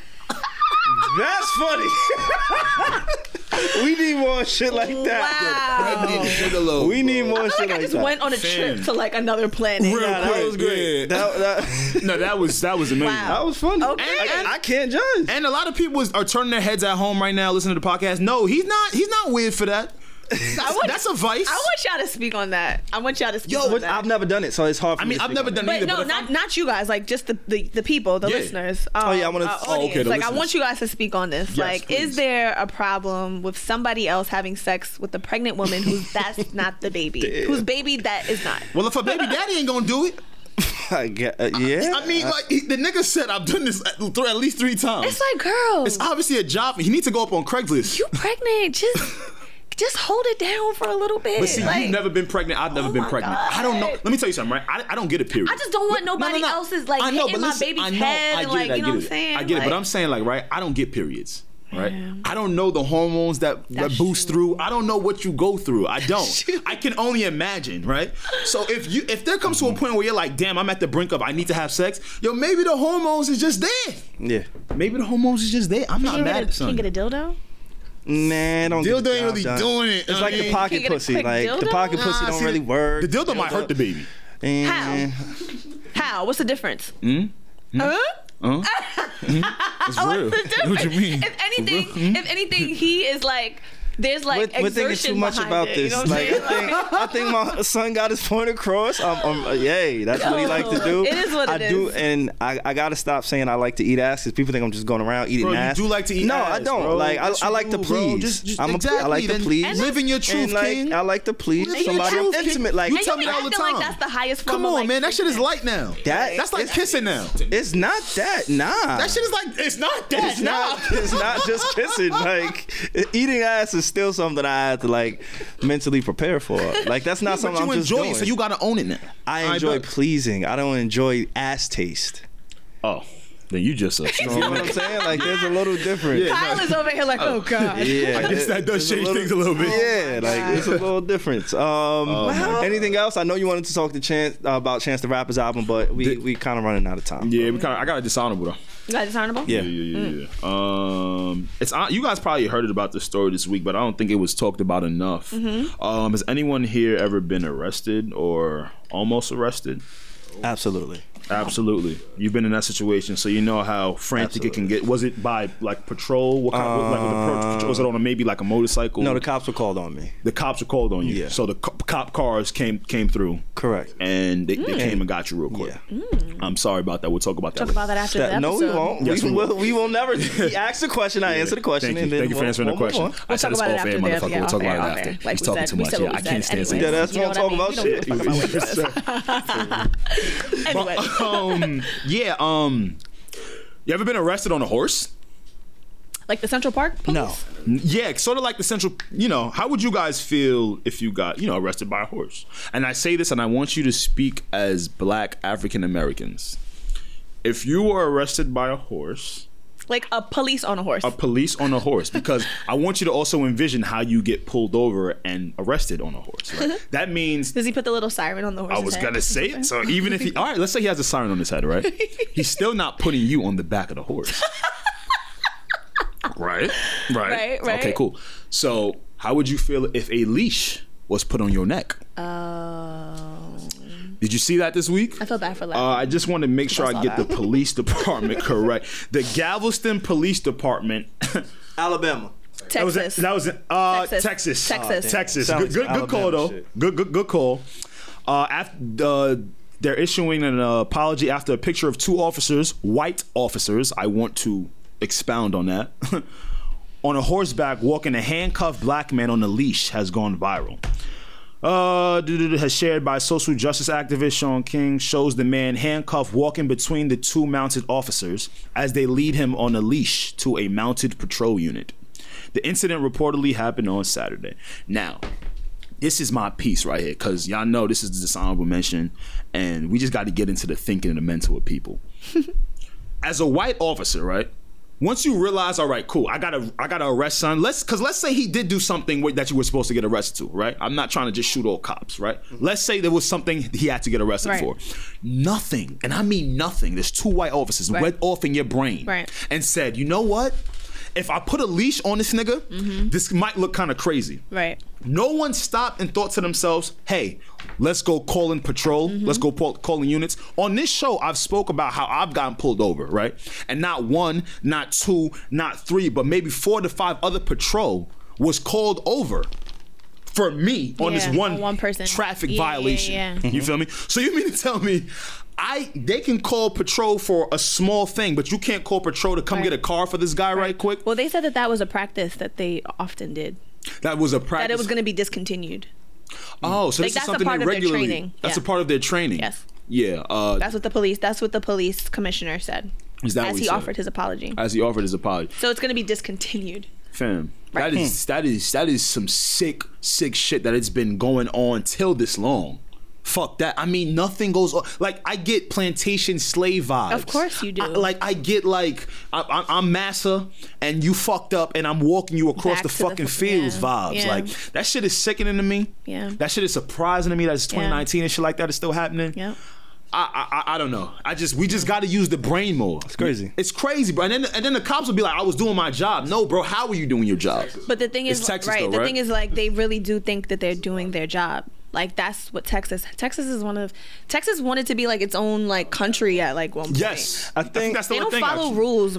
Speaker 1: That's funny. *laughs* we need more shit like that.
Speaker 3: Wow.
Speaker 2: Gigolo.
Speaker 1: Oh. We need more
Speaker 3: I feel
Speaker 1: shit
Speaker 3: like I
Speaker 1: like,
Speaker 3: just
Speaker 1: that.
Speaker 3: went on a trip
Speaker 2: Fam.
Speaker 3: to like another planet.
Speaker 2: Real
Speaker 1: Nah, that
Speaker 2: quick,
Speaker 1: was great.
Speaker 2: yeah.
Speaker 1: That, *laughs* that,
Speaker 2: No, that was that was amazing.
Speaker 3: Wow.
Speaker 1: that was funny.
Speaker 3: Okay.
Speaker 1: I, I can't judge.
Speaker 2: And a lot of people was- are turning their heads at home right now listening to the podcast. No, he's not. He's not weird for that. That's, that's a vice.
Speaker 3: I want y'all to speak on that. I want y'all to speak on
Speaker 1: But
Speaker 3: that.
Speaker 1: I've never done it, so it's hard for
Speaker 2: I
Speaker 1: me.
Speaker 2: mean,
Speaker 1: to
Speaker 2: I've
Speaker 1: speak
Speaker 2: never
Speaker 1: on it.
Speaker 2: done
Speaker 3: But
Speaker 2: either.
Speaker 3: no,
Speaker 2: but if
Speaker 3: not
Speaker 2: I'm-
Speaker 3: not you guys. Like just the the, the people, the
Speaker 2: Yeah.
Speaker 3: listeners. Um,
Speaker 1: yeah, I wanna-
Speaker 3: our
Speaker 1: oh, okay,
Speaker 3: audience.
Speaker 2: the
Speaker 3: like I
Speaker 2: listeners.
Speaker 3: want you guys to speak on this. like,
Speaker 2: please.
Speaker 3: is there a problem with somebody else having sex with a pregnant woman
Speaker 2: *laughs*
Speaker 3: who's that's not the baby, whose baby that is not?
Speaker 2: Well, if a baby daddy ain't gonna do it,
Speaker 1: I get- uh, yeah.
Speaker 2: I mean, like he, the nigga said, I've done this at, th- at least three times.
Speaker 3: It's like, girl,
Speaker 2: It's obviously a job. He needs to go up on Craigslist. *laughs*
Speaker 3: you pregnant? Just just hold it down for a little bit.
Speaker 2: but see,
Speaker 3: Like,
Speaker 2: you've never been pregnant. I've never
Speaker 3: Oh
Speaker 2: been
Speaker 3: my
Speaker 2: pregnant.
Speaker 3: God.
Speaker 2: I don't know. Let me tell you something, right? I, I don't get a period.
Speaker 3: I just don't want
Speaker 2: No, no,
Speaker 3: nobody
Speaker 2: no.
Speaker 3: else's like
Speaker 2: I know,
Speaker 3: hitting
Speaker 2: but
Speaker 3: my
Speaker 2: listen,
Speaker 3: baby's
Speaker 2: I know,
Speaker 3: head
Speaker 2: I
Speaker 3: and
Speaker 2: get
Speaker 3: like
Speaker 2: it, I
Speaker 3: you
Speaker 2: get
Speaker 3: know what I'm
Speaker 2: it.
Speaker 3: saying.
Speaker 2: I get it,
Speaker 3: Like-
Speaker 2: but I'm saying like right, I don't get periods. Right, I don't know the hormones that, that
Speaker 3: That's
Speaker 2: boost through. I don't know what you go through. I
Speaker 3: *laughs*
Speaker 2: don't. I can only imagine, right? So if you if there comes to
Speaker 1: Mm-hmm.
Speaker 2: a point where you're like, damn, I'm at the brink of, I need to have sex. Yo, maybe the hormones is just there.
Speaker 1: yeah.
Speaker 2: Maybe the hormones is just there. I'm not
Speaker 3: Can't
Speaker 2: mad
Speaker 3: get,
Speaker 2: at
Speaker 3: a, can't
Speaker 2: something.
Speaker 3: get a dildo.
Speaker 1: Nah, don't get the
Speaker 2: Dildo ain't
Speaker 1: job
Speaker 2: really
Speaker 1: done.
Speaker 2: doing it.
Speaker 1: It's like the
Speaker 3: Can't
Speaker 1: pocket
Speaker 3: get a
Speaker 1: pussy.
Speaker 3: quick
Speaker 1: Like the
Speaker 3: dildo?
Speaker 1: pocket pussy
Speaker 2: Nah,
Speaker 1: don't
Speaker 2: see,
Speaker 1: really work.
Speaker 2: The dildo might hurt the baby.
Speaker 1: Eh.
Speaker 3: How? What's the difference? Huh? *laughs*
Speaker 2: It's real.
Speaker 3: What's the difference? If anything, if anything, he is like There's like
Speaker 1: We're, we're
Speaker 3: exertion
Speaker 1: thinking too much
Speaker 3: behind
Speaker 1: about
Speaker 3: it,
Speaker 1: this.
Speaker 3: You know what I'm
Speaker 1: like,
Speaker 3: saying?
Speaker 1: *laughs* I think, I think my son got his point across. Um, um, uh, yay, that's what he like to do.
Speaker 3: It is what
Speaker 1: I
Speaker 3: it
Speaker 1: do,
Speaker 3: is.
Speaker 1: and I, I gotta stop saying I like to eat ass because people think I'm just going around eating
Speaker 2: Bro, you
Speaker 1: ass.
Speaker 2: do like to eat
Speaker 1: no,
Speaker 2: ass,
Speaker 1: I don't.
Speaker 2: bro.
Speaker 1: Like, I,
Speaker 2: Yes,
Speaker 1: I
Speaker 2: you
Speaker 1: like to
Speaker 2: do, bro.
Speaker 1: please.
Speaker 2: Just- just-
Speaker 1: I'm a, I like to
Speaker 5: exactly, then
Speaker 1: please.
Speaker 5: And live in your truth,
Speaker 1: and like,
Speaker 5: king.
Speaker 1: I like to please
Speaker 5: Live in your
Speaker 1: somebody
Speaker 3: truth,
Speaker 1: I'm
Speaker 3: king.
Speaker 1: intimate. Like,
Speaker 5: You
Speaker 3: And
Speaker 5: tell me
Speaker 3: you be
Speaker 5: all the
Speaker 3: acting like
Speaker 5: time.
Speaker 3: that's the highest form
Speaker 5: Come
Speaker 3: of,
Speaker 5: on,
Speaker 3: like,
Speaker 5: man. That shit is
Speaker 3: sweetness.
Speaker 5: light now.
Speaker 1: That-
Speaker 5: that's like kissing now.
Speaker 1: it's not that. Nah.
Speaker 5: That shit is like it's not that.
Speaker 1: it's not it's not
Speaker 5: *laughs*
Speaker 1: just kissing like eating ass is still something i have to like mentally prepare for like that's not
Speaker 5: But
Speaker 1: something
Speaker 5: you
Speaker 1: i'm just
Speaker 5: enjoy
Speaker 1: doing
Speaker 5: it, so you gotta own it now.
Speaker 1: i enjoy
Speaker 5: bet.
Speaker 1: pleasing i don't enjoy ass taste
Speaker 2: Oh, then you just a
Speaker 1: you
Speaker 2: strong.
Speaker 1: know what i'm saying like there's a little difference yeah,
Speaker 3: Kyle is over here like, oh god.
Speaker 1: yeah
Speaker 5: Yes, *laughs* that does change things a little bit.
Speaker 1: yeah, like it's a little difference. Um, anything else? I know you wanted to talk to Chance uh, about Chance the Rapper's album, but we we kind of running out of time.
Speaker 2: *laughs* Yeah, we kind of. I got a dishonorable though.
Speaker 3: That dishonorable?
Speaker 1: Yeah.
Speaker 2: yeah, yeah,
Speaker 5: Mm.
Speaker 2: yeah, yeah. Um, it's on- you guys probably heard it about this story this week, but I don't think it was talked about enough.
Speaker 5: Mm-hmm.
Speaker 2: Um, has anyone here ever been arrested or almost arrested?
Speaker 1: absolutely.
Speaker 2: Absolutely, you've been in that situation, so you know how frantic it can get. Was it by like patrol? What kind of, like was, the pro- was it on a, maybe like a
Speaker 1: Uh,
Speaker 2: motorcycle?
Speaker 1: No, the cops were called on me.
Speaker 2: the cops were called on you,
Speaker 1: Yeah.
Speaker 2: so the co- cop cars came came through.
Speaker 1: Correct.
Speaker 2: And they, they came and got you real quick.
Speaker 1: Mm.
Speaker 2: Mm.
Speaker 1: Yeah.
Speaker 2: I'm sorry about that. We'll talk about that.
Speaker 3: Talk
Speaker 2: later.
Speaker 3: about that after
Speaker 1: That-
Speaker 3: the
Speaker 1: no,
Speaker 3: episode.
Speaker 1: we won't.
Speaker 2: Yes,
Speaker 1: we,
Speaker 2: we
Speaker 1: will. We will *laughs* never. He asked the question. I answer the question.
Speaker 2: Thank you,
Speaker 1: and then
Speaker 2: thank you for
Speaker 1: we'll-
Speaker 2: answering the
Speaker 1: we'll move
Speaker 2: question.
Speaker 1: on.
Speaker 2: I
Speaker 3: We'll
Speaker 2: said
Speaker 3: talk
Speaker 2: this
Speaker 3: about it
Speaker 2: off
Speaker 3: after
Speaker 2: air,
Speaker 3: the
Speaker 2: motherfucker. We'll
Speaker 3: off
Speaker 2: talk
Speaker 3: air,
Speaker 2: about
Speaker 3: off
Speaker 2: it
Speaker 3: air.
Speaker 2: after.
Speaker 3: Like
Speaker 2: He's
Speaker 3: we
Speaker 2: talking
Speaker 3: said-
Speaker 2: too
Speaker 3: we
Speaker 2: much.
Speaker 3: said
Speaker 2: Yeah,
Speaker 3: what
Speaker 2: I
Speaker 3: we
Speaker 2: can't
Speaker 3: said
Speaker 2: stand
Speaker 1: Yeah,
Speaker 2: this.
Speaker 1: that's
Speaker 3: You know
Speaker 1: what I'm
Speaker 3: what I
Speaker 1: talking
Speaker 3: mean?
Speaker 1: about.
Speaker 3: We don't give a fuck about what it is. Anyway,
Speaker 2: um, yeah. Um, you ever been arrested on a horse?
Speaker 3: like the Central Park police?
Speaker 1: No.
Speaker 2: N- Yeah, sort of like the central. You know, how would you guys feel if you got you know arrested by a horse? And I say this, and I want you to speak as Black African Americans. If you were arrested by a horse,
Speaker 3: Like a police on a horse.
Speaker 2: a police on a horse, because I want you to also envision how you get pulled over and arrested on a horse. Right? That means
Speaker 3: Does he put the little siren on the horse?
Speaker 2: I was gonna say it. So
Speaker 3: *laughs*
Speaker 2: even if he, all right, let's say he has a siren on his head, right? He's still not putting you on the back of the
Speaker 3: *laughs*
Speaker 2: horse, right? Right.
Speaker 3: Right, right.
Speaker 2: Okay. Cool. So how would you feel if a leash was put on your neck?
Speaker 3: Oh.
Speaker 2: Did you see that this week?
Speaker 3: I felt bad for
Speaker 2: Uh,
Speaker 3: that.
Speaker 2: I just want to make sure I get the police
Speaker 3: *laughs*
Speaker 2: department correct. The Galveston Police Department.
Speaker 1: Alabama.
Speaker 2: that was
Speaker 3: Texas.
Speaker 2: that was uh,
Speaker 3: Texas.
Speaker 2: Texas.
Speaker 3: Texas. Oh,
Speaker 2: Texas.
Speaker 1: damn.
Speaker 2: Good, good,
Speaker 1: Sounds
Speaker 2: good call
Speaker 1: Alabama
Speaker 2: though.
Speaker 1: shit.
Speaker 2: Good, good, good call. Uh, after uh, they're issuing an apology after a picture of two officers, white officers. I want to expound on that. *laughs* on a horseback walking a handcuffed black man on a leash has gone viral. Uh, doo-doo-doo, has shared by social justice activist Sean King shows the man handcuffed walking between the two mounted officers as they lead him on a leash to a mounted patrol unit. The incident reportedly happened on Saturday. Now, this is my piece right here because y'all know this is the dishonorable mention, and we just got to get into the thinking and the mental of people. *laughs* As a white officer, right? Once you realize, all right, cool, I gotta, I gotta arrest son. Let's, cause let's say he did do something with- that you were supposed to get arrested to, right? I'm not trying to just shoot all cops, right? Let's say there was something he had to get arrested
Speaker 3: Mm-hmm. Right.
Speaker 2: for. Nothing, and I mean nothing. There's two white officers
Speaker 3: Right.
Speaker 2: went off in your brain
Speaker 3: Right.
Speaker 2: and said, you know what? If I put a leash on this nigga,
Speaker 3: Mm-hmm.
Speaker 2: this might look kind of crazy.
Speaker 3: right.
Speaker 2: No one stopped and thought to themselves, hey, let's go call in patrol.
Speaker 3: Mm-hmm.
Speaker 2: Let's go pull, call in units. On this show, I've spoke about how I've gotten pulled over, right? And not one, not two, not three, but maybe four to five other patrol was called over for me on
Speaker 3: Yeah,
Speaker 2: this one,
Speaker 3: on one person.
Speaker 2: traffic
Speaker 3: Yeah, yeah,
Speaker 2: violation.
Speaker 3: yeah. Mm-hmm.
Speaker 2: You feel me? So you mean to tell me I they can call patrol for a small thing, but you can't call patrol to come
Speaker 3: Right.
Speaker 2: get a car for this guy right, quick?
Speaker 3: Well, they said that that was a practice that they often did.
Speaker 2: That was a
Speaker 3: That
Speaker 2: practice.
Speaker 3: it was going to be discontinued.
Speaker 2: Oh, so
Speaker 3: Like,
Speaker 2: this
Speaker 3: that's
Speaker 2: is
Speaker 3: a
Speaker 2: something
Speaker 3: part
Speaker 2: they
Speaker 3: of their
Speaker 2: regularly.
Speaker 3: training.
Speaker 2: That's
Speaker 3: Yeah.
Speaker 2: a part of their training.
Speaker 3: Yes.
Speaker 2: Yeah. Uh,
Speaker 3: That's what the police. That's what the police commissioner said.
Speaker 2: Is that
Speaker 3: as
Speaker 2: what
Speaker 3: he,
Speaker 2: he said? Uh,
Speaker 3: offered his apology.
Speaker 2: as he offered his apology,
Speaker 3: so it's going to be discontinued.
Speaker 2: fam. That is that is that is some sick sick shit that it's been going on till this long. Fuck that. I mean, nothing goes on. Like I get plantation slave vibes.
Speaker 3: Of course you do.
Speaker 2: I- like I get like I, I, I'm massa and you fucked up and I'm walking you across
Speaker 3: Back
Speaker 2: the
Speaker 3: to the
Speaker 2: fucking
Speaker 3: fu-
Speaker 2: fields
Speaker 3: yeah,
Speaker 2: vibes.
Speaker 3: yeah.
Speaker 2: Like that shit is sickening to me.
Speaker 3: Yeah.
Speaker 2: That shit is surprising to me that it's 2019 and shit like that is still happening.
Speaker 3: Yep.
Speaker 2: I, I I don't know. I just we just got to use the brain more. It's
Speaker 1: crazy.
Speaker 2: It's crazy, bro. And then and then the cops will be like, "I was doing my job." No, bro. How are you doing your job?
Speaker 3: But the thing is,
Speaker 2: It's Texas,
Speaker 3: right?
Speaker 2: though,
Speaker 3: the
Speaker 2: right?
Speaker 3: thing is, like, they really do think that they're doing their job. Like that's what Texas. Texas is one of Texas wanted to be like its own like country at like one point.
Speaker 2: Yes.
Speaker 1: I think
Speaker 2: that's the
Speaker 3: They
Speaker 2: only
Speaker 3: don't
Speaker 2: thing.
Speaker 3: follow
Speaker 2: actually.
Speaker 3: rules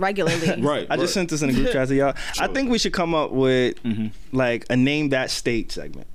Speaker 2: *laughs*
Speaker 3: regularly.
Speaker 2: Right.
Speaker 1: I just
Speaker 2: right.
Speaker 1: sent this in the group chat to
Speaker 2: *laughs*
Speaker 1: y'all. I think we should come up with
Speaker 2: Mm-hmm.
Speaker 1: like a name that state segment.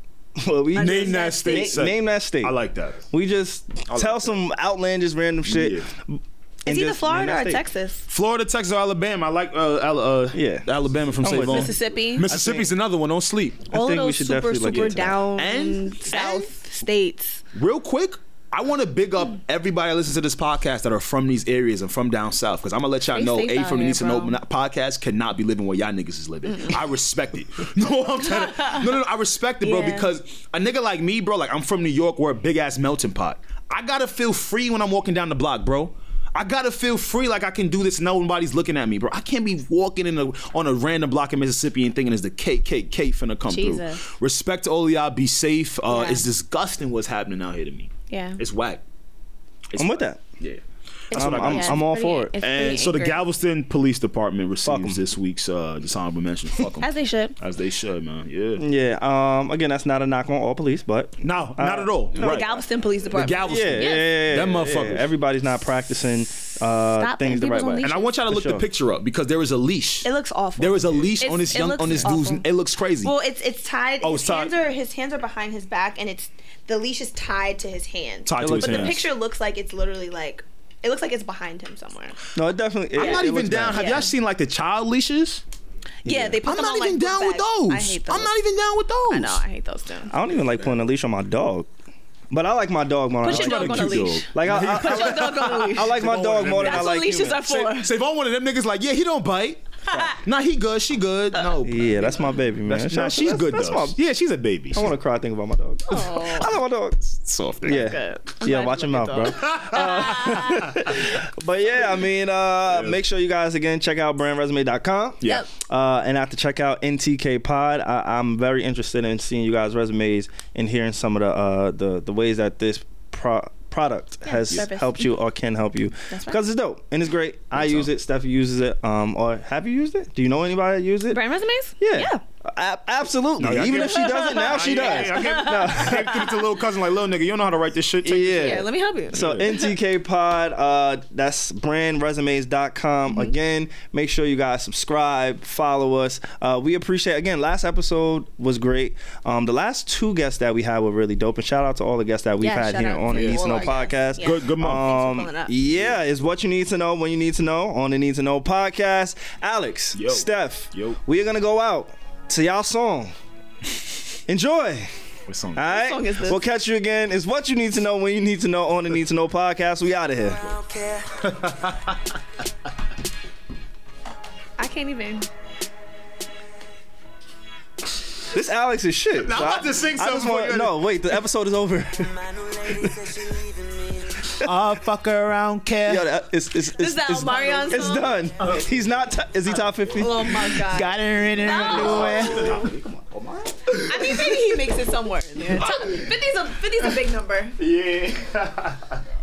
Speaker 1: *laughs* well, we
Speaker 2: name that state.
Speaker 1: Na-
Speaker 2: sec-
Speaker 1: name that state.
Speaker 2: I like that.
Speaker 1: We just tell some outlandish random shit.
Speaker 2: Yeah.
Speaker 1: and
Speaker 3: It's either
Speaker 1: just name
Speaker 3: Florida
Speaker 1: that
Speaker 3: or
Speaker 1: state.
Speaker 3: Texas.
Speaker 2: Florida, Texas, or Alabama. I like uh, Al- uh,
Speaker 1: Yeah.
Speaker 2: Alabama from St.
Speaker 1: with
Speaker 2: Vaughn.
Speaker 3: Mississippi.
Speaker 2: Mississippi's another one. Don't sleep.
Speaker 3: All of
Speaker 1: think we
Speaker 3: those
Speaker 1: should
Speaker 3: super,
Speaker 1: definitely look
Speaker 3: super
Speaker 1: into that.
Speaker 3: down
Speaker 2: And- and-
Speaker 3: south states.
Speaker 2: Real quick, I want to big up everybody that listens to this podcast that are from these areas and from down south because I'm gonna let y'all
Speaker 3: They
Speaker 2: know
Speaker 3: safe
Speaker 2: A
Speaker 3: out
Speaker 2: from the
Speaker 3: here,
Speaker 2: Needs to Know
Speaker 3: bro.
Speaker 2: podcast cannot be living where y'all niggas is living. I respect it. *laughs* No, I'm trying to, no, no, no, I respect it, bro,
Speaker 3: Yeah.
Speaker 2: because a nigga like me, bro, like I'm from New York, we're a big ass melting pot. I gotta feel free when I'm walking down the block, bro. I gotta feel free like I can do this and nobody's looking at me, bro. I can't be walking in a, on a random block in Mississippi and thinking it's the KKK finna come
Speaker 3: Jesus.
Speaker 2: through. Respect to all y'all. Be safe. Uh,
Speaker 3: Yeah.
Speaker 2: It's disgusting what's happening out here to me.
Speaker 3: Yeah.
Speaker 2: It's whack. It's
Speaker 1: I'm
Speaker 2: whack.
Speaker 1: with that.
Speaker 2: Yeah.
Speaker 1: I'm,
Speaker 2: what I
Speaker 1: I'm,
Speaker 2: got.
Speaker 3: Yeah,
Speaker 1: I'm
Speaker 3: it's
Speaker 1: all
Speaker 3: pretty-
Speaker 1: for it.
Speaker 3: it's
Speaker 8: And
Speaker 3: pretty
Speaker 8: so the
Speaker 3: angry.
Speaker 8: Galveston Police Department
Speaker 1: Fuck 'em.
Speaker 8: receives this week's uh, dishonorable mention. Fuck 'em.
Speaker 3: As they should.
Speaker 8: As they should, man. Yeah.
Speaker 1: Yeah. Um. Again, that's not a knock on all police, but
Speaker 2: No, not at all.
Speaker 1: no.
Speaker 3: The Galveston Police Department.
Speaker 1: yeah, yeah,
Speaker 2: Galveston.
Speaker 1: yeah, yeah,
Speaker 2: That
Speaker 1: yeah.
Speaker 2: motherfucker.
Speaker 1: Everybody's not practicing uh,
Speaker 3: Stop
Speaker 1: things
Speaker 3: and
Speaker 1: the right
Speaker 3: people's on
Speaker 1: way.
Speaker 2: And I want y'all to
Speaker 1: For
Speaker 2: look
Speaker 1: sure.
Speaker 2: the picture up because there is a leash.
Speaker 3: it looks awful.
Speaker 2: There is a leash
Speaker 3: It's-
Speaker 2: on this
Speaker 3: it
Speaker 2: young
Speaker 3: looks
Speaker 2: on this dude's.
Speaker 3: awful.
Speaker 2: It looks crazy.
Speaker 3: well, it's it's tied.
Speaker 2: Oh,
Speaker 3: his
Speaker 2: it's tied.
Speaker 3: hands are his hands are behind his back, and it's the leash is tied to his hand.
Speaker 2: Tied to
Speaker 3: but
Speaker 2: his
Speaker 3: the
Speaker 2: hands.
Speaker 3: picture looks like it's literally like it looks like it's behind him somewhere.
Speaker 1: No, it definitely. It,
Speaker 2: I'm not
Speaker 1: it
Speaker 2: even
Speaker 1: looks
Speaker 2: down.
Speaker 1: bad.
Speaker 2: Have
Speaker 3: Yeah.
Speaker 2: y'all seen like the child leashes?
Speaker 3: Yeah, they put
Speaker 2: I'm
Speaker 3: them
Speaker 2: not
Speaker 3: on, like,
Speaker 2: even down with
Speaker 3: book
Speaker 2: those.
Speaker 3: bags. I hate those.
Speaker 2: I'm not even down with those.
Speaker 3: I know. I hate
Speaker 2: *laughs*
Speaker 3: those too.
Speaker 1: I don't even like pulling a leash on my dog, but I like my dog more. than
Speaker 3: Put
Speaker 1: I
Speaker 3: your
Speaker 1: like
Speaker 3: dog on a
Speaker 2: cute
Speaker 3: leash.
Speaker 1: Like I,
Speaker 2: *laughs*
Speaker 1: I,
Speaker 3: Put your dog on a leash.
Speaker 1: I, I like my dog more than I
Speaker 3: That's
Speaker 1: like
Speaker 3: what leashes
Speaker 1: humans.
Speaker 3: are for.
Speaker 2: Say if I'm one of them niggas, like yeah, he don't bite. nah, he good. She good. No.
Speaker 1: Yeah, that's my baby, man.
Speaker 2: That's,
Speaker 1: Shout
Speaker 2: nah,
Speaker 1: out to-
Speaker 2: she's
Speaker 1: that's-
Speaker 2: good
Speaker 1: That's
Speaker 2: though.
Speaker 1: my.
Speaker 2: yeah, she's a baby.
Speaker 1: I
Speaker 2: She's
Speaker 1: want to cry thinking about my dog. *laughs* I love my dog.
Speaker 2: soft.
Speaker 1: Yeah,
Speaker 3: Oh. I'm
Speaker 1: yeah.
Speaker 3: glad
Speaker 1: Watch your
Speaker 3: you
Speaker 1: mouth,
Speaker 3: like
Speaker 1: bro. Uh, *laughs* but yeah, I mean, uh, make sure you guys again check out brandresume.com.
Speaker 2: Yeah.
Speaker 3: Yep.
Speaker 1: Uh, and after check out NTK Pod, I, I'm very interested in seeing you guys' resumes and hearing some of the uh, the the ways that this pro- product has
Speaker 3: service.
Speaker 1: helped you or can help you.
Speaker 3: *laughs* That's right.
Speaker 1: Because it's dope and it's great. I use it. Steph uses it. Um, or have you used it? Do you know anybody that used it?
Speaker 3: Brand resumes?
Speaker 1: Yeah.
Speaker 3: Yeah.
Speaker 1: A- absolutely.
Speaker 2: No, y'all
Speaker 1: Even
Speaker 2: give-
Speaker 1: if she doesn't, now
Speaker 2: *laughs*
Speaker 1: she does. *laughs*
Speaker 2: I gave, *laughs* I gave it to little cousin like little nigga. You don't know how to write this shit. Take
Speaker 1: Yeah.
Speaker 3: Yeah. Let me help you.
Speaker 1: So NTK Pod, uh, that's brandresumes.com.
Speaker 3: Mm-hmm.
Speaker 1: Again, make sure you guys subscribe, follow us. Uh, we appreciate again. Last episode was great. Um, the last two guests that we had were really dope, and shout out to all the guests that we've
Speaker 3: Yeah,
Speaker 1: had
Speaker 3: shout
Speaker 1: here
Speaker 3: out
Speaker 1: on the
Speaker 3: to
Speaker 1: Need to
Speaker 3: all
Speaker 1: Know
Speaker 3: our
Speaker 1: podcast.
Speaker 3: guests. Yeah.
Speaker 2: Good. Good mom.
Speaker 3: for
Speaker 1: Um,
Speaker 3: pulling up.
Speaker 1: yeah, is what you need to know when you need to know on the Need to Know podcast. Alex,
Speaker 2: Yo.
Speaker 1: Steph,
Speaker 2: Yo.
Speaker 1: we are gonna go out to y'all
Speaker 3: *laughs*
Speaker 1: song. Enjoy.
Speaker 2: What's
Speaker 1: All
Speaker 2: on?
Speaker 1: right.
Speaker 3: song is this?
Speaker 1: We'll catch you again. It's what you need to know when you need to know on the Need to Know podcast. We out of here.
Speaker 3: I can't even.
Speaker 1: This Alex is shit.
Speaker 2: Now,
Speaker 1: So
Speaker 2: I'm about to sing
Speaker 1: I just
Speaker 2: something for
Speaker 1: want,
Speaker 2: you.
Speaker 1: No, wait. The episode is over. *laughs*
Speaker 2: *laughs* I'll fuck around, care.
Speaker 1: Yo, that- it's, it's, it's,
Speaker 3: Is that
Speaker 1: it's,
Speaker 3: Omarion's
Speaker 1: it's
Speaker 3: song?
Speaker 1: done. He's not. T- is he top fifty?
Speaker 3: Oh my god.
Speaker 2: Got her in her *laughs* underwear.
Speaker 3: I
Speaker 2: *laughs*
Speaker 3: mean, maybe he makes it somewhere. in there. Tell- 50's a 50's a big number.
Speaker 2: Yeah.